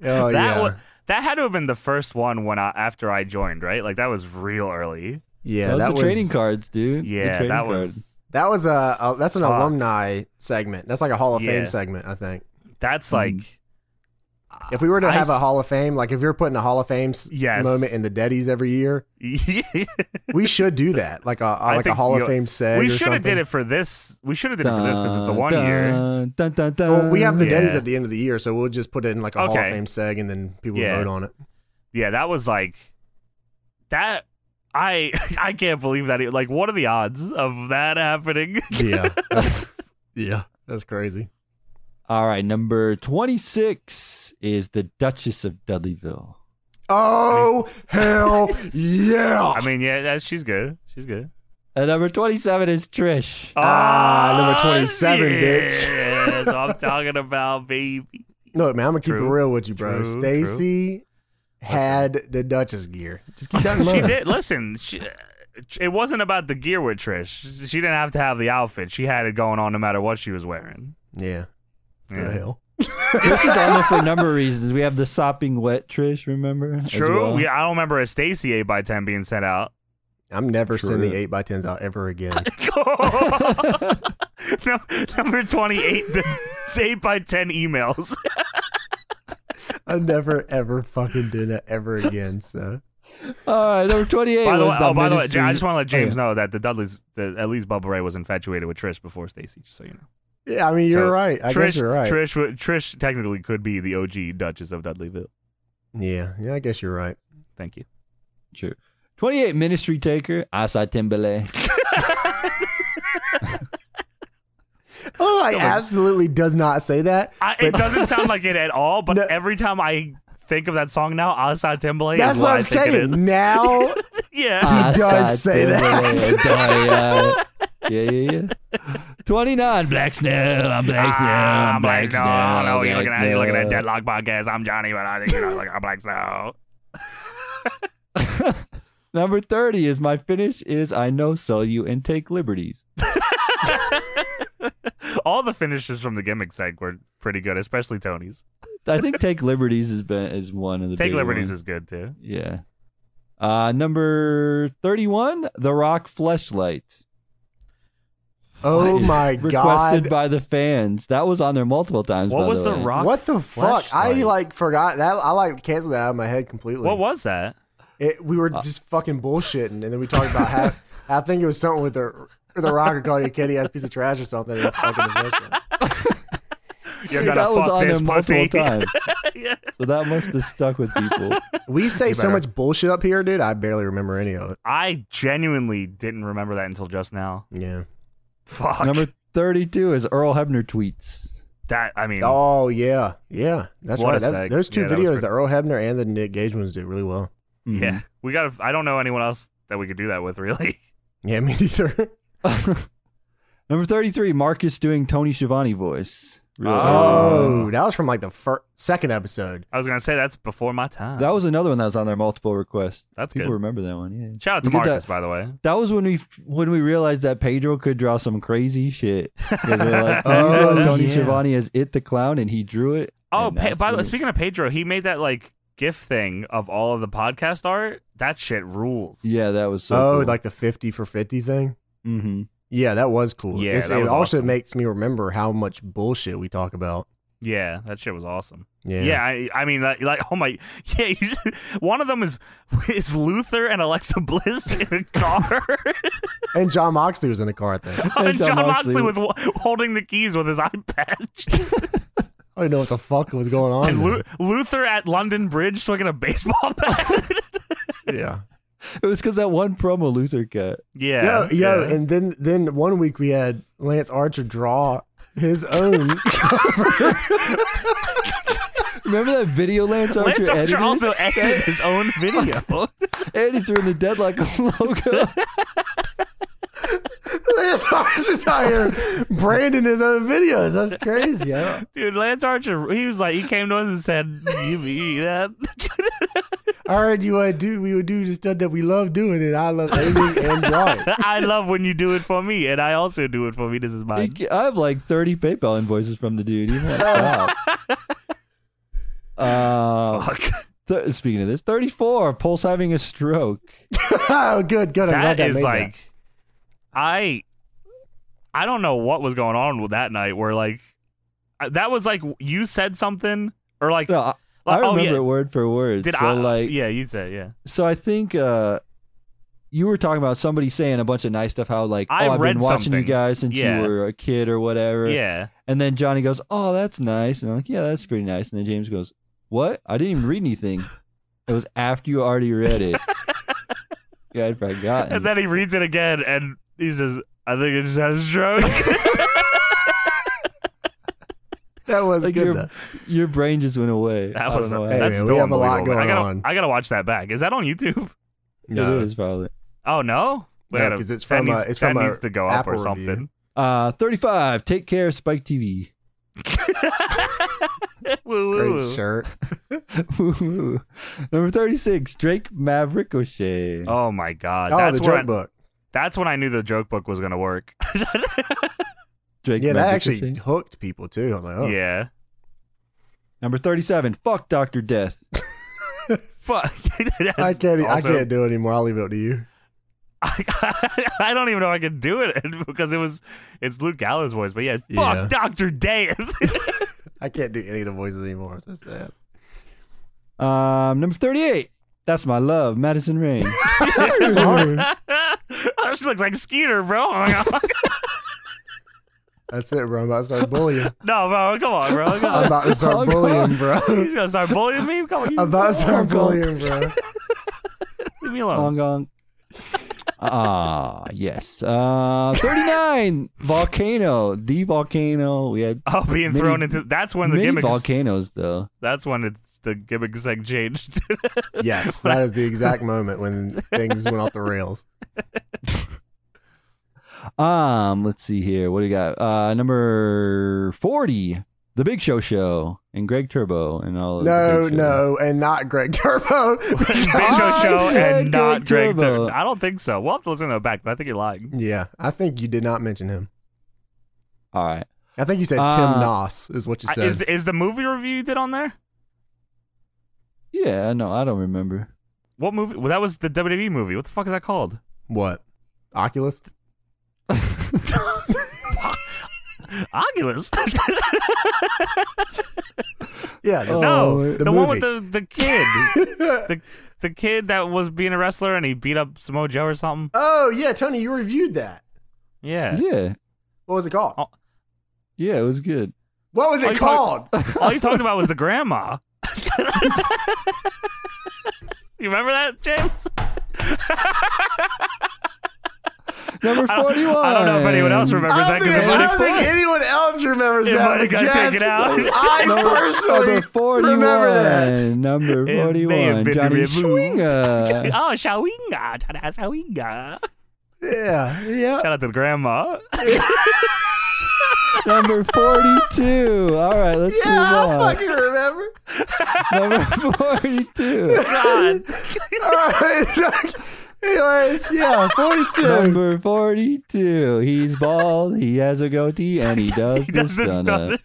Oh that yeah, wa- that had to have been the first one when I after I joined, right? Like that was real early. yeah. those that are was trading cards dude The Yeah, trading that cards. was. that was a, a that's an Fuck. alumni segment. That's like a Hall of Yeah. Fame segment, I think. That's Mm. like. Hmm. If we were to I have a s- Hall of Fame, like if you're putting a Hall of Fame s- Yes. moment in the Deddies every year, we we should do that, like a, a- like a think Hall you- of Fame seg. or should have something. did it for this. We should have did it for this because it's the one Dun, year. dun, dun, dun. Well, we have the Yeah. Deddies at the end of the year, so we'll just put it in like a Hall Okay. of Fame seg, and then people Yeah. vote on it. Yeah, that was like that. I I e, can't believe that. It, like, what are the odds of that happening? Yeah, yeah. That's crazy. All right, number 26 is the Duchess of Dudleyville. Oh hell yeah! I mean, yeah, that, she's good. She's good. And number 27 is Trish. Ah, number Oh, 27, bitch. yeah, That's what I'm talking about, baby. Look, man, I'm gonna keep True, it real with you, bro. true, Stacy had the Duchess gear. Just keep that in She mind. did. Listen, she, uh, it wasn't about the gear with Trish. She didn't have to have the outfit. She had it going on no matter what she was wearing. Yeah. Go to Yeah. hell. Trish is on there for a number of reasons. We have the sopping wet Trish, remember? as True. well? Yeah, I don't remember a Stacy 8 by 10 being sent out. I'm never True. sending eight by tens out ever again. Num- Number 28, the 8 by 10 emails. I'm never ever fucking doing that ever again. So All right, number 28 by the was way, the oh, by the way, Ministry- I just want to let Oh, yeah. James know that the Dudley's, the, at least Bubba Ray was infatuated with Trish before Stacy, just so you know. yeah, I mean you're So, right. I Trish, guess you're right. Trish, wa- Trish technically could be the OG Duchess of Dudleyville. Yeah, yeah, I guess you're right. Thank you. True. 28 Ministry Taker, Asa Timbele. Oh, I Come on. absolutely does not say that. I, it But- doesn't sound like it at all, but No. every time I think of that song now, Asa Timberlake That's is what what, I I'm think it saying. Uh, is. Now Yeah. does say that. that. uh, yeah, yeah, yeah. 29 Black Snow. Oh, I'm Black Snow. Ah, I'm Black Snow. I don't know what you're Black looking at. You're looking at Snow. Deadlock Podcast. I'm Johnny, but I think you know, like, I'm Black Snow. Number 30 is my finish is I know sell you and take liberties. All the finishes from the gimmick seg were pretty good, especially Tony's. I think take liberties has been is one of the Take big Liberties ones. is good too. yeah. Uh, number 31 The Rock Fleshlight. Oh What? my Requested god. by the fans. That was on there multiple times. What by was the, the way. rock? What the fuck? I flashlight? like forgot that. I like canceled that out of my head completely. What Uh. was that? It, we were just fucking bullshitting, and then we talked about how I think it was something with the the rocker call you kitty ass piece of trash or something. and fucking the bullshit. You're Dude, gonna fuck that was on this there pussy. multiple times. Yeah. So that must have stuck with people. We say You so better- much bullshit up here, dude. I barely remember any of it. I genuinely didn't remember that until just now. Yeah. Fuck Number 32 is Earl Hebner tweets. that. I mean, Oh yeah, yeah. That's What right. a That- seg. those two Yeah, that was videos, pretty- the Earl Hebner and the Nick Gage ones, do really well. Mm-hmm. yeah, we got. to I don't know anyone else that we could do that with, really. Yeah, me neither. Number 33, Marcus doing Tony Schiavone voice. Really Oh. Oh, that was from like the fir- second episode. I was gonna say that's before my time. That was another one that was on their multiple requests. that's People good. remember that one. Yeah. Shout out to We did Marcus, by the way. That was when we when we realized that Pedro could draw some crazy shit. 'Cause we're like, Oh, Pedro, Tony yeah. Schiavone as it the clown, and he drew it. Oh, and pa- that's by the way, when- speaking of Pedro, he made that like GIF thing of all of the podcast art. That shit rules. yeah, that was so. oh, cool. like the fifty for fifty thing. hmm Yeah, that was cool. Yeah, It's- that it was also awesome. makes me remember how much bullshit we talk about. Yeah, that shit was awesome. Yeah. Yeah, I, I mean, like, like, oh my, yeah. You just, one of them is is Luther and Alexa Bliss in a car, And John Moxley was in the car at that. and John John Moxley Moxley. with holding the keys with his eye patch, I didn't know what the fuck was going on. and Lu- there. Luther at London Bridge swinging a baseball bat. yeah. It was because that one promo Luther cut. yeah, yo, yo, yeah. and then then one week we had Lance Archer draw his own. Remember that video Lance Archer Lance Archer edited? also edited his own video. and he threw in the deadlock logo. Lance Archer's out here branding his own videos. That's crazy. I, Dude, Lance Archer, he was like, he came to us and said, "You be that." I heard you would do. We would do the stuff that we love doing, and I love aiming and drawing. I love when you do it for me, and I also do it for me. This is mine. He- I have like 30 PayPal invoices from the dude. He won't stop. Uh, Fuck. th- speaking of this, 34, Pulse having a stroke. oh, good, good. I'm glad that that is made like, I, I don't know what was going on with that night. Where like, I- that was like you said something, or like, No, I, I like, remember oh yeah, it word for word. did so I? uh, like, yeah, you said yeah. so I think uh, you were talking about somebody saying a bunch of nice stuff. How like, I've oh, I've read been watching you something. guys since Yeah. you were a kid or whatever. Yeah, And then Johnny goes, oh, that's nice. And I'm like, yeah, that's pretty nice. And then James goes, what? I didn't even read anything. It was after you already read it. yeah, I'd forgotten. and then he reads it again, and he says, "I think it just had a stroke." That was Like good. your- though. Your brain just went away. I That don't was know why. Hey, that's man, we still have a lot unbelievable. I going gotta on. I gotta watch that back. Is that on YouTube? It is probably. Oh no, We No, gotta- 'cause it's that from a- needs, it's that from a needs to go up Apple or review. something. Uh, 35. Take care, Spike TV. Woo, woo, Great woo. shirt. Woo-hoo. Number 36. Drake Maverick O'Shea. Oh my god, oh, that's the when I, joke book. that's when I knew the joke book was gonna work. Drake Yeah, that Maverick actually O'Shea. hooked people too. I'm like, oh, Yeah, Number 37. Fuck Dr. Death. fuck. That's I can't. I also- can't do it anymore. I'll leave it up to you. I, don't even know I could do it because it was it's Luke Gallows' voice, but yeah, Yeah. fuck Doctor Death. I can't do any of the voices anymore. I'm so sad. Um, number 38. That's my love, Madison Rain. That's hard. this looks like Skeeter, bro. Oh my God. That's it, bro. I'm about to start bullying. no, bro, come on, bro. I'm Come on. about to Oh, start God. bullying, bro. He's gonna start bullying me. Come on, you, I'm about to start Oh, God. bullying, bro. leave me alone. Long gong. Ah, yes. Uh, 39. Volcano. The Volcano. We had Oh, being Mini- thrown into that's when the many gimmicks. volcanoes, though. That's when it's, the gimmick seg changed. Yes, that is the exact moment when things went off the rails. Um, let's see here. What do you got? Uh, number 40. The Big Show Show and Greg Turbo and all of the No, Big Show. no, and not Greg Turbo. Oh, Big Show I Show said and not Greg Greg Turbo. Turner. I don't think so. We'll have to listen to it back, but I think you're lying. yeah, I think you did not mention him. All right. I think you said Uh, Tim Noss is what you I- said. Is is the movie review you did on there? Yeah, no, I don't remember. What movie? Well, that was the WWE movie. What the fuck is that called? what? Oculus? Oculus. Yeah. the- no, Oh, the, the one with movie. the the kid, the the kid that was being a wrestler and he beat up Samoa Joe or something. oh yeah, Tony, you reviewed that. Yeah. Yeah. What was it called? Oh. Yeah, it was good. What was Oh, it you called? talk- All you talked about was the grandma. you remember that, James? Number I don't, 41. I don't know if anyone else remembers I don't, that think, because it I might don't have. think anyone else remembers It that. might have but got taken yes, out. I number, personally number 41. remember that. Number It may have 41. been Johnny removed. Schwinger. Oh, Shawinga. Shawinga. Yeah, yeah. Shout out to the grandma. number 42. All right, let's Yeah, I move fucking remember. on. Number 42. God. Alright, Anyways, yeah, 42. Number 42. He's bald, he has a goatee, and he does, he does the this stunner.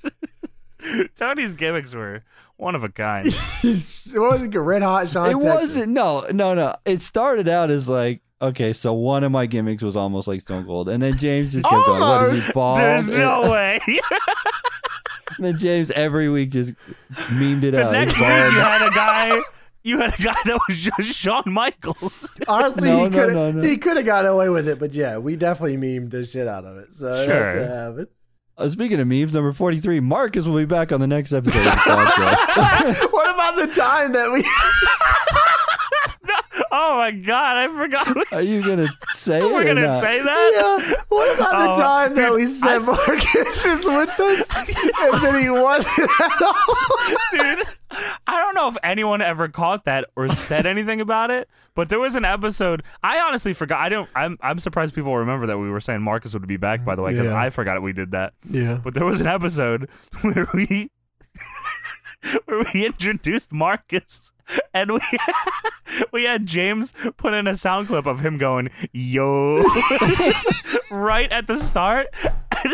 stuff. Tony's gimmicks were one of a kind. what was it? Red Hot Sean It Texas. wasn't. No, no, no. It started out as like, okay, so one of my gimmicks was almost like Stone Cold. And then James just kept going, what is Almost. he, bald? There's And- no way. And then James every week just memed it the out. next He's week you bald. had a guy. You had a guy that was just Shawn Michaels. Honestly, No, he no, could have no, no. he could have gotten away with it, but yeah, we definitely memed the shit out of it. So Sure. that's what happened. Uh, speaking of memes, number 43, Marcus will be back on the next episode of the podcast. what about the time that we? Oh my god, I forgot. Are you going to say it? We're or gonna not? say that. yeah, what about the Oh, time that dude, we said Marcus is with us, and then he wasn't at all? dude. I don't know if anyone ever caught that or said anything about it, but there was an episode. I honestly forgot. I don't. I'm. I'm surprised people remember that we were saying Marcus would be back. By the way, because Yeah. I forgot we did that. Yeah. But there was an episode where we where we introduced Marcus and we we had James put in a sound clip of him going yo right at the start. And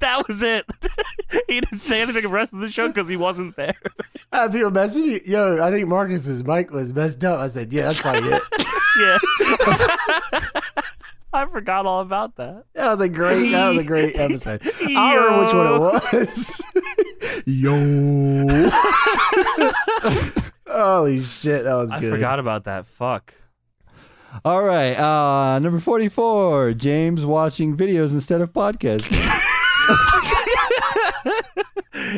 that was it. he didn't say anything the rest of the show because he wasn't there. I have people messaging me, yo, I think Marcus's mic was messed up. I said, yeah, that's probably it. Yeah. I forgot all about that. That was a great. That was a great episode. I don't Yo. remember which one it was. Yo. Holy shit, that was I good. forgot about that. Fuck. All right. Uh, number 44, James watching videos instead of podcasts.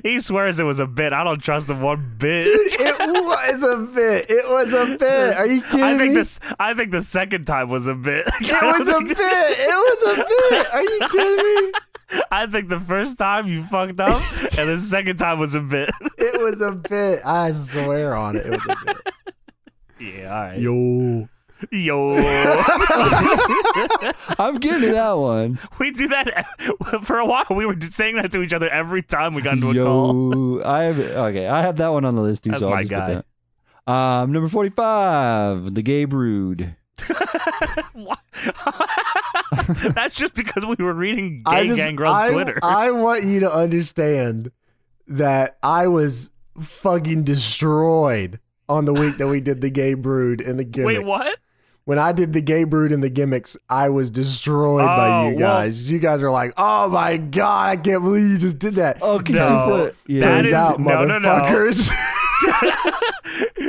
He swears it was a bit. I don't trust him one bit. It was a bit. It was a bit. Are you kidding I think me? this. I think the second time was a bit. It was a bit. It was a bit. Are you kidding me? I think the first time you fucked up, and the second time was a bit. It was a bit. I swear on it. It was a bit. Yeah, all right. Yo. Yo. I'm getting to that one. we do that e-, for a while. We were saying that to each other every time we got into a call. Yo, I have okay. I have that one on the list too. That's so I'll my just put guy. that. Um, number forty-five, the Gay Brood. Why- That's just because we were reading I Gay just- Gang Girl's I- Twitter. I want you to understand that I was fucking destroyed on the week that we did the gay brood and the gimmicks. Wait, what? When I did the gay brood and the gimmicks, I was destroyed by Oh, you well- guys. you guys are like, "Oh my god, I can't believe you uh, just did that." Oh, 'cause No, she's a- yeah. that Turns is- out, no, no, no. motherfuckers.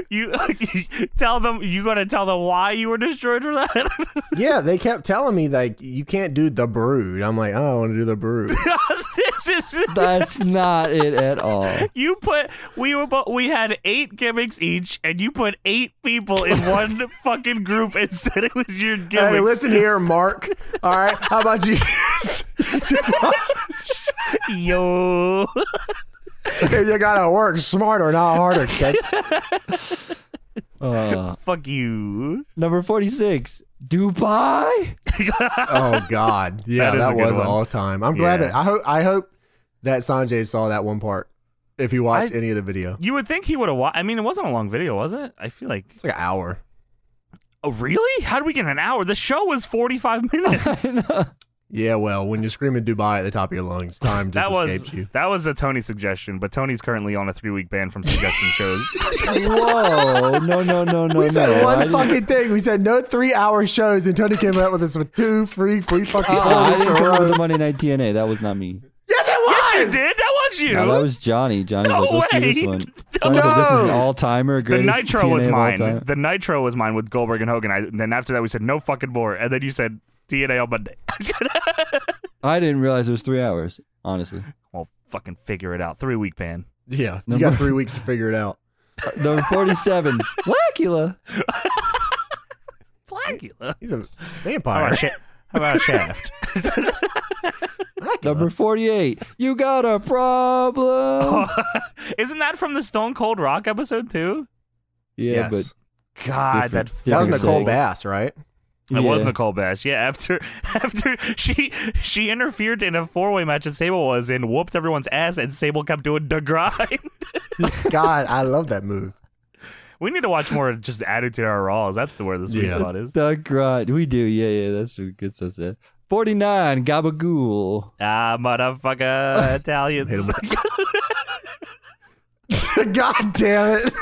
you, you tell them you gonna tell them why you were destroyed for that? yeah, they kept telling me like, "You can't do the brood." I'm like, "Oh, I want to do the brood." this is That's not it at all. you put we were bo- we had eight gimmicks each, and you put eight people in one fucking group and said it was your gimmicks. hey, listen here, Mark. All right, how about you? Yo, If you gotta work smarter, not harder. Okay? Uh, fuck you. number forty-six, Dubai. oh God, yeah, That that, is a good was one. all time. I'm glad Yeah. that I hope I hope that Sanjay saw that one part. If you watch I- any of the video, You would think he would have watched. I mean, it wasn't a long video, was it? I feel like. it's like an hour. Oh, really? How did we get an hour? The show was forty-five minutes. I know. Yeah, well, when you're screaming Dubai at the top of your lungs, time just that was escapes you. that was a Tony suggestion, but Tony's currently on a three-week ban from suggestion shows. Whoa! No, no, no, no, we said no. I one didn't- fucking thing. We said no three-hour shows, and Tony came up with us with two free, free fucking. Uh-uh, I hours in didn't a come up row. with the Monday Night TNA. That was not me. Yes, it yes, was. you did. That was you. No, that was Johnny. Johnny's No like, let's do way. this one. Johnny's like, this is an No. all timer. the Nitro was mine. The Nitro was mine with Goldberg and Hogan. I, and then after that, we said no fucking more. And then you said DNA on Monday. I didn't realize it was three hours. Honestly, well, fucking figure it out. Three week ban. Yeah, you Number- got three weeks to figure it out. number forty-seven, Blackula. Blackula. He's a How vampire. about, Sha- Uh, oh, how about Shaft? Number forty-eight, you got a Oh, problem. Isn't that from the Stone Cold Rock episode too? yeah, yes. God, that Different- that was different Nicole thing. Bass, right? It was Yeah. Nicole Bash. Yeah, after after she she interfered in a four way match that Sable was in, whooped everyone's ass, and Sable kept doing the grind. God, I love that move. we need to watch more of just Attitude Era Raws. That's the where the sweet Yeah. spot is. but the grind. We do. Yeah, yeah. That's a good stuff. Said forty-nine, Gabagool. Ah, motherfucker, Hit Italians. him. God damn it.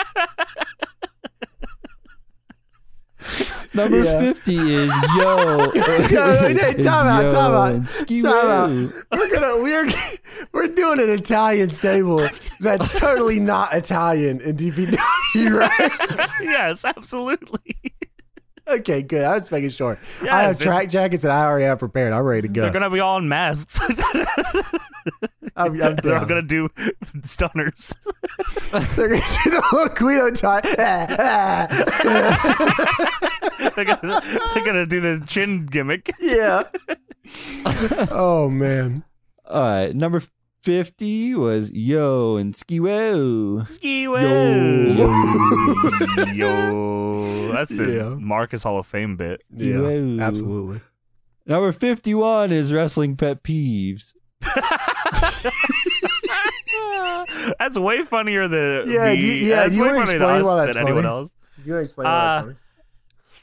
Number Yeah. fifty is yo. Yo, hey, time Is out, yo time out, and ski Time woo. out. We're gonna we're we're doing an Italian stable that's totally not Italian in DPW, right? yes, absolutely. Okay, good. I was making sure. I Yes, have track jackets that I already have prepared. I'm ready to go. They're gonna be all in masks. I'm, I'm They're all down. gonna do stunners. They're gonna do the whole Guido tie. they're, gonna, they're gonna do the chin gimmick. yeah. oh man. All right, number fifty was yo and ski woo. Ski Yo. Yo. Yo. That's the Yeah. Marcus Hall of Fame bit. Yeah. Whoa. Absolutely. Number 51 is wrestling pet peeves. that's way funnier than Yeah, the, you- yeah, That's you way wanna explain funnier than, us why that's than anyone funny? else. You explain why that's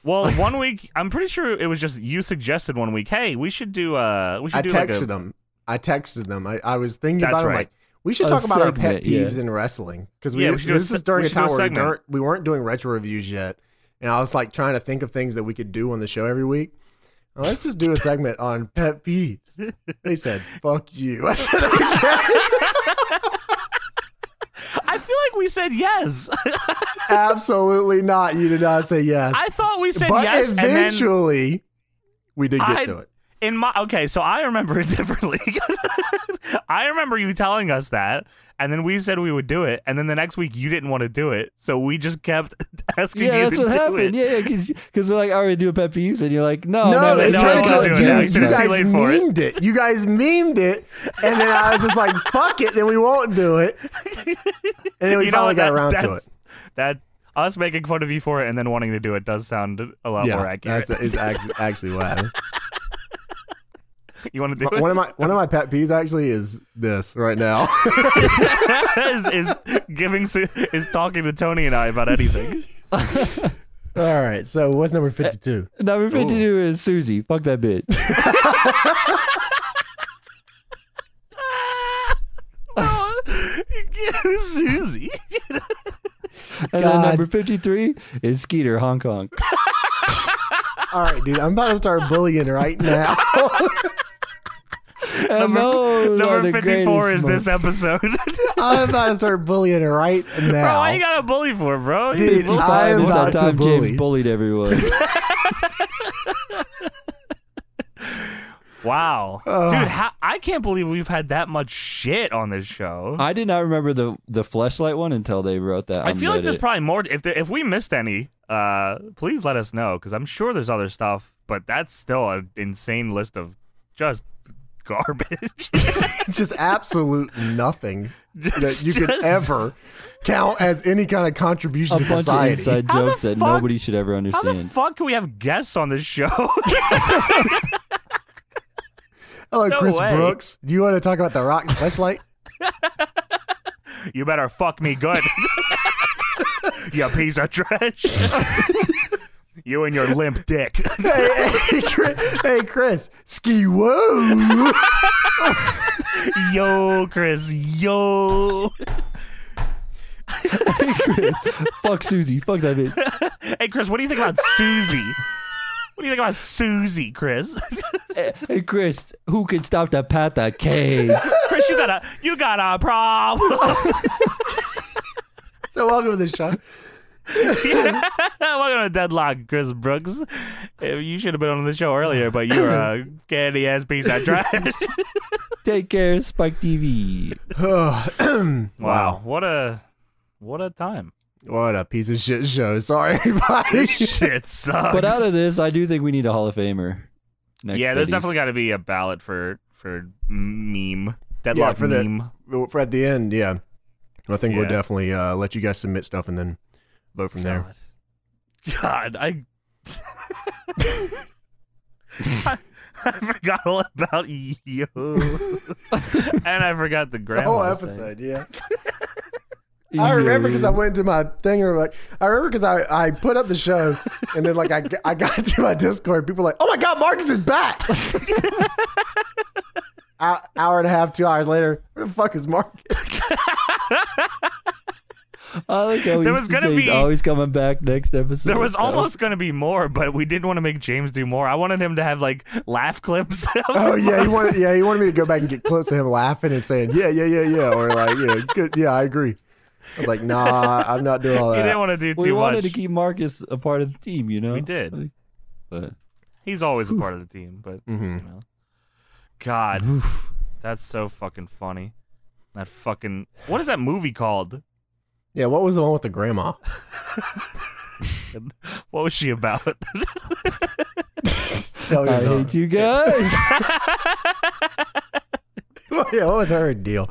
Well, one week I'm pretty sure it was just you suggested one week. Hey, we should do. Uh, we should I do texted like a. them. I texted them. I, I was thinking That's about it. I'm right. like, we should A talk about our pet segment, yeah. peeves in wrestling because we, Yeah, we should do a this is se- during we a should do a time where we segment. weren't, we weren't doing retro reviews yet, and I was like trying to think of things that we could do on the show every week. Well, let's just do a segment on pet peeves. They said, "Fuck you." I said, "Okay." I feel like we said yes. absolutely not. You did not say yes. I thought we said but yes, and then eventually, we did get I- to it. in my okay, so I remember it differently. I remember you telling us that, and then we said we would do it, and then the next week you didn't want to do it, so we just kept asking Yeah, you that's to what do it. happened. Yeah, yeah, because we're like, I already do a pet peeves, and you're like, no, No, no, it Oh, no, turned I don't wanna into do it now. you, He said you it's too guys late for it. memed it. You guys memed it, and then I was just like, "Fuck it," then we won't do it. And then we You know finally got what? That- around to it. that's- That us making fun of you for it and then wanting to do it does sound a lot more accurate. that's is ac- actually what happened. you want to do one of my one of my pet peeves actually is this right now. it? is, is giving Su- is talking to Tony and I about anything. All right, so what's number fifty two? number fifty-two is Susie. Fuck that bitch. Susie. And then God. number fifty-three is Skeeter Hong Kong. All right, dude, I'm about to start bullying right now. And Number- those are Number the 54 is greatest this episode. I'm about to start bullying right now. bro, why you got a bully for, bro? You Dude, been bullied. I- Five am was about that to time bully. James bullied everyone. wow. Ugh. Dude, how, I can't believe we've had that much shit on this show. I did not remember the the fleshlight one until they wrote that. I on feel like there's Reddit. probably more. If there, if we missed any, uh, please let us know because I'm sure there's other stuff, but that's still an insane list of just garbage. Just absolute nothing Just- that you could just- ever count as any kind of contribution a to bunch of society. inside How the jokes that fuck- nobody should ever How the understand. fuck can we have guests on this show? Hello, No Chris way. Brooks. Do you want to talk about the Rock's flashlight? you better fuck me good. you piece of trash. you and your limp dick. hey, hey, Chris, hey, Chris. Ski woo. yo, Chris. Yo. fuck Susie. Fuck that bitch. Hey, Chris. What do you think about Susie? What do you think about Susie, Chris? Hey, hey, Chris, who can stop that pata cave? Chris, you got a you got a problem. so welcome to the show. Yeah. Welcome to Deadlock, Chris Brooks. Uh, You should have been on the show earlier, but you're a candy ass piece of trash. Take care, Spike TV. wow. what a what a time. What a piece of shit show. Sorry, everybody. This shit sucks. But out of this, I do think we need a Hall of Famer. Next yeah, there's Betty's. definitely got to be a ballot for for meme Deadlock for the- meme. For at the end, yeah. I think we'll Yeah. definitely uh, let you guys submit stuff and then vote from there. God, I. I, I forgot all about you, and I forgot The the grandma. whole thing. episode, yeah. I remember because I went to my thing or like I remember because I, I put up the show and then like I, g- I got to my Discord. People were like, oh my god, Marcus is back. Hou- hour and a half, two hours later, where the fuck is Marcus? I like how There there was was going gonna to say he's be- always coming back next episode. There was So- almost going to be more, but we didn't want to make James do more. I wanted him to have like laugh clips. Oh yeah, he wanted yeah he wanted me to go back and get clips of him laughing and saying yeah yeah yeah yeah or like you know good yeah I agree. I'm like nah, I'm not doing all He didn't that. want to do too We wanted much. to keep Marcus a part of the team, you know. We did. But He's always a part of the team, but Mhm. you know. God, that's so fucking funny. That fucking what is that movie called? Yeah, what was the one with the grandma? What was she about? Tell me I about hate you guys. it. yeah, what was her deal?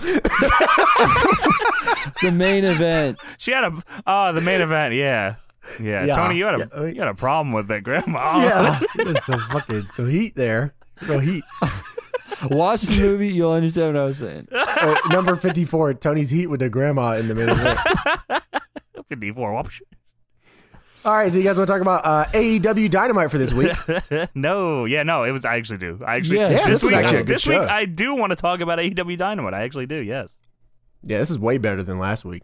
the main event. she had a oh the main event, yeah. Yeah. Yeah, Tony, you had a yeah, I mean- you had a problem with that grandma. Oh. Yeah, it's a fucking so heat there. So heat. Watch the movie, you'll understand what I was saying. Uh, number 54, Tony's Heat with the grandma in the middle. of it. Fifty four option. All right, so you guys want to talk about uh, AEW Dynamite for this week? no, yeah, no, it was. I actually do. I actually, Yeah, Yeah, this this, was week, actually a good this week, show. I do want to talk about AEW Dynamite. I actually do. Yes, Yeah, this is way better than last week.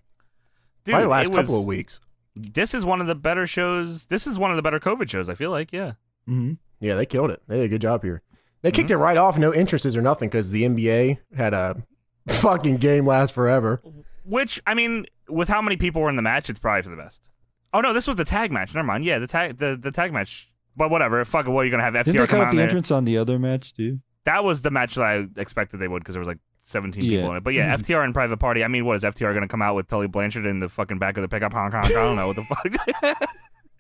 dude, Probably last it was- couple of weeks. This is one of the better shows. This is one of the better COVID shows. I feel like, yeah, Mm-hmm. Yeah, they killed it. They did a good job here. They kicked Mm-hmm. it right off, no entrances or nothing, because the NBA had a fucking game last forever. which I mean, with how many people were in the match, it's probably for the best. Oh no, this was the tag match. Never mind. Yeah, the tag, the, the tag match. But whatever. Fuck it. What are you gonna have FTR Didn't they come cut out off the there? entrance on the other match too? That was the match that I expected they would because there was like seventeen Yeah. people in it. But yeah, FTR and Private Party. I mean, what is FTR going to come out with Tully Blanchard in the fucking back of the pickup? Honk honk. I don't know what the fuck. Yeah, Who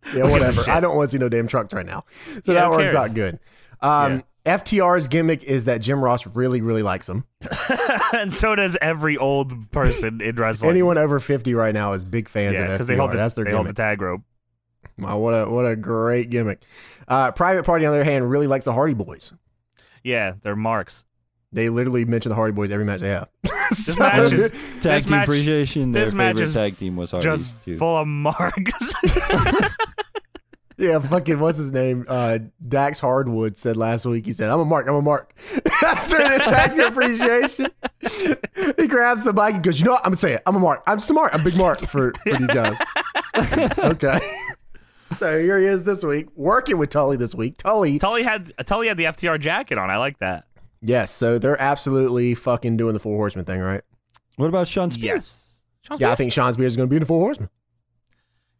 gives a whatever. shit? I don't want to see no damn truck right now. So Yeah, that who works cares? out good. Um, FTR's gimmick is that Jim Ross really, really likes him. and so does every old person in wrestling. Anyone over 50 right now is big fans yeah, of FTR. because they hold the, That's their they hold the gimmick. tag rope. Wow, what a what a great gimmick. Uh, Private Party, on the other hand, really likes the Hardy Boys. Yeah, they're marks. They literally mention the Hardy Boys every match they have. This match is Tag This team match- appreciation. Their this match favorite is tag team was Hardy. just too. full of marks. yeah, fucking what's his name? Uh, Dax Hardwood said last week. He said, "I'm a mark. I'm a mark." After the tax appreciation, he grabs the bike and goes, "You know what? I'm gonna say it. I'm a mark. I'm just a mark. I'm a big mark for, for these guys." okay. So here he is this week, working with Tully this week. Tully, Tully had Tully had the FTR jacket on. I like that. yes. So they're absolutely fucking doing the four horsemen thing, right? What about Sean Spears? Yes. Sean Yeah, I Spears? think Sean Spears is gonna be in the four horsemen.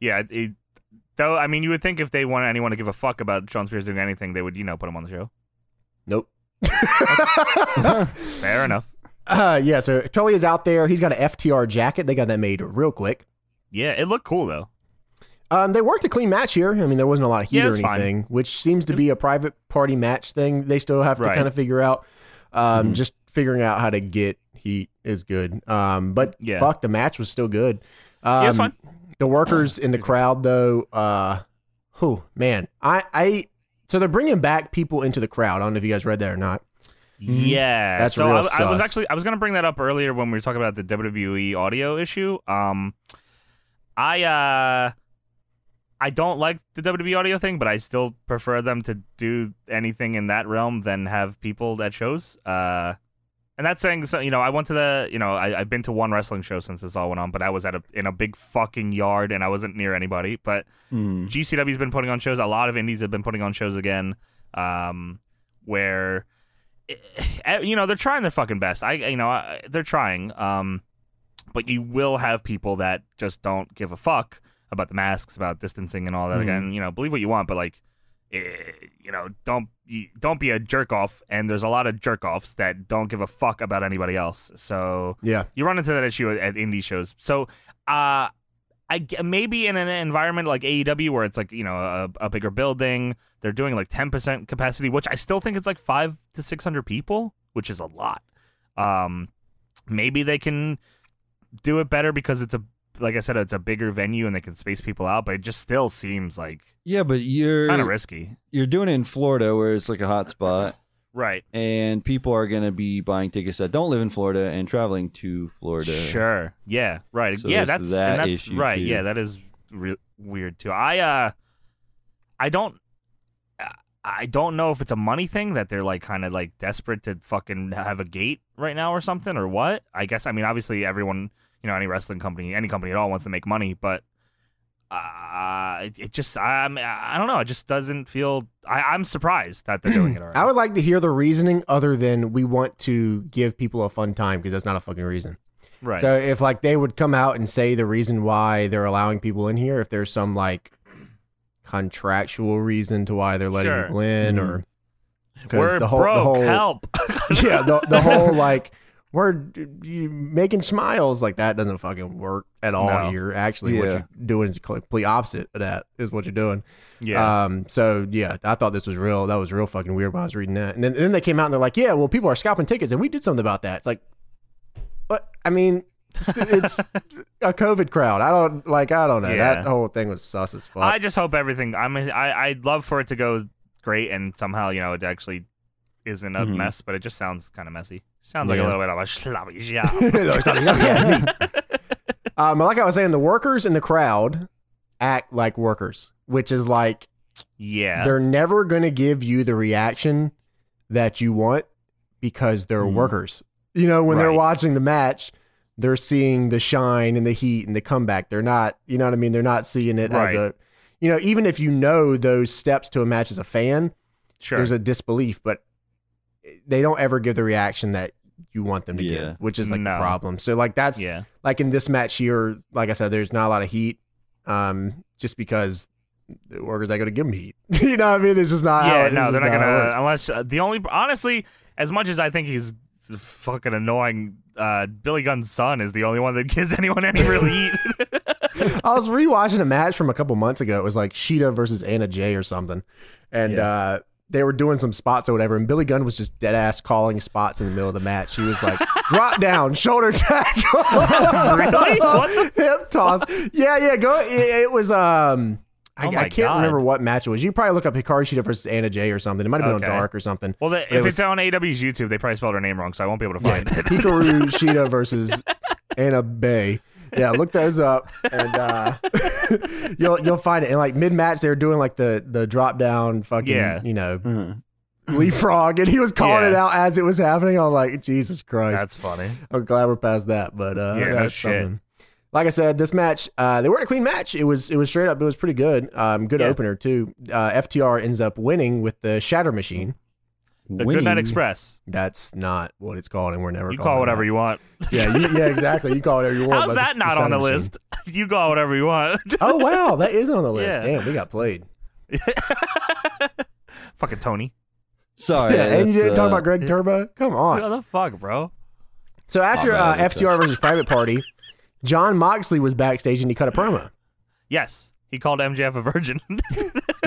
Yeah. It, though, I mean, you would think if they wanted anyone to give a fuck about Sean Spears doing anything, they would, you know, put him on the show. Nope. Fair enough. Uh, yeah, so Tully is out there. He's got an FTR jacket. They got that made real quick. Yeah, it looked cool though. Um, they worked a clean match here. I mean, there wasn't a lot of heat Yeah, it or was fine. anything, which seems to be a private party match thing. They still have to Right. Mm-hmm. kind of figure out. Um, Mhm. Just figuring out how to get heat is good. Um, but Yeah. fuck, the match was still good. Um, Yeah, it's The workers in the crowd, though, uh, who man, I, I, so they're bringing back people into the crowd. I don't know if you guys read that or not. Yeah, Mm-hmm. That's so real I, I was sus. actually I was gonna bring that up earlier when we were talking about the WWE audio issue. Um, I uh, I don't like the WWE audio thing, but I still prefer them to do anything in that realm than have people at shows. Uh, and that's saying so. You know, I went to the you know I, I've been to one wrestling show since this all went on, but I was at a in a big fucking yard and I wasn't near anybody. But Hmm. Mm. GCW's been putting on shows. A lot of indies have been putting on shows again, um, where eh, you know they're trying their fucking best. I you know I, they're trying, um, but you will have people that just don't give a fuck about the masks, about distancing, and all that. Mhm. Again, you know, believe what you want, but like, eh, you know, don't you, don't be a jerk off. And there's a lot of jerk offs that don't give a fuck about anybody else. So Yeah. you run into that issue at indie shows. So, uh, I g- maybe in an environment like AEW where it's like you know a, a bigger building, they're doing like ten percent capacity, which I still think it's like five to six hundred people, which is a lot. Um, maybe they can do it better because it's a like I said, it's a bigger venue and they can space people out, but it just still seems like Yeah, but you're kind of risky, you're doing it in Florida where it's like a hot spot, right? and people are going to be buying tickets that don't live in Florida and traveling to Florida. Sure. Yeah. Right. So yeah. there's That's that and that's issue, right. too. Yeah. That is re- weird too. I uh, I don't. I- I don't know if it's a money thing that they're like kind of like desperate to fucking have a gate right now or something or what. I guess I mean obviously everyone you know any wrestling company any company at all wants to make money, but uh, it, it just I'm I don't know. It just doesn't feel. I, I'm surprised that they're doing it already. I would like to hear the reasoning other than we want to give people a fun time because that's not a fucking reason. right. So if like they would come out and say the reason why they're allowing people in here, if there's some like contractual reason to why they're letting Sure. people in, or because We're the whole broke. the whole help. yeah the, the whole like we're d- you making smiles like that doesn't fucking work at all No. here. Actually, what Yeah. you're doing is the complete opposite of that is what you're doing. Yeah. Um, so yeah, I thought this was real. That was real fucking weird when I was reading that. And then, then they came out and they're like, yeah, well, people are scalping tickets, and we did something about that. It's like, but I mean, it's, it's a COVID crowd. I don't like. I don't know. Yeah. That whole thing was sus as fuck. I just hope everything. I'm. I. I'd love for it to go great, and somehow you know it actually isn't a Mhm. mess. But it just sounds kind of messy. Sounds like a Mm-hmm. Yeah. little bit of a sloppy job. They're talking- yeah, me. um, like I was saying, the workers in the crowd act like workers, which is like yeah. they're never going to give you the reaction that you want because they're Mm. workers. You know, when they're Right. watching the match, they're seeing the shine and the heat and the comeback. They're not, you know what I mean? They're not seeing it Right. as a, you know, even if you know those steps to a match as a fan, sure. there's a disbelief, but they don't ever give the reaction that you want them to Yeah. give, which is like No. the problem. So, like, that's yeah. like in this match here, like I said, there's not a lot of heat, um, just because the workers ain't gonna give them heat. you know what I mean? It's just not. how- Yeah. it's No, just they're not how it gonna. works. Unless uh, the only. Honestly, as much as I think he's fucking annoying. Uh, Billy Gunn's son is the only one that gives anyone any real heat. I was rewatching a match from a couple months ago. It was like Sheeta versus Anna Jay or something, and Yeah. uh, they were doing some spots or whatever. And Billy Gunn was just dead ass calling spots in the middle of the match. He was like, "Drop down, shoulder tackle, Really? What hip toss." Yeah, yeah. Go. It, it was. Um, I, Oh my I can't God. remember what match it was. You probably look up Hikari Shida versus Anna Jay or something. It might have been Okay. on Dark or something. well, the, it if was- it's on AW's YouTube, they probably spelled her name wrong, so I won't be able to find it. Hikaru Shida versus Anna Bay. Yeah, look those up, and uh, you'll you'll find it. And like mid match, they were doing like the the drop down fucking Yeah. you know Mhm. leaf frog, and he was calling Yeah. it out as it was happening. I'm like, Jesus Christ! That's funny. I'm glad we're past that, but uh, Yeah, no that's shit. something. Like I said, this match uh, they weren't a clean match. It was it was straight up. It was pretty good. Um, good Yeah. opener too. Uh, FTR ends up winning with the Shatter Machine. The Winning. Goodnight Express. That's not what it's called, and we're never You calling call it whatever that. you want. Yeah, you, yeah, exactly. You call it whatever you want. How's but it's a- that not it's on the sound machine. list? you call whatever you want. Oh wow, that is on the list. Yeah. Damn, we got played. Fucking Tony. Sorry. yeah, and you that's, didn't talk uh, about Greg Turbo. Come on. What the fuck, bro? So after Oh, man, uh, that's FTR versus Private Party, John Moxley was backstage and he cut a promo. Yes, he called MJF a virgin.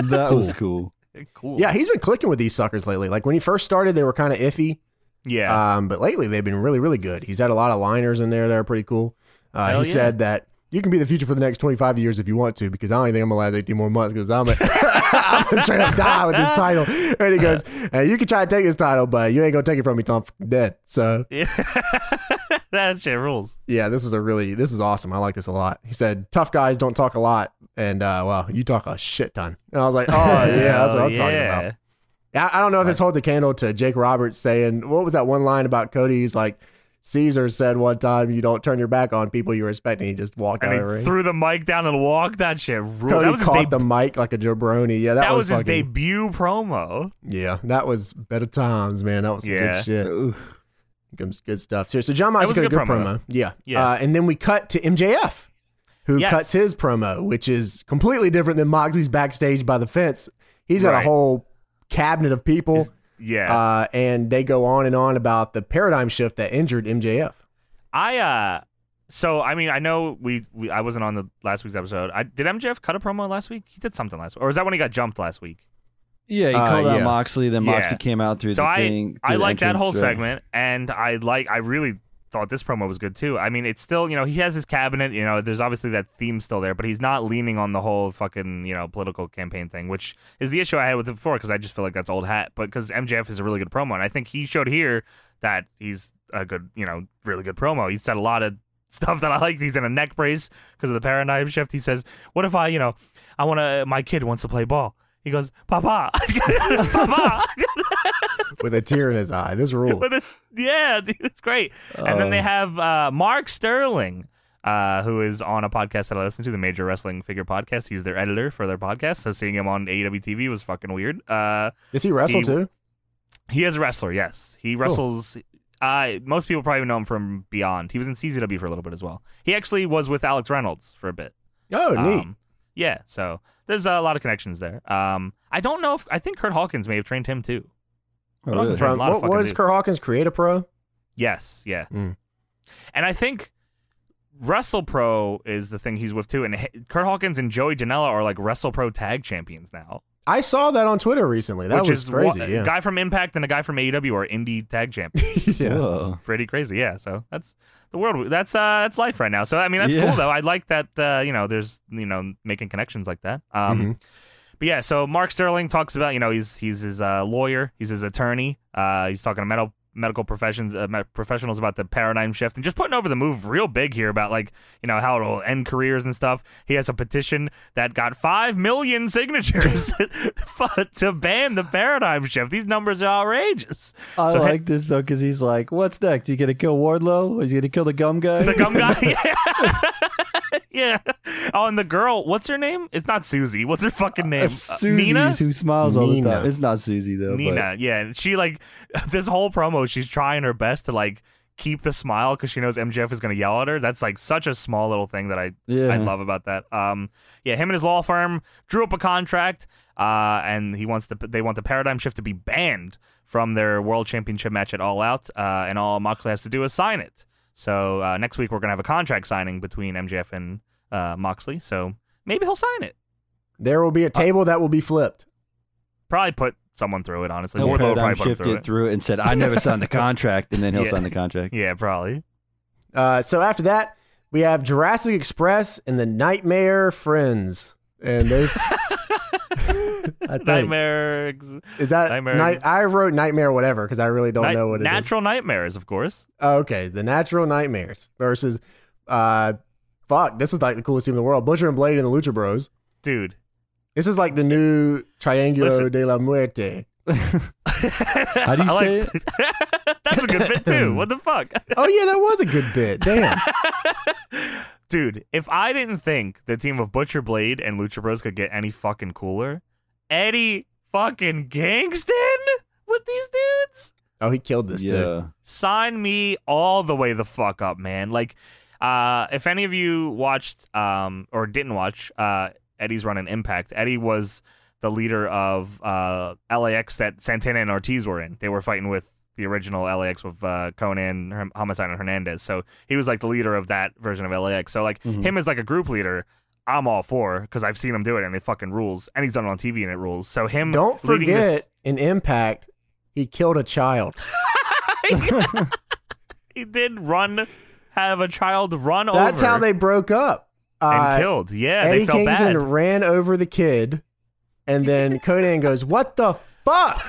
That was cool. cool. Yeah, he's been clicking with these suckers lately. Like when he first started, they were kind of iffy, Yeah. um, but lately they've been really, really good. He's had a lot of liners in there that are pretty cool. Uh, he Hell yeah. said that you can be the future for the next 25 years if you want to, because I only think I'm gonna last 18 more months because I'm, a- I'm gonna straight up die with this title. And he goes, hey, "You can try to take this title, but you ain't gonna take it from me, Tom. Dead." So yeah. that shit rules. Yeah, this is a really this is awesome. I like this a lot. He said, "Tough guys don't talk a lot," and uh, well, you talk a shit ton. And I was like, "Oh yeah, that's what Hell I'm talking yeah. about." I, I don't know if this holds a candle to Jake Roberts saying, "What was that one line about Cody?" He's like, "Caesar said one time, you don't turn your back on people you respect," and he just walked out of the And he ring. threw the mic down and walked. That shit ruled. that Cody was his, caught de- the mic like a jabroni. Yeah, that, that was his fucking- debut promo. Yeah, that was better times, man. That was some Yeah. good shit. Ooh. Good, good stuff. So, so John That Moxley was cut a a good good promo. promo, Yeah. Yeah. Uh, and then we cut to MJF, who Yes. cuts his promo, which is completely different than Moxley's backstage by the fence. He's got Right. a whole cabinet of people, Yeah. uh, and they go on and on about the paradigm shift that injured MJF. I uh so I mean I know we, we I wasn't on the last week's episode. I did MJF cut a promo last week? He did something last week. Or is that when he got jumped last week? Yeah, he Uh, called out yeah. Moxley, then Yeah. Moxley came out through So the I- thing. through I the like that entrance, whole right. segment and I like I really thought this promo was good too. I mean it's still, you know, he has his cabinet, you know, there's obviously that theme still there, but he's not leaning on the whole fucking, you know, political campaign thing, which is the issue I had with it before cuz I just feel like that's old hat, but cuz MJF is a really good promo and I think he showed here that he's a good, you know, really good promo. He said a lot of stuff that I like. He's in a neck brace because of the paradigm shift. He says, "What if I, you know, I want to? My kid wants to play ball." He goes, "Papa, papa." With a tear in his eye. This rule. With a- yeah, dude, it's great. And Oh. then they Um, have uh, Mark Sterling. Uh, who is on a podcast that I listen to, the Major Wrestling Figure Podcast? He's their editor for their podcast, so seeing him on E AEW TV was fucking weird. Uh, Does he wrestle He- too? he is a wrestler, yes. He wrestles. Uh, most people probably know him from Beyond. He was in CZW for a little bit as well. He actually was with Alex Reynolds for a bit. Oh, neat. Um, yeah, so there's a lot of connections there. Um, I don't know if I think Kurt Hawkins may have trained him too. Oh, Well, really? there's a From lot of what fucking was dudes. Kurt Hawkins create a pro? Yes, yeah. Mm. And I think Wrestle Pro is the thing he's with too. And H- Kurt Hawkins and Joey Janela are like Wrestle Pro tag champions now, I saw that on Twitter recently. That which was is crazy. wa- yeah. guy from Impact and a guy from AEW are indie tag champions. yeah. Whoa. pretty crazy. Yeah. So that's the world. That's uh, that's life right now. So I mean, that's Yeah. cool though. I like that. Uh, you know, there's you know making connections like that. Um, but yeah. So Mark Sterling talks about you know he's he's his uh, lawyer. He's his attorney. Uh, he's talking to medical medical professions uh, me- professionals about the paradigm shift and just putting over the move real big here about like you know how it'll end careers and stuff he has a petition that got 5 million signatures fu- to ban the paradigm shift these numbers are outrageous I So he- like this though because he's like, "What's next? You gonna kill Wardlow? Is he gonna kill the gum guy?" The gum guy. yeah. yeah. Oh, and the girl. What's her name? It's not Susie. What's her fucking name? It's Uh, Susie's Nina. who smiles all the Nina. time. It's not Susie though. but- Nina. Yeah. And she like this whole promo. She's trying her best to like keep the smile because she knows MJF is going to yell at her. That's like such a small little thing that I Yeah. I love about that. Um, yeah, him and his law firm drew up a contract, uh, and he wants to. They want the paradigm shift to be banned from their world championship match at All Out, uh, and all Moxley has to do is sign it. So uh, next week we're gonna have a contract signing between MJF and uh, Moxley. So maybe he'll sign it. There will be a table that will be flipped. Probably put someone through it. Honestly, He'll Wardlow will paradigm probably put him shifted through through, it. it and said, "I never signed the contract," and then he'll Yeah. sign the contract. Yeah, probably. Uh, so after that, we have Jurassic Express and the Nightmare Friends, and they. I think. Nightmare. ex- Is that Nightmare- Night, I wrote nightmare whatever because I really don't Night- know what it is. natural nightmares, of course. Oh, okay, the natural nightmares versus, uh, fuck. This is like the coolest team in the world: Butcher and Blade and the Lucha Bros. Dude, This is like the new Triangulo Listen. de la Muerte. how do you say That's a good bit too. What the fuck, Oh yeah, that was a good bit. Damn. dude? If I didn't think the team of Butcher Blade and Lucha Bros could get any fucking cooler, Eddie fucking Gangston with these dudes, Oh, he killed this dude. yeah. sign me all the way the fuck up, man. Like, uh, if any of you watched um or didn't watch uh Eddie's run in Impact, Eddie was the leader of uh LAX that Santana and Ortiz were in. They were fighting with the original LAX with uh, Conan, Herm- Homicide, and Hernandez. So he was like the leader of that version of LAX. So like Mm-hmm. Mhm. him as like a group leader, I'm all for because I've seen him do it and it fucking rules. And he's done it on TV and it rules. So him Don't leading forget this- in Impact, he killed a child. he did run, have a child run over. That's how they broke up. and Uh, killed. Yeah, Eddie they felt Kingston bad. ran over the kid, and then Conan goes, "What the fuck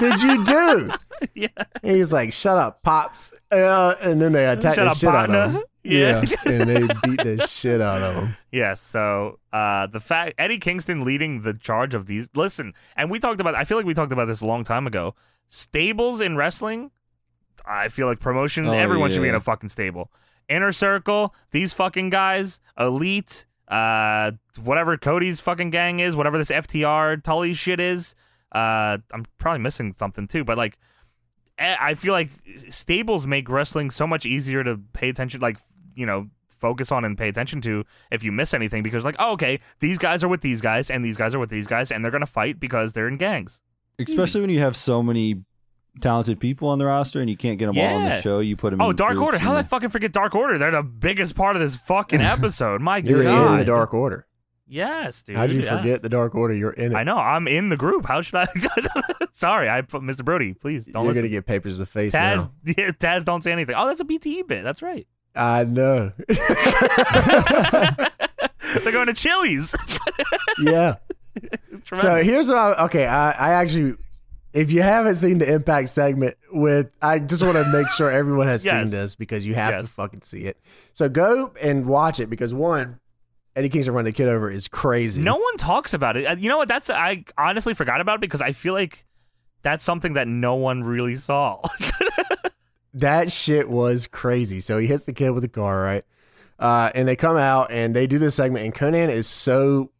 did you do?" Yeah. And he's like, "Shut up, pops!" Uh, and then they attacked Shut the up, shit out of partner. him. Yeah. and they beat the shit out of him. Yes. So uh, the fact Eddie Kingston leading the charge of these. Listen, and we talked about. I feel like we talked about this a long time ago. Stables in wrestling. I feel like promotions. Oh, everyone should be yeah. in a fucking stable. Inner circle. These fucking guys. Elite. Uh, whatever Cody's fucking gang is. Whatever this FTR Tully shit is. Uh, I'm probably missing something too, but like. eh, I feel like stables make wrestling so much easier to pay attention, like you know, focus on and pay attention to if you miss anything because like oh okay these guys are with these guys and these guys are with these guys and they're gonna fight because they're in gangs Especially when you have so many talented people on the roster and you can't get them all on Yeah. the show. You put them. oh in dark groups order how and- did i fucking forget dark order they're the biggest part of this fucking episode my You're god in the Dark Order. yes dude How'd you yeah. forget the Dark Order? You're in it. i know i'm in the group how should i sorry i put mr brody please don't You're listen gonna get papers in the face Taz, now. yeah, Taz, don't say anything. Oh, that's a BTE bit. That's right. I know. They're going to Chili's. yeah. So Tremendous. here's what I okay. I, I actually, if you haven't seen the impact segment with, I just want to make sure everyone has Yes. seen this because you have to Yes. fucking see it. So go and watch it because one, Eddie Kingston running the kid over is crazy. No one talks about it. Uh, You know what? That's I honestly forgot about it because I feel like that's something that no one really saw. that shit was crazy. So he hits the kid with the car, right? Uh, and they come out and they do this segment, and Conan is so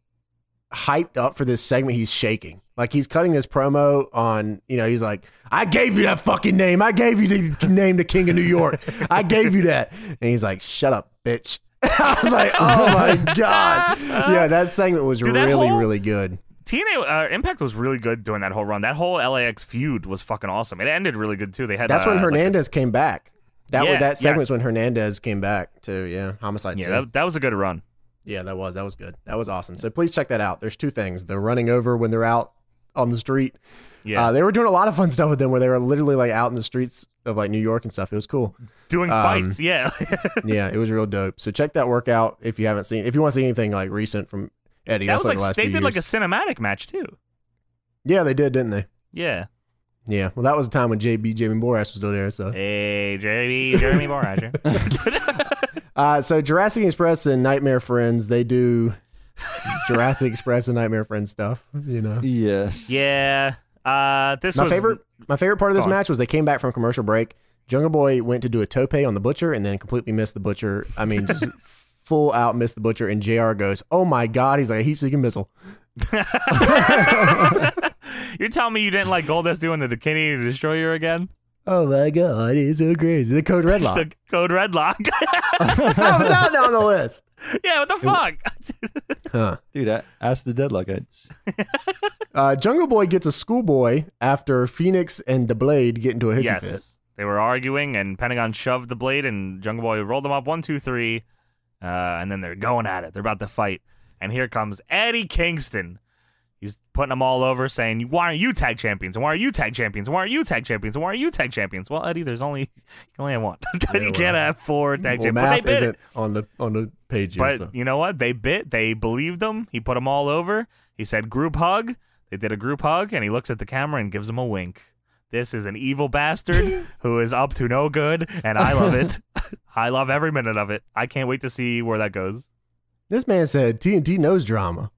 hyped up for this segment, he's shaking. Like he's cutting this promo on, you know, he's like, I gave you that fucking name. I gave you the name, the King of New York. I gave you that. And he's like, shut up, bitch. I was like, oh my God. Yeah, that segment was Dude, that really, whole- really good. TNA uh, Impact was really good during that whole run. That whole LAX feud was fucking awesome. It ended really good too. They had That's uh, when like a- Hernandez came back. That was Yeah, that segment's yes. when Hernandez came back too. Yeah, homicide. yeah, too. that, that was a good run. Yeah, that was that was good. That was awesome. So please check that out. There's two things: they're running over when they're out on the street. Yeah, Uh, they were doing a lot of fun stuff with them, where they were literally like out in the streets of like New York and stuff. It was cool. doing um, fights. Yeah, yeah, it was real dope. So check that work out if you haven't seen. If you want to see anything like recent from Eddie, that that's was like like the last they few did years. like a cinematic match too. yeah, they did, didn't they? Yeah. Yeah. Well, that was the time when JB Jamie Borash was still there. So Hey, Jeremy, Jeremy Borager. Uh, so Jurassic Express and Nightmare Friends, they do Jurassic Express and Nightmare Friends stuff. You know. Yes. yeah. Uh, this my was favorite my favorite part of this Go on. match was they came back from commercial break. Jungle Boy went to do a tope on the butcher and then completely missed the butcher. I mean, just full out missed the butcher. And Jr. goes, "Oh my god!" He's like a heat seeking missile. You're telling me you didn't like Goldust doing the Dakini to Destroyer again? Oh my god, it's so crazy. The code redlock. the code redlock. How was that not on the list? yeah, what the fuck? Huh. Dude, I asked the deadlock. It's Uh, Jungle Boy gets a schoolboy after Phoenix and the Blade get into a hissy yes. fit. They were arguing, and Pentagon shoved the blade, and Jungle Boy rolled them up one, two, three, uh, and then they're going at it. They're about to fight, and here comes Eddie Kingston. He's putting them all over, saying, "Why aren't you tag champions? And why are you tag champions? And why are you tag champions? And why are you tag champions?" Well, Eddie, there's only you can only have one. you well, can't have four tag Well, champions. But they math bit isn't it. on the on the page here, But so. you know what? They bit. They believed him. He put them all over. He said group hug. They did a group hug, and he looks at the camera and gives him a wink. This is an evil bastard who is up to no good, and I love it. I love every minute of it. I can't wait to see where that goes. This man said TNT knows drama.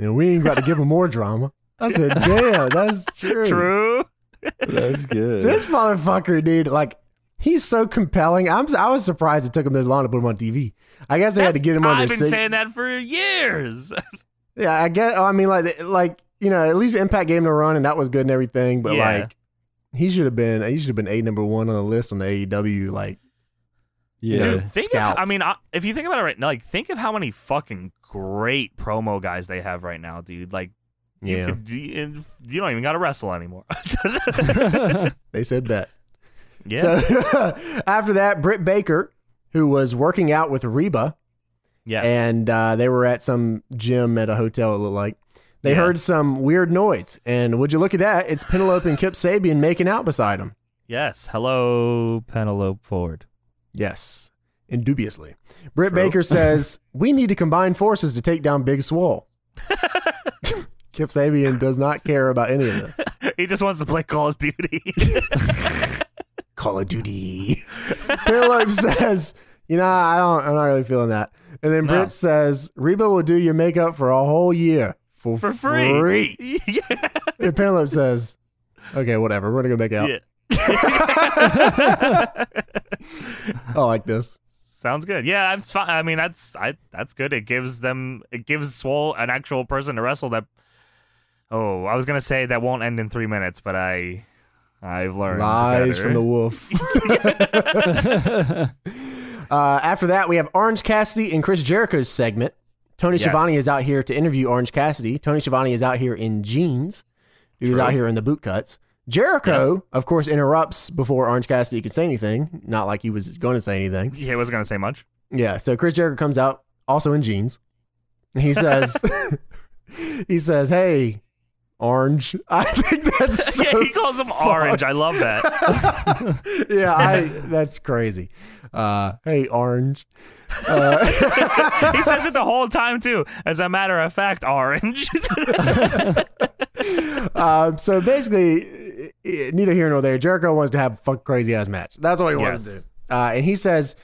And we ain't got to give him more drama. I said, damn, that's true. True. that's good. This motherfucker, dude, like he's so compelling. I'm I was surprised it took him this long to put him on TV. I guess they had to That's- get him on I've their been sig- saying that for years. Yeah, I guess I mean like like you know, at least Impact gave him a run and that was good and everything, but Yeah. like he should have been he should have been A number 1 on the list on the AEW like yeah. Dude. Dude, think of, Scalped. I mean, I, if you think about it right now, like think of how many fucking great promo guys they have right now, dude. Like, you, yeah. could, you, you don't even got to wrestle anymore. They said that. yeah. So after that, Britt Baker, who was working out with Reba, Yeah. and uh, they were at some gym at a hotel. It looked like they Yeah. heard some weird noise, and would you look at that? It's Penelope and Kip Sabian making out beside him. yes. Hello, Penelope Ford. Yes, indubiously. Britt True. Baker says we need to combine forces to take down Big Swole. Kip Sabian does not care about any of it. he just wants to play Call of Duty. Call of Duty. Penelope says, "You know, I don't. I'm not really feeling that." And then No. Britt says, "Reba will do your makeup for a whole year for, For free. free. yeah. And Penelope says, "Okay, whatever. We're gonna go make out." Yeah. I like this. Sounds good. Yeah, I'm fine. I mean, that's I that's good. It gives them it gives Swole an actual person to wrestle that Oh, I was going to say that won't end in 3 minutes, but I I've learned Lies better. from the wolf. Uh, after that, we have Orange Cassidy and Chris Jericho's segment. Tony Yes. Schiavone is out here to interview Orange Cassidy. Tony Schiavone is out here in jeans. He was True. out here in the boot cuts. Jericho, Yes. of course, interrupts before Orange Cassidy could say anything. Not like he was going to say anything. Yeah, I wasn't going to say much. Yeah, so Chris Jericho comes out also in jeans. He says, he says, "Hey, orange." I think that's so yeah, he calls him orange. I love that. yeah, I, that's crazy. Uh, hey, orange. Uh, he says it the whole time too. As a matter of fact, orange. um, so basically, i- i- neither here nor there. Jericho wants to have a fuck crazy ass match. That's what he wants to Yes. do. Uh, and he says,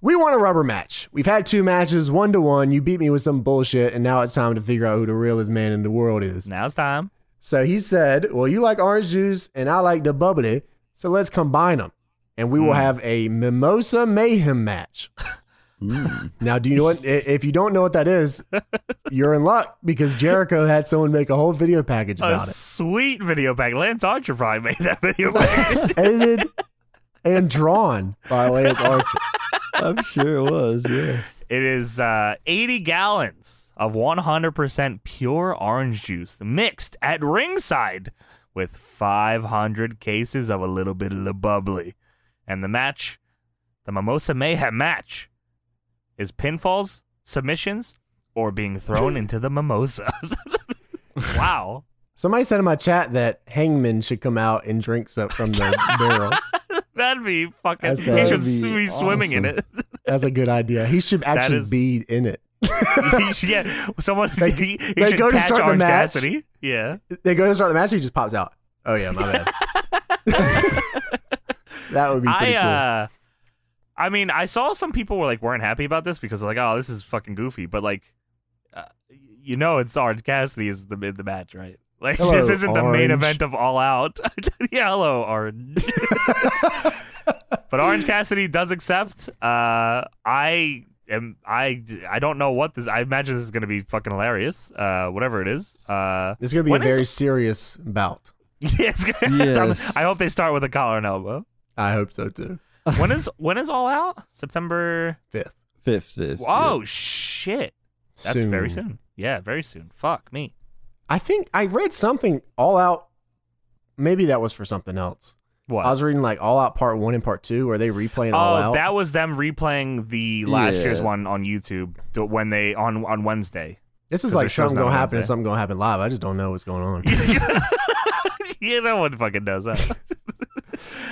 "We want a rubber match. We've had two matches, one to one. You beat me with some bullshit, and now it's time to figure out who the realest man in the world is." now it's time. So he said, Well, you like orange juice and I like the bubbly. So let's combine them and we will Mm. have a mimosa mayhem match. Hmm. Mm. Now, do you know what? i- If you don't know what that is, you're in luck because Jericho had someone make a whole video package a about it. sweet video pack. Lance Archer probably made that video pack. Edited and drawn by Lance Archer. I'm sure it was. Yeah. it is uh, 80 gallons of 100% pure orange juice mixed at ringside with 500 cases of a little bit of the bubbly. And the match, the Mimosa Mayhem match, is pinfalls, submissions, or being thrown into the mimosa. wow. Somebody said in my chat that Hangman should come out and drink some from the barrel. That'd be fucking. That's- He should that'd be be swimming in awesome. it. That's a good idea. He should actually is- be in it. He should- yeah, someone They- he, he they should go to catch start the Orange match. Cassidy. Yeah, They go to start the match, he just pops out. Oh yeah, my bad. that would be I pretty uh, I mean, I saw some people were like weren't happy about this because they're like, oh, this is fucking goofy. But like, uh, you know, it's Orange Cassidy is the the match, right? Like Hello, this isn't the main Orange. event of All Out. yeah, hello, Orange. but Orange Cassidy does accept. Uh, I am I I don't know what this. I imagine this is gonna be fucking hilarious. Uh, whatever it is. cool. Uh. It's gonna be When a is- very serious bout. Yes. Yes. I hope they start with a collar and elbow. I hope so too. When is when is all out? September. Fifth. Fifth, fifth. Whoa, shit. That's very soon. Yeah, very soon. Fuck me. I think I read something all out. Maybe that was for something else. What? I was reading like all out part one and part two. Are they replaying oh, all out? that was them replaying the last Yeah. year's one on YouTube th- when they on on Wednesday. this is 'cause like their show's something not gonna happen Wednesday. and something gonna happen live. I just don't know what's going on. yeah, no one fucking knows that.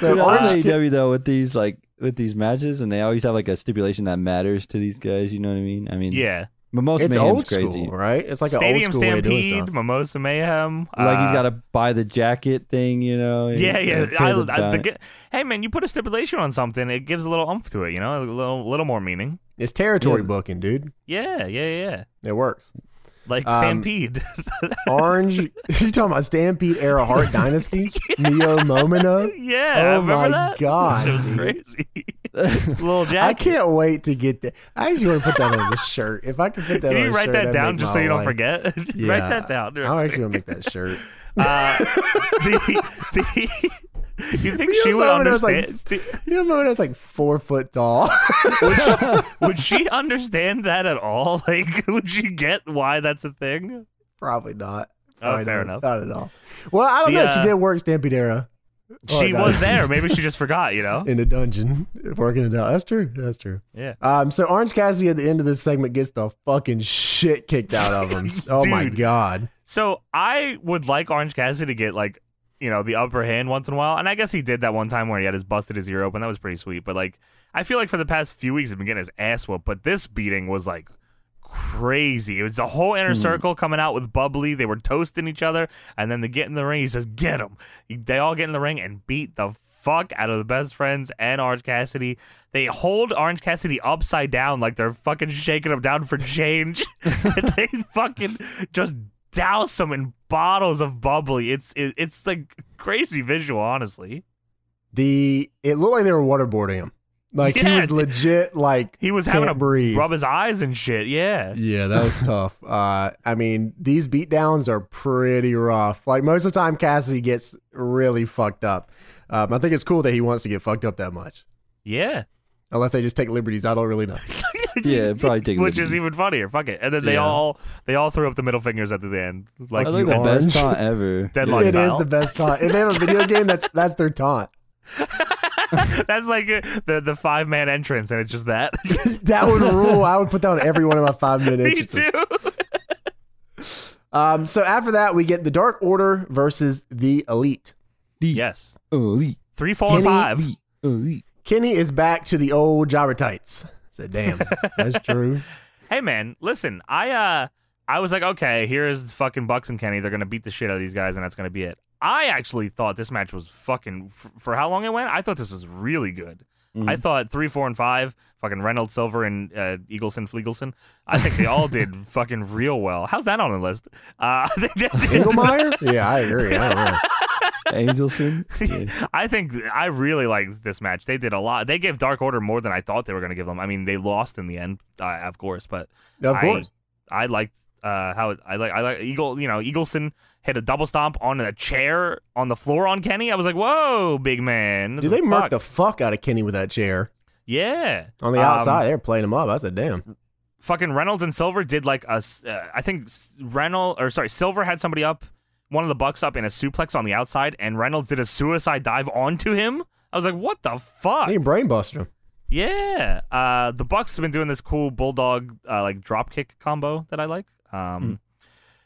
So Good on Orange Kid- AEW E though with these like with these matches, and they always have like a stipulation that matters to these guys. You know what I mean? I mean, yeah, But most it's mayhem's old crazy. school, right? It's like an Stadium old school way of doing Stampede, stuff. Mimosa Mayhem. Like he's uh, got to buy the jacket thing, you know? and- Yeah, yeah. and pay I, the I, the, di- g- hey, man, you put a stipulation on something, it gives a little oomph to it, you know, a little, little more meaning. It's territory Yeah. booking, dude. Yeah, yeah, yeah. It works. Like Um, Stampede. Orange, you talking about Stampede era Heart Dynasty? Neo Momino? yeah. oh remember my that? God, That shit dude. was crazy. little Jack. I can't wait to get that. I actually want to put that on the shirt. If I could put that Can on you a write shirt, that that'd down make just my so you don't life- forget? Yeah. write that down. I'm actually gonna make that shirt. Uh, the, the, you think Your she would mom was like- understand? the- You know, that's like four foot tall. would she understand that at all? Like, would she get why that's a thing? Probably not. Oh, Probably fair not. enough. Not at all. Well, I don't The, know. She uh, did work Stampede era. Oh, she God. was there. Maybe she just forgot. You know? in the dungeon, working it out. That's true. That's true. Yeah. Um. So Orange Cassidy at the end of this segment gets the fucking shit kicked out of him. oh my Dude. god. So I would like Orange Cassidy to get like, you know, the upper hand once in a while, and I guess he did that one time where he had his busted his ear open. That was pretty sweet. But like, I feel like for the past few weeks, he's been getting his ass whooped. But this beating was like crazy. It was the whole inner Hmm. circle coming out with bubbly. They were toasting each other, and then they get in the ring. He says, "Get him!" They all get in the ring and beat the fuck out of the best friends and Orange Cassidy. They hold Orange Cassidy upside down like they're fucking shaking him down for change. And they fucking just douse him in bottles of bubbly. It's it, it's like crazy visual, honestly. The it looked like they were waterboarding him. Like he Yeah, was dude. legit. Like He was having can't to breathe. rub his eyes and shit. Yeah. Yeah, that was tough. Uh, I mean, these beatdowns are pretty rough. Like most of the time, Cassidy gets really fucked up. Um, I think it's cool that he wants to get fucked up that much. Yeah. Unless they just take liberties, I don't really know. yeah, probably take Which is liberties. even funnier. Fuck it. And then they Yeah. all they all threw up the middle fingers at the end. Like I think you the all orange. best taunt ever. deadlock it is style. the best taunt. If they have a video game, that's that's their taunt. That's like uh, the the five man entrance, and it's just that. That would rule. I would put that on every one of my five minute Me entrances. too. Um, so after that, we get the Dark Order versus the Elite. Yes. Elite, Three, four, and Kenny- five. elite, elite. Kenny is back to the old jobber tights. So damn, that's true. Hey man, listen, I uh I was like, okay, here's fucking Bucks and Kenny. They're gonna beat the shit out of these guys, and that's gonna be it. I actually thought this match was fucking f- for how long it went. I thought this was really good. I Mhm. thought three, four, and five, fucking Reynolds, Silver, and uh, Eagleson, Fleagleson. I think they all did fucking real well. How's that on the list? Uh, I think they did Engelmeyer? Yeah, I agree. I don't know. Angelson. Yeah. I think I really liked this match. They did a lot. They gave Dark Order more than I thought they were going to give them. I mean, they lost in the end, uh, of course, but Of I- course. I liked uh, how it, I like I like Eagle. You know, Eagleson hit a double stomp on a chair on the floor on Kenny. I was like, "Whoa, big man!" Dude, they murked Fuck. the fuck out of Kenny with that chair yeah on the Um, outside. They were playing him up. I said, damn. fucking Reynolds and Silver did like a s- uh, I think S- Reynolds or sorry Silver had somebody up one of the bucks up in a suplex on the outside, and Reynolds did a suicide dive onto him. I was like, "What the fuck?" They brain busted him. Yeah. Uh, the Bucks have been doing this cool bulldog uh, like drop kick combo that I like. Um, Hmm.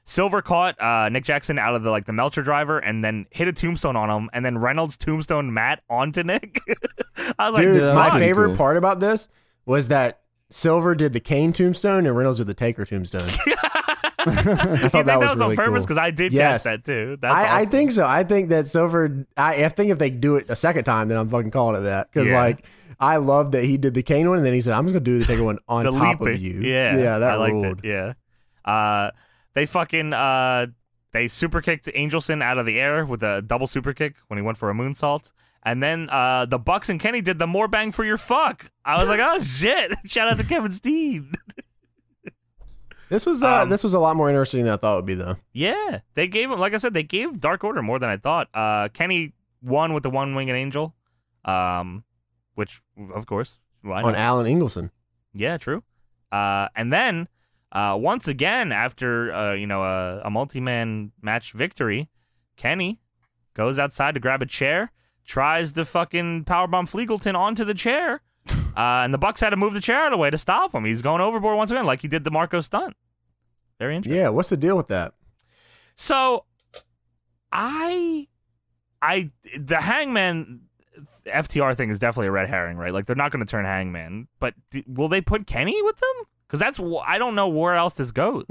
Silver caught uh, Nick Jackson out of the like the Melcher driver and then hit a tombstone on him, and then Reynolds tombstone Matt onto Nick. I was like, Dude, yeah, my that's "Fuck." favorite cool. part about this was that Silver did the Kane tombstone and Reynolds did the Taker tombstone. you think that that, was was, really on purpose? cool. Because I did Yes. catch that too. That's I, I awesome. think so. I think that Silver. I, I think if they do it a second time, then I'm fucking calling it that. Because Yeah. like, I love that he did the Kane one, and then he said, "I'm just gonna do the Taker one on the top leaping. of you." Yeah, yeah, that I liked ruled. it. Yeah, uh, they fucking uh, they super kicked Angelson out of the air with a double super kick when he went for a moonsault, and then uh, the Bucks and Kenny did the more bang for your fuck. I was like, oh shit! Shout out to Kevin Steen. This was uh, Um, this was a lot more interesting than I thought it would be though. Yeah, they gave him. Like I said, they gave Dark Order more than I thought. Uh, Kenny won with the one winged angel, um, which of course, why on not? Alan Ingleson. Yeah, true. Uh, and then uh, once again, after uh, you know a, a multi-man match victory, Kenny goes outside to grab a chair, tries to fucking powerbomb Fleagleton onto the chair, uh, and the Bucks had to move the chair out of the way to stop him. He's going overboard once again, like he did the Marco stunt. Very interesting. Yeah, what's the deal with that? So, I, I, the Hangman FTR thing is definitely a red herring, right? Like they're not going to turn Hangman, but d- will they put Kenny with them? Because that's wh- I don't know where else this goes.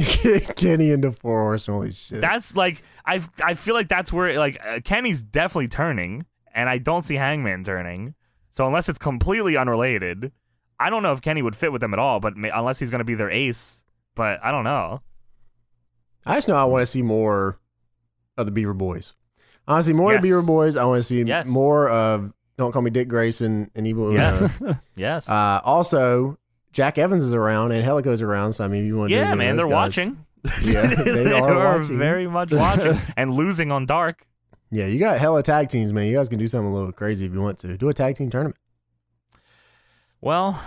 Kenny into four horsemen. Holy shit! That's like I I feel like that's where like uh, Kenny's definitely turning, and I don't see Hangman turning. So unless it's completely unrelated, I don't know if Kenny would fit with them at all. But ma- unless he's going to be their ace, but I don't know. I just know I want to see more of the Beaver Boys. Honestly, more of the Yes. Beaver Boys. I want to see Yes. more of Don't Call Me Dick Grayson and Evil uh, Uno. Yes. Uh, also, Jack Evans is around and Helico's around. So I mean, if you want to yeah, man, they're watching. Yeah, they are watching. very much watching and losing on dark. Yeah, you got hella tag teams, man. You guys can do something a little crazy if you want to. Do a tag team tournament. Well,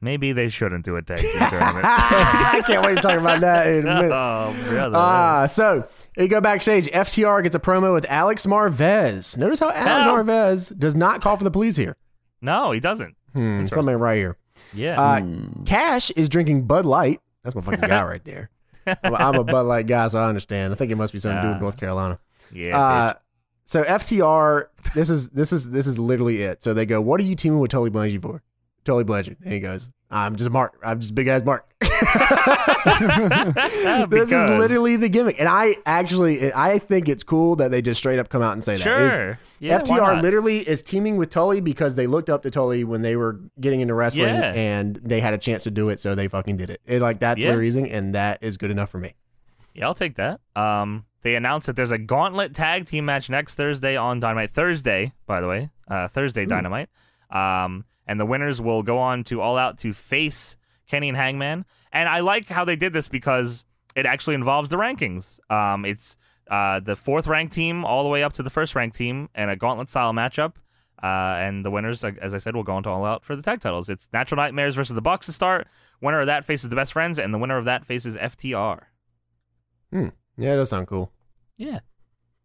maybe they shouldn't do a tag team tournament. I can't wait to talk about that in a minute. oh, brother. Ah, so you go backstage. FTR gets a promo with Alex Marvez. Notice how Alex Ow. Marvez does not call for the police here. no, he doesn't. Hmm, something right here. Yeah. Uh, Hmm. Cash is drinking Bud Light. That's my fucking guy right there. I'm a- I'm a Bud Light guy, so I understand. I think it must be something to do with Ah. North Carolina. yeah. uh, so FTR, this is this is this is literally it. So they go, "What are you teaming with Tully Blanchard for?" Tully Blanchard, and he goes, "I'm just Mark. I'm just big ass Mark." bitch. this is Because- literally the gimmick, and I actually I think it's cool that they just straight up come out and say that. It's- Sure. Yeah, why FTR not? literally is teaming with Tully because they looked up to Tully when they were getting into wrestling Yeah. and they had a chance to do it, so they fucking did it. And like that's Yeah. the reason, and that is good enough for me. Yeah, I'll take that. Um, they announced that there's a gauntlet tag team match next Thursday on Dynamite. Thursday, by the way, uh, Thursday Dynamite. Um, and the winners will go on to All Out to face Kenny and Hangman. And I like how they did this because it actually involves the rankings. Um, it's uh, the fourth ranked team all the way up to the first ranked team and a gauntlet style matchup. Uh, and the winners, like- as I said, will go on to All Out for the tag titles. It's Natural Nightmares versus the Bucks to start. Winner of that faces the best friends, and the winner of that faces FTR. Yeah, it does sound cool. Yeah.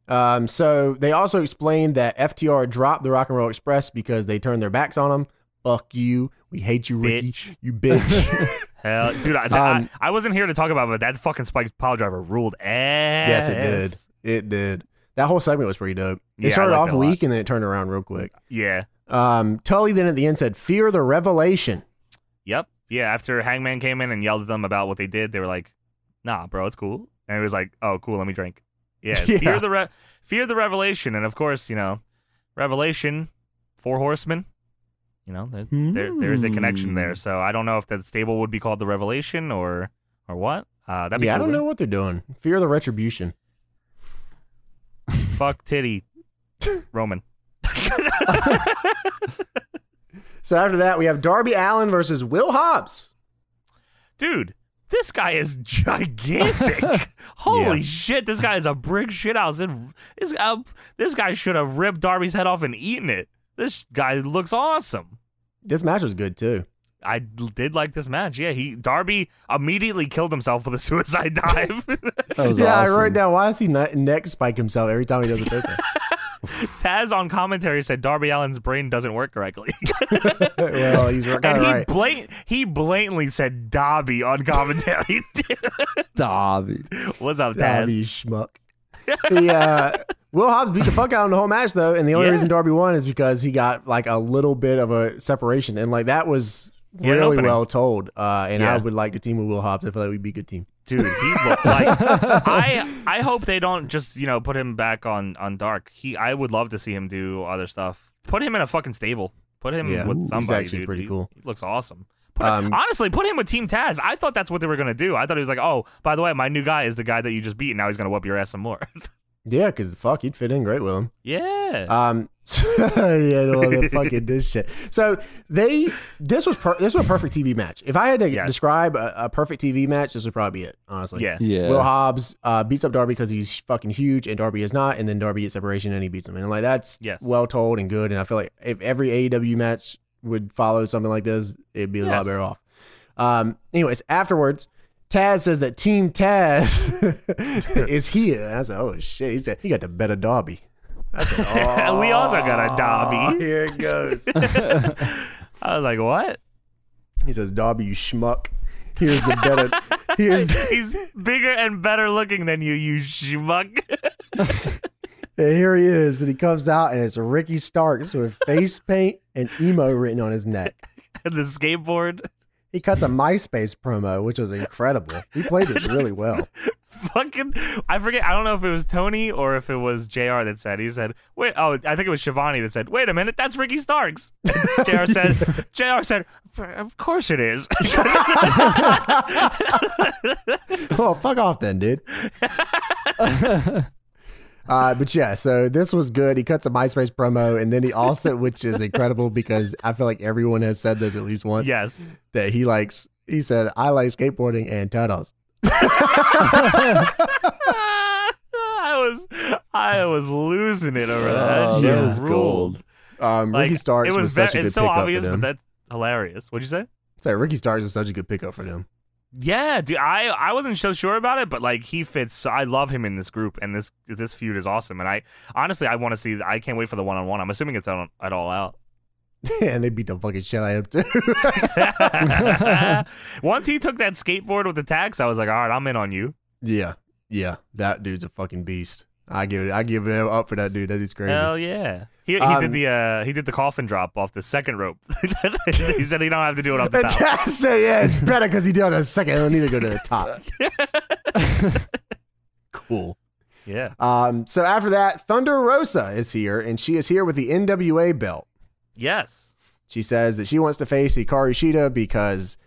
Um, so they also explained that FTR dropped the Rock and Roll Express because they turned their backs on them. Fuck you. We hate you, Ricky. Bitch. You bitch. Hell, dude, I, Um, I, I wasn't here to talk about, it, but that fucking Spike Power Driver ruled ass. yes, it did. It did. That whole segment was pretty dope. It Yeah, I started liked off it a lot. weak and then it turned around real quick. Yeah. Um, Tully then at the end said, "Fear the revelation." Yep. Yeah. After Hangman came in and yelled at them about what they did, they were like, "Nah, bro, it's cool." And he was like, "Oh, cool. Let me drink." Yeah. Yeah. Fear the re- fear the revelation, and of course, you know, revelation, four horsemen. You know, there, there there is a connection Hmm. there. So I don't know if that stable would be called the Revelation or or what. Uh, that'd be yeah, I cool, don't know though. what they're doing. Fear the retribution. Fuck titty, Roman. So after that, we have Darby Allen versus Will Hobbs. dude, this guy is gigantic. Holy shit, this guy is a brick shithouse. It- This, uh, this guy should have ripped Darby's head off and eaten it. This guy looks awesome. This match was good too. I d- did like this match. Yeah, he Darby immediately killed himself with a suicide dive. That was yeah, awesome. I wrote down why does he ne- neck spike himself every time he does a takedown? Taz on commentary said Darby Allen's brain doesn't work correctly, well, he's kind and of he right. blat- he blatantly said Dobby on commentary. Stop it. What's up, Taz? Darby schmuck. the, uh, Will Hobbs beat the fuck out in the whole match though, and the only Yeah. reason Darby won is because he got like a little bit of a separation, and like that was Yeah, an really opening. well told. Uh, and I Yeah. would like to team with Will Hobbs. I feel like we'd be a good team. dude he looked like i i hope they don't just you know put him back on on dark he i would love to see him do other stuff put him in a fucking stable put him Yeah. Ooh, with he's somebody actually dude. pretty He- cool. he looks awesome Put him- Um, honestly put him with team taz i thought that's what they were gonna do i thought he was like oh by the way my new guy is the guy that you just beat and now he's gonna whoop your ass some more Yeah, because fuck, he'd fit in great with him. Yeah. Um, so, yeah, no, the fucking this shit. So they, this was per, this was a perfect TV match. If I had to Yes. describe a, a perfect TV match, this would probably be it. Honestly, yeah. Yeah. Will Hobbs uh, beats up Darby because he's fucking huge and Darby is not, and then Darby gets separation and he beats him, and like that's Yes. well told and good. And I feel like if every AEW match would follow something like this, it'd be a Yes. lot better off. Um, anyways, afterwards, Taz says that Team Taz is here, and I said, "Oh shit!" He said he got the better Darby. I said, oh, We also got a Darby." Here it goes. I was like, what? he says, "Darby, you schmuck. Here's the better. Here's the, He's bigger and better looking than you, you schmuck. And here he is, and he comes out, and it's Ricky Starks with face paint and emo written on his neck. and the skateboard. He cuts a MySpace promo, which was incredible. He played this really well. Fucking, I forget. I don't know if it was Tony or if it was JR that said, he said, wait, oh, I think it was Shivani that said, wait a minute, that's Ricky Starks. JR said, JR said, of course it is. Well, Oh, fuck off then, dude. Uh, but yeah, so this was good. He cuts a MySpace promo, and then he also, which is incredible because I feel like everyone has said this at least once, yes. that he likes, he said, I like skateboarding and turtles. I was, I was losing it over that. Oh, That that shit was ruled. Um, Like, Ricky Starks it was, was, ve- such a good it's so pickup obvious, for but them. that's hilarious. What'd you say? so Ricky Starks is such a good pickup for them. Yeah, dude, I, I wasn't so sure about it, but like he fits. So I love him in this group, and this this feud is awesome. And I honestly, I want to see. I can't wait for the one on one. I'm assuming it's on at all out. and they beat the fucking shit out of him too. Once he took that skateboard with the tax, I was like, all right, I'm in on you. yeah, yeah, that dude's a fucking beast. I give it, I give it up for that dude. That is crazy. Hell yeah. He, he Um, did the uh, he did the coffin drop off the second rope. he said he don't have to do it off the And top. Taz said, yeah, it's better because he did it on a second. I don't need to go to the top. cool. Yeah, Um, so after that, Thunder Rosa is here, and she is here with the NWA belt. yes, She says that she wants to face Hikaru Shida because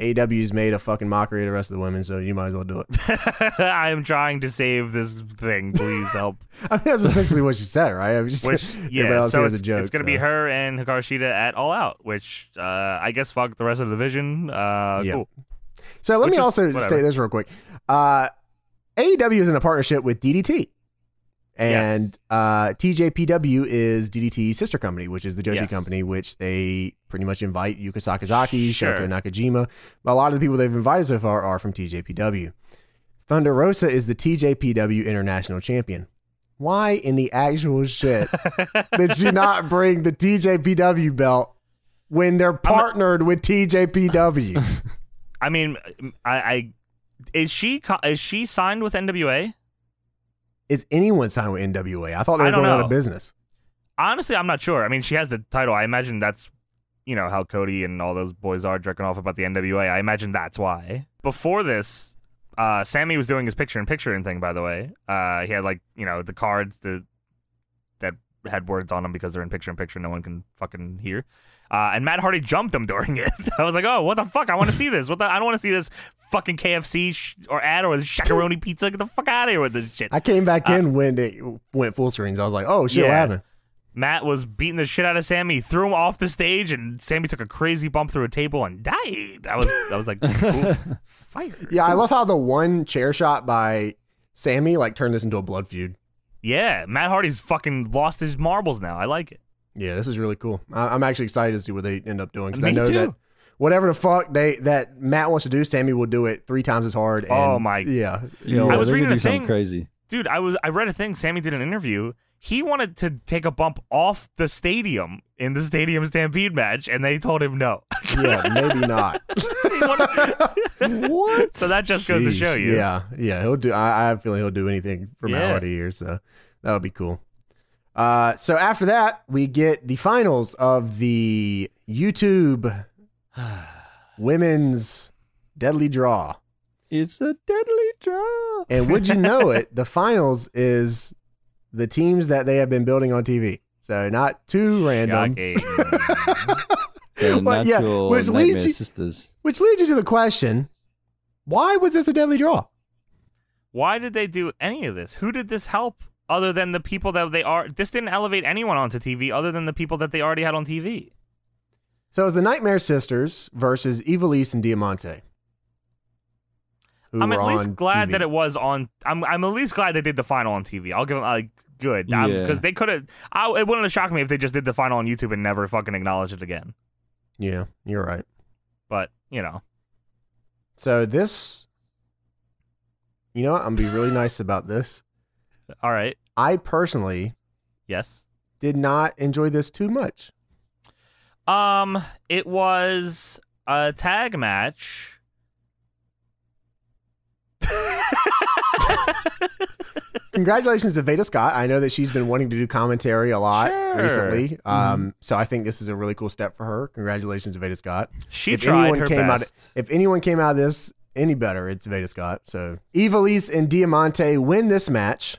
AW's made a fucking mockery of the rest of the women, so you might as well do it. I am trying to save this thing. Please help. I mean, that's essentially what she said, right? I mean, she said Which everybody yeah, else so here is it's, a joke, it's gonna so. be her and Hikaru Shida at All Out, which uh, I guess fuck the rest of the division. Uh, Yeah. Cool. So let Which me is- also whatever. state this real quick. Uh, AEW is in a partnership with DDT, and Yes. uh, TJPW is DDT's sister company, which is the Joshi Yes. company, which they pretty much invite Yuka Sakazaki, Sure. Shoko Nakajima. But a lot of the people they've invited so far are from TJPW. Thunder Rosa is the TJPW international champion. Why in the actual shit did she not bring the TJPW belt when they're partnered with TJPW? I mean, I, I is she co- is she signed with NWA? is anyone signed with NWA? I thought they I were don't going out know. of business. Honestly, I'm not sure. I mean, she has the title. I imagine that's you know how Cody and all those boys are jerking off about the NWA. I imagine that's why. Before this, uh, Sammy was doing his picture in picture and thing. By the way, uh, he had like you know the cards the that had words on them because they're in picture in picture. No one can fucking hear. Uh, and Matt Hardy jumped him during it. I was like, "Oh, what the fuck? I want to see this. What the? I don't want to see this fucking KFC sh- or ad or the shakaroni pizza. Get the fuck out of here with this shit." I came back in when it went full screens. I was like, oh shit, what Yeah. happened? Matt was beating the shit out of Sammy, threw him off the stage, and Sammy took a crazy bump through a table and died. I was, I was like, "Ooh, fire. Yeah, I love how the one chair shot by Sammy like turned this into a blood feud. Yeah, Matt Hardy's fucking lost his marbles now. I like it. Yeah, this is really cool. I- I'm actually excited to see what they end up doing because Me I know that too. whatever the fuck they that Matt wants to do, Sammy will do it three times as hard. And, Oh, my- Yeah, Yeah, I was they're reading a gonna do something thing- crazy. Dude, I was, I read a thing. Sammy did an interview. He wanted to take a bump off the stadium in the stadium stampede match, and they told him no. yeah, maybe not. He wanted- what? so that just goes to Jeez, show you. Yeah, yeah, he'll do. I, I have a feeling he'll do anything for Yeah. Matt Hardy here, so that'll be cool. Uh, so after that, we get the finals of the YouTube Women's Deadly Draw, It's a deadly draw. and would you know it, the finals is the teams that they have been building on TV. So not too random, Shocking. eh. They're But yeah, natural which nightmare leads you- sisters. which leads you to the question: Why was this a deadly draw? Why did they do any of this? Who did this help? other than the people that they are. This didn't elevate anyone onto TV other than the people that they already had on TV. So it's the Nightmare Sisters versus Evilise and Diamante. who I'm were at on least glad TV. that it was on. I'm I'm at least glad they did the final on TV. I'll give them like good because Yeah. they could have. It wouldn't have shocked me if they just did the final on YouTube and never fucking acknowledged it again. Yeah, you're right. But you know, So this, you know, what? I'm gonna be really nice about this. all right, I personally yes. did not enjoy this too much. Um, it was a tag match. Congratulations to Veda Scott. I know that she's been wanting to do commentary a lot Sure. Mm-hmm. recently. Um, so I think this is a really cool step for her. Congratulations to Veda Scott. She If tried anyone her came out- best. If anyone came out of this any better, it's Veda Scott. So Evilise and Diamante win this match.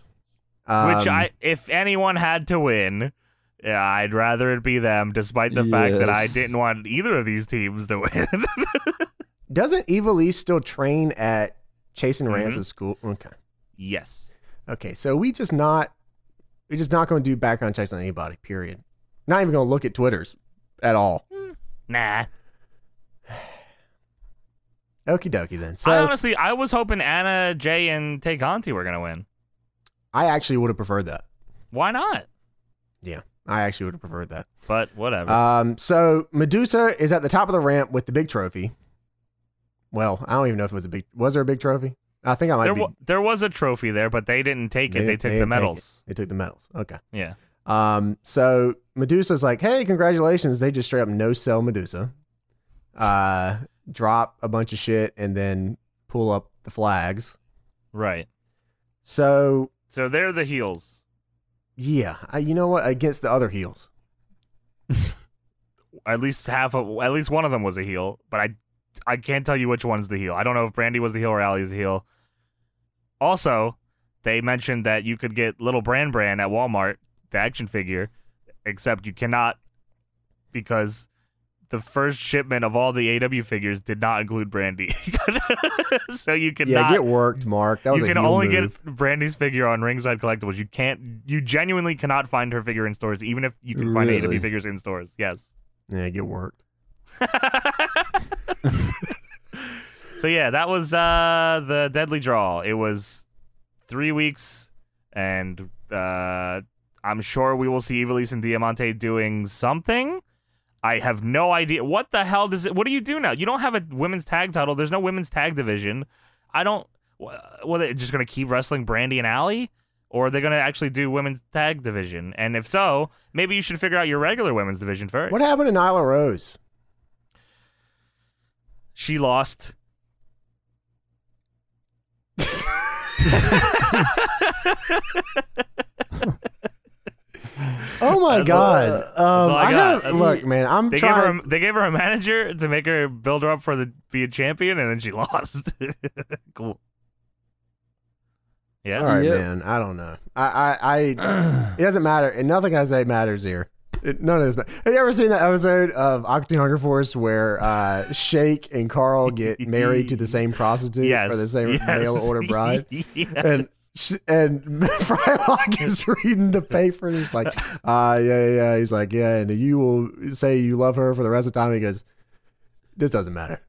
Which Um, I, if anyone had to win, yeah, I'd rather it be them, despite the fact that I Yes. didn't want either of these teams to win. doesn't Evilise still train at Chase and Mhm. Rance's school? Okay. yes, Okay, so we just not we just not going to do background checks on anybody. Period. Not even going to look at Twitters at all. nah. Okie dokie then. So I I, honestly, I was hoping Anna, Jay, and Tay Conti were gonna win. actually would have preferred that. Why not? I actually would have preferred that. But whatever. Um, so Medusa is at the top of the ramp with the big trophy. Well, I don't even know if it was a big. Was there a big trophy? I think I might there, be. wa- there was a trophy there, but they didn't take it. They, didn't- took the didn't take medals. it. They took the medals. Okay. Yeah. Um, so Medusa's like, hey, congratulations. They just straight up no sell Medusa, uh, drop a bunch of shit, and then pull up the flags. Right. So, So they're the heels. yeah, I, you know what? Against the other heels. At least half of, at least one of them was a heel, but I, I can't tell you which one's the heel. I don't know if Brandy was the heel or Allie's the heel. Also, they mentioned that you could get little Brand Brand at Walmart, the action figure, except you cannot because the first shipment of all the AW figures did not include Brandy. so you cannot yeah, get worked, Mark. That was you a can heel only move. get Brandy's figure on Ringside Collectibles. You can't. You genuinely cannot find her figure in stores, even if you can find Really? AW figures in stores. Yes. Yeah, get worked. so yeah, that was uh, the deadly draw. It was three weeks, and uh, I'm sure we will see Evilise and Diamante doing something. I have no idea what the hell does it. What do you do now? You don't have a women's tag title. There's no women's tag division. I don't. wh- What they're just gonna keep wrestling Brandy and Allie, or are they gonna actually do women's tag division? And if so, maybe you should figure out your regular women's division first. What happened to Nyla Rose? She lost. Oh my That's God! all- um, all I got. have- That's- look, man, I'm They gave trying. her a, they gave her a manager to make her build her up for the be a champion, and then she lost. cool. Yeah. All right, Yep. man. I don't know. I, I, I It doesn't matter. And nothing I say matters here. It- none of this matters. Have you ever seen that episode of Octane Hunger Force where uh, Shake and Carl get married to the same prostitute Yes. or the same yes. mail order bride? yeah. And sh- and Frylock is reading the paper and he's like, uh, yeah, yeah, yeah. He's like, yeah, and you will say you love her for the rest of the time. He goes, this doesn't matter.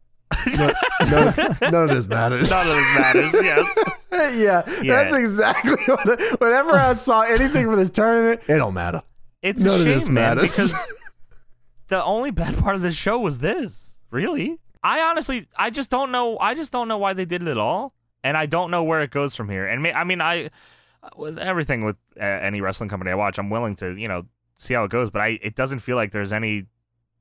No, none, none of this matters. None of this matters. Yes. yeah, Yeah. that's exactly what. Whenever I saw anything for this tournament, it don't matter. It's None a of shame, this man, matters. because the only bad part of this show was this. Really? I honestly, I just don't know. I just don't know why they did it at all, and I don't know where it goes from here. And may, I mean, I with everything with uh, any wrestling company I watch, I'm willing to you know see how it goes, but I it doesn't feel like there's any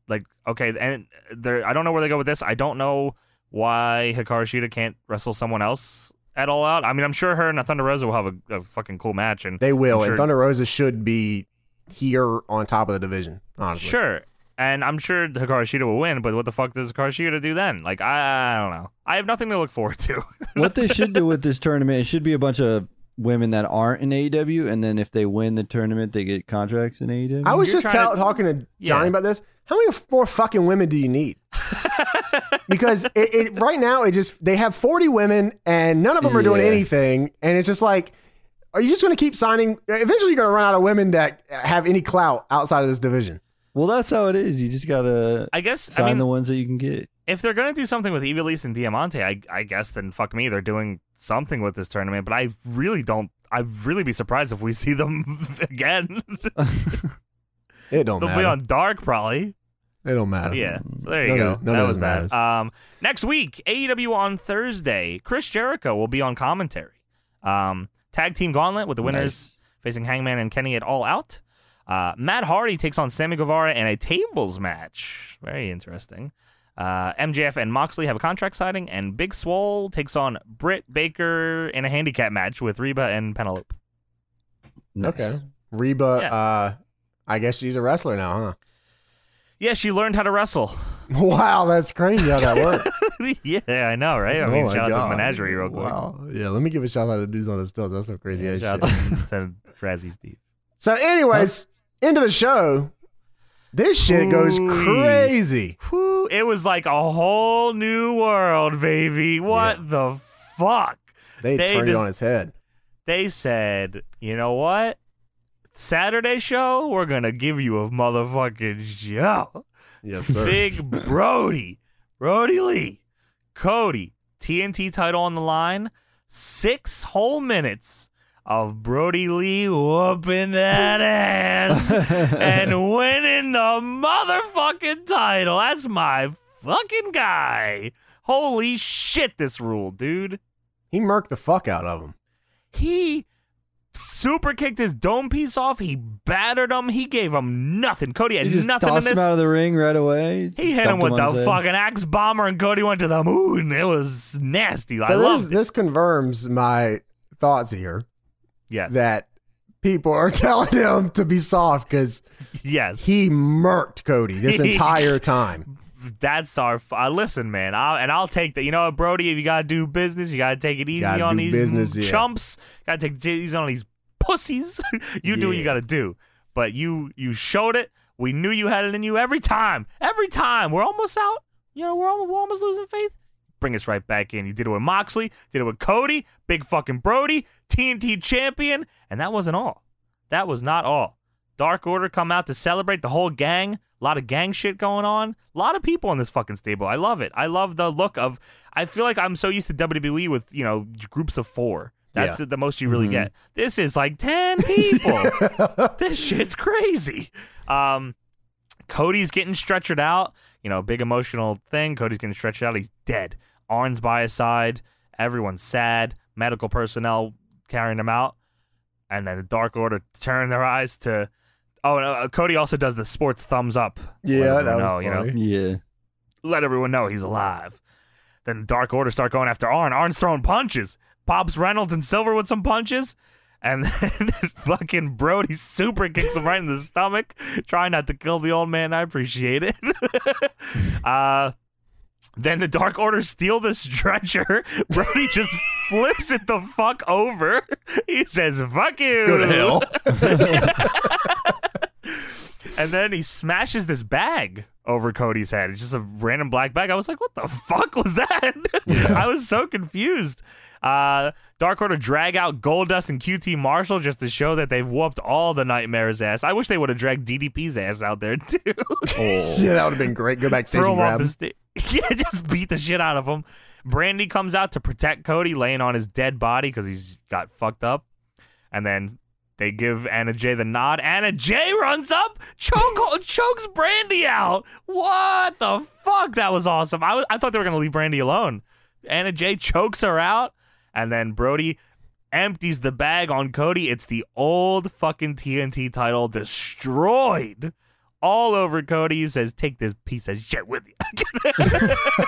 like okay, and there I don't know where they go with this. I don't know why Hikaru Shida can't wrestle someone else at all out. I mean, I'm sure her and Thunder Rosa will have a, a fucking cool match, and They will, I'm sure- and Thunder Rosa should be here on top of the division. Honestly, Sure. And I'm sure Hikaru Shida will win, but what the fuck does Hikaru Shida do then? Like, I, I don't know. I have nothing to look forward to. what they should do with this tournament, it should be a bunch of women that aren't in AEW, and then if they win the tournament, they get contracts in E AEW. I was You're just trying tell- to- talking to Yeah. Johnny about this. How many more fucking women do you need? because it, it right now it just they have forty women and none of them are doing Yeah. anything, and it's just like Are you just going to keep signing? Eventually, you're going to run out of women that have any clout outside of this division. Well, that's how it is. You just gotta I guess sign I mean the ones that you can get. if they're gonna do something with Evilise and Diamante, I I guess then fuck me, they're doing something with this tournament. But I really don't. I'd really be surprised if we see them again. It don't They'll matter. be on Dark probably. it don't matter. Yeah. So there you No, go. no, no, that no, was it that. matters. Um, next week, AEW on Thursday, Chris Jericho will be on commentary. Um, tag team gauntlet with the winners facing Hangman and Kenny at All Out. Uh, Matt Hardy takes on Sammy Guevara in a tables match. Very interesting. Uh, MJF and Moxley have a contract signing, and Big Swole takes on Britt Baker in a handicap match with Reba and Penelope. Nice. Okay. Reba, Yeah. uh, I guess she's a wrestler now, Yeah, she learned how to wrestle. huh? Wow, that's crazy how that works. yeah, I know, right? I Oh mean, my shout out God. to Menagerie real quick. Wow. Yeah, let me give a shout out to dudes on the stills. That's some crazy ass shout shit. out to, to Razzie Steve. So, anyways, into the show. This shit goes Ooh-wee. crazy. Whew, it was like a whole new world, baby. What the fuck? They, They turned it just- on its head. They said, you know what? Saturday show, we're gonna give you a motherfucking show. Yes, sir. Big Brody, Brody Lee, Cody, TNT title on the line. Six whole minutes of Brody Lee whooping that ass. and winning the motherfucking title. That's my fucking guy. Holy shit, this rule, dude. he murked the fuck out of him. He super kicked his dome piece off. He battered him. He gave him nothing. Cody had you just nothing in toss this. him out of the ring right away. he hit him Dumped with on the his head. fucking axe bomber, and Cody went to the moon. It was nasty. I So this, loved it. this confirms my thoughts here Yes. that people are telling him to be soft because yes. he murked Cody this entire time. that's our f- uh, listen, man. I, and I'll take that. You know what, Brody? If you gotta do business, you gotta take it easy gotta on do these business, yeah. chumps. Gotta take it easy on these pussies. you do what you Yeah. gotta do. But you you showed it. We knew you had it in you every time. Every time we're almost out. You know we're almost, we're almost losing faith. Bring us right back in. You did it with Moxley. Did it with Cody. Big fucking Brody. TNT champion. And that wasn't all. That was not all. Dark Order come out to celebrate the whole gang. A lot of gang shit going on. A lot of people in this fucking stable. I love it. I love the look of. I feel like I'm so used to WWE with you know groups of four. That's the, the most you really Mhm. get. This is like ten people. this shit's crazy. Um, Cody's getting stretchered out. You know, big emotional thing. Cody's getting stretched out. He's dead. Arn's by his side. Everyone's sad. Medical personnel carrying him out. And then the Dark Order turn their eyes to. Oh, and uh, Cody also does the sports thumbs up. Let yeah, everyone that was know, you know? funny. Yeah. let everyone know he's alive. Then the Dark Order start going after Arn. Arn's throwing punches. Pops Reynolds and Silver with some punches. And then fucking Brody super kicks him right in the stomach. Try not to kill the old man. I appreciate it. uh, then the Dark Order steal the stretcher. Brody just flips it the fuck over. He says, fuck you. Go to hell. And then he smashes this bag over Cody's head. It's just a random black bag. I was like, what the fuck was that? I was so confused. Uh, Dark Order drag out Goldust and QT Marshall just to show that they've whooped all the Nightmare's ass. I wish they would have dragged DDP's ass out there too. Oh. Yeah, that would have been great. Go backstage Throw and him off grab the him. sta- yeah, just beat the shit out of him. Brandy comes out to protect Cody, laying on his dead body because he's got fucked up. And then they give Anna Jay the nod. Anna Jay runs up, choke, chokes Brandy out. What the fuck? That was awesome. I, was, I thought they were going to leave Brandy alone. Anna Jay chokes her out, and then Brody empties the bag on Cody. It's the old fucking TNT title destroyed. All over Cody He says, "Take this piece of shit with you."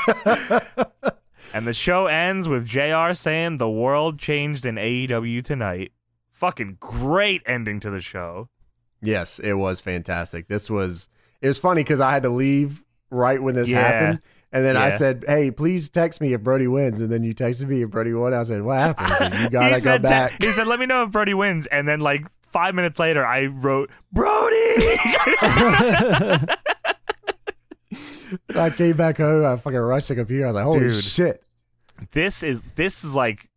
and the show ends with Jr. saying, "The world changed in AEW tonight." Fucking great ending to the show. Yes, it was fantastic. This was it was funny because I had to leave right when this Yeah. happened. And then I Yeah. said, "Hey, please text me if Brody wins." And then you texted me if Brody won. I said, "What happened?" I said, you gotta go said, "Ta- back. He said, "Let me know if Brody wins," and then like five minutes later, I wrote, "Brody." I came back home. I fucking rushed the computer. I was like, "Holy Dude. shit!" this is this is like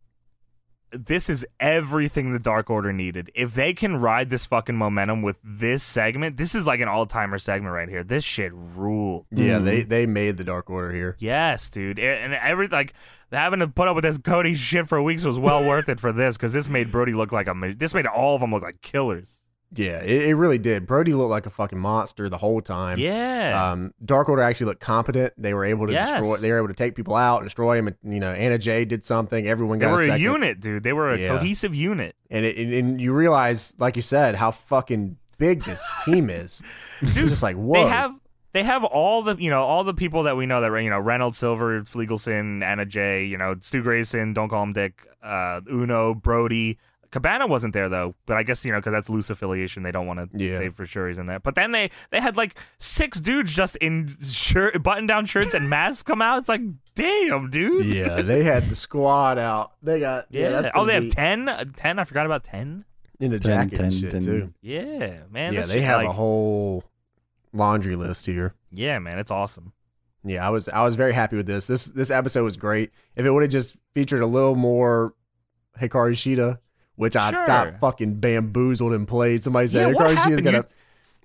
this is everything the Dark Order needed. If they can ride this fucking momentum with this segment, this is like an all timer segment right here. This shit ruled. Yeah, Mhm. they they made the Dark Order here. Yes, dude. A- And every like having to put up with this Cody shit for weeks was well worth it for this because this made Brody look like a. ma- This made all of them look like killers. Yeah, it, it really did. Brody looked like a fucking monster the whole time. Yeah. Um, Dark Order actually looked competent. They were able to Yes. destroy. They were able to take people out and destroy them. And you know, Anna Jay did something. Everyone they got were a a second. unit, dude. They were a Yeah. cohesive unit. and it, and, and you realize, like you said, how fucking big this team is. it's just like whoa. They have they have all the you know all the people that we know that you know Reynolds Silver, Fliegelson, Anna Jay, you know Stu Grayson, don't call him Dick, uh, Uno, Brody. Cabana wasn't there though, but I guess you know because that's loose affiliation. They don't want to Yeah. say for sure he's in there. But then they they had like six dudes just in shirt, button down shirts and masks come out. It's like, damn, dude. yeah, they had the squad out. They got yeah. Yeah. that's oh, they gonna have be 10? 10? I forgot about 10. in the 10, jacket and 10, shit 10. too. Yeah, man. yeah, this they shit, have like- a whole laundry list here. Yeah, man. It's awesome. Yeah, I was I was very happy with this. This this episode was great. If it would have just featured a little more Hikaru Shida, which I Sure. got fucking bamboozled and played. Somebody said Yeah, what Hikaru Shida's happened? gonna.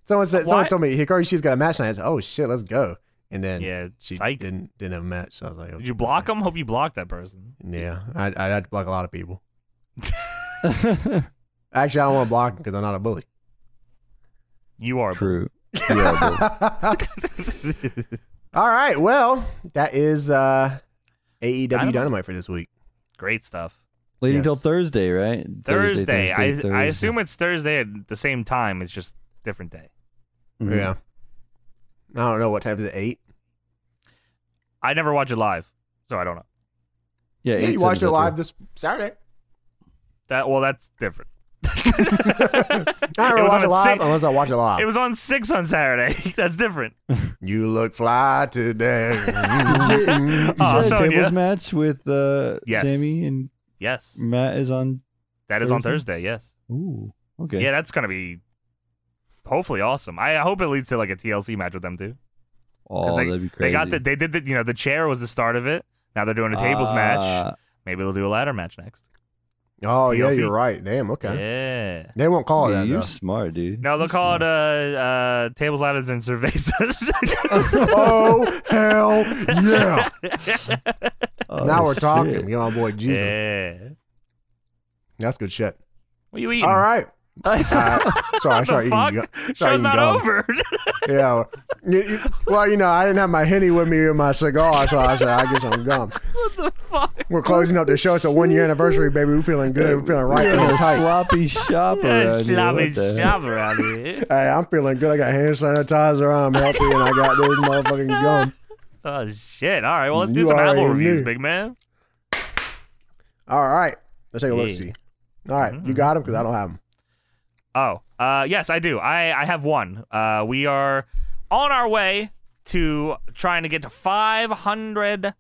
Someone said someone Why- told me Hikaru Shida's got a match, and I said, "Oh shit, let's go." And then Yeah, she psych. didn't didn't have a match. So I was like, Did you block them? Hope you blocked that person. Yeah, I I had to block a lot of people. Actually, I don't want to block because I'm not a bully. You are. True. All right, well, that is uh, AEW Dynamite. Dynamite. for this week. Great stuff. Leading Yes. till Thursday, right? Thursday. I I assume it's Thursday at the same time. It's just different day. Mhm. Yeah, I don't know what time is it. Eight. I never watch it live, so I don't know. Yeah, Yeah, eight you watched it sounds live this better. Saturday. That well, that's different. I It don't was watch on it a live si- unless I watch it live. It was on six on Saturday. that's different. you look fly today. You Oh, said a Sonya. tables match with uh, Yes. Sammy and Yes, Matt is on. that is on Thursday? Thursday. Yes. Ooh, okay. Yeah, that's gonna be hopefully awesome. I I hope it leads to like a TLC match with them too. 'Cause oh, they, that'd be crazy. they got the they did the you know the chair was the start of it. Now they're doing a tables match. Uh, Maybe they'll do a ladder match next. oh yeah, TLC. you're right. Damn. Okay. Yeah. They won't call Oh, it yeah, that you're though. smart, dude. No, they'll You're call it uh, uh, smart. tables, ladders, and cervezas. oh hell yeah! Oh, now we're shit. talking. Yeah, my boy Jesus. Yeah. That's good shit. What are you eating? All right. Uh, sorry, What sorry. the you fuck? can go- sorry, Show's you not can go. over. Yeah. Well, you- you- well, you know, I didn't have my henny with me or my cigar, so I said I get some gum. what the fuck? We're closing up the show. It's a one year anniversary, baby. We're feeling good. We're feeling right. You're Feeling a tight. sloppy shop Yeah, around here. sloppy What the job around here. Hey, I'm feeling good. I got hand sanitizer. I'm healthy, and I got this motherfucking gum. Oh shit! All right, well let's You do some already Apple reviews, knew. big man. All right. Let's take a look. Yeah. Mm-hmm. See. All right. You got them because I don't have them. Oh, uh, yes, I do. I I have one. Uh, we are on our way to trying to get to 500 uh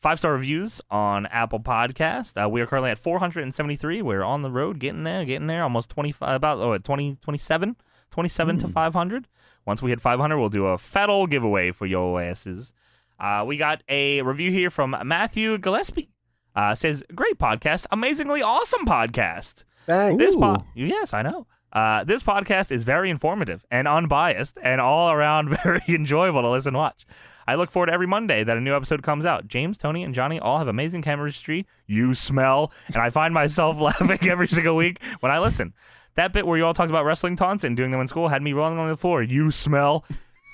five star reviews on Apple Podcast. Uh, we are currently at 473. We're on the road, getting there, getting there. Almost 25, about oh, at 20, 27, 27 to 500. Once we hit 500, we'll do a fat old giveaway for your asses. Uh, we got a review here from Matthew Gillespie. Uh, says great podcast, amazingly awesome podcast. Thanks. This Ooh. po- yes, I know. Uh, this podcast is very informative and unbiased and all around very enjoyable to listen and watch. I look forward to every Monday that a new episode comes out. James, Tony, and Johnny all have amazing chemistry. You smell, and I find myself laughing every single week when I listen. That bit where you all talked about wrestling taunts and doing them in school had me rolling on the floor. You smell.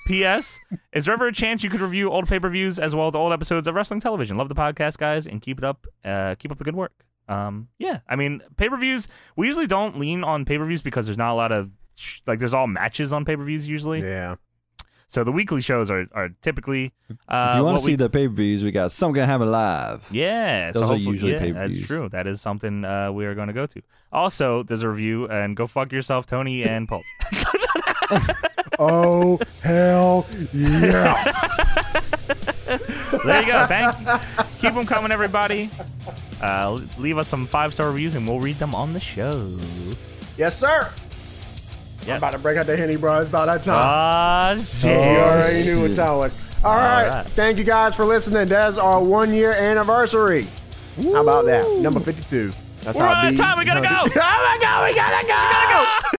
P.S. Is there ever a chance you could review old pay per views as well as old episodes of wrestling television? Love the podcast, guys, and keep it up. Uh, keep up the good work. Um, yeah, I mean, pay per views. We usually don't lean on pay per views because there's not a lot of sh- like there's all matches on pay per views usually. Yeah. So the weekly shows are are typically. Uh, If you want what to we- see the pay per views? We got some gonna happen live. yeah, so Those are hopefully- usually yeah, That's pay-per-views. true. That is something uh, we are going to go to. Also, there's a review and go fuck yourself, Tony and Paul. Oh hell yeah! there you go. Thank you. Keep them coming, everybody. Uh, leave us some five star reviews and we'll read them on the show. yes, sir. I'm Yes. about to break out the henny, bro. It's about that time. Ah, shit. You Oh, already knew what shit. time it was. All right. right. Thank you guys for listening. That's our one year anniversary. How about that? Number 52. That's We're how out B- of time. We gotta how go. D- Oh my God, we gotta go. Gotta go.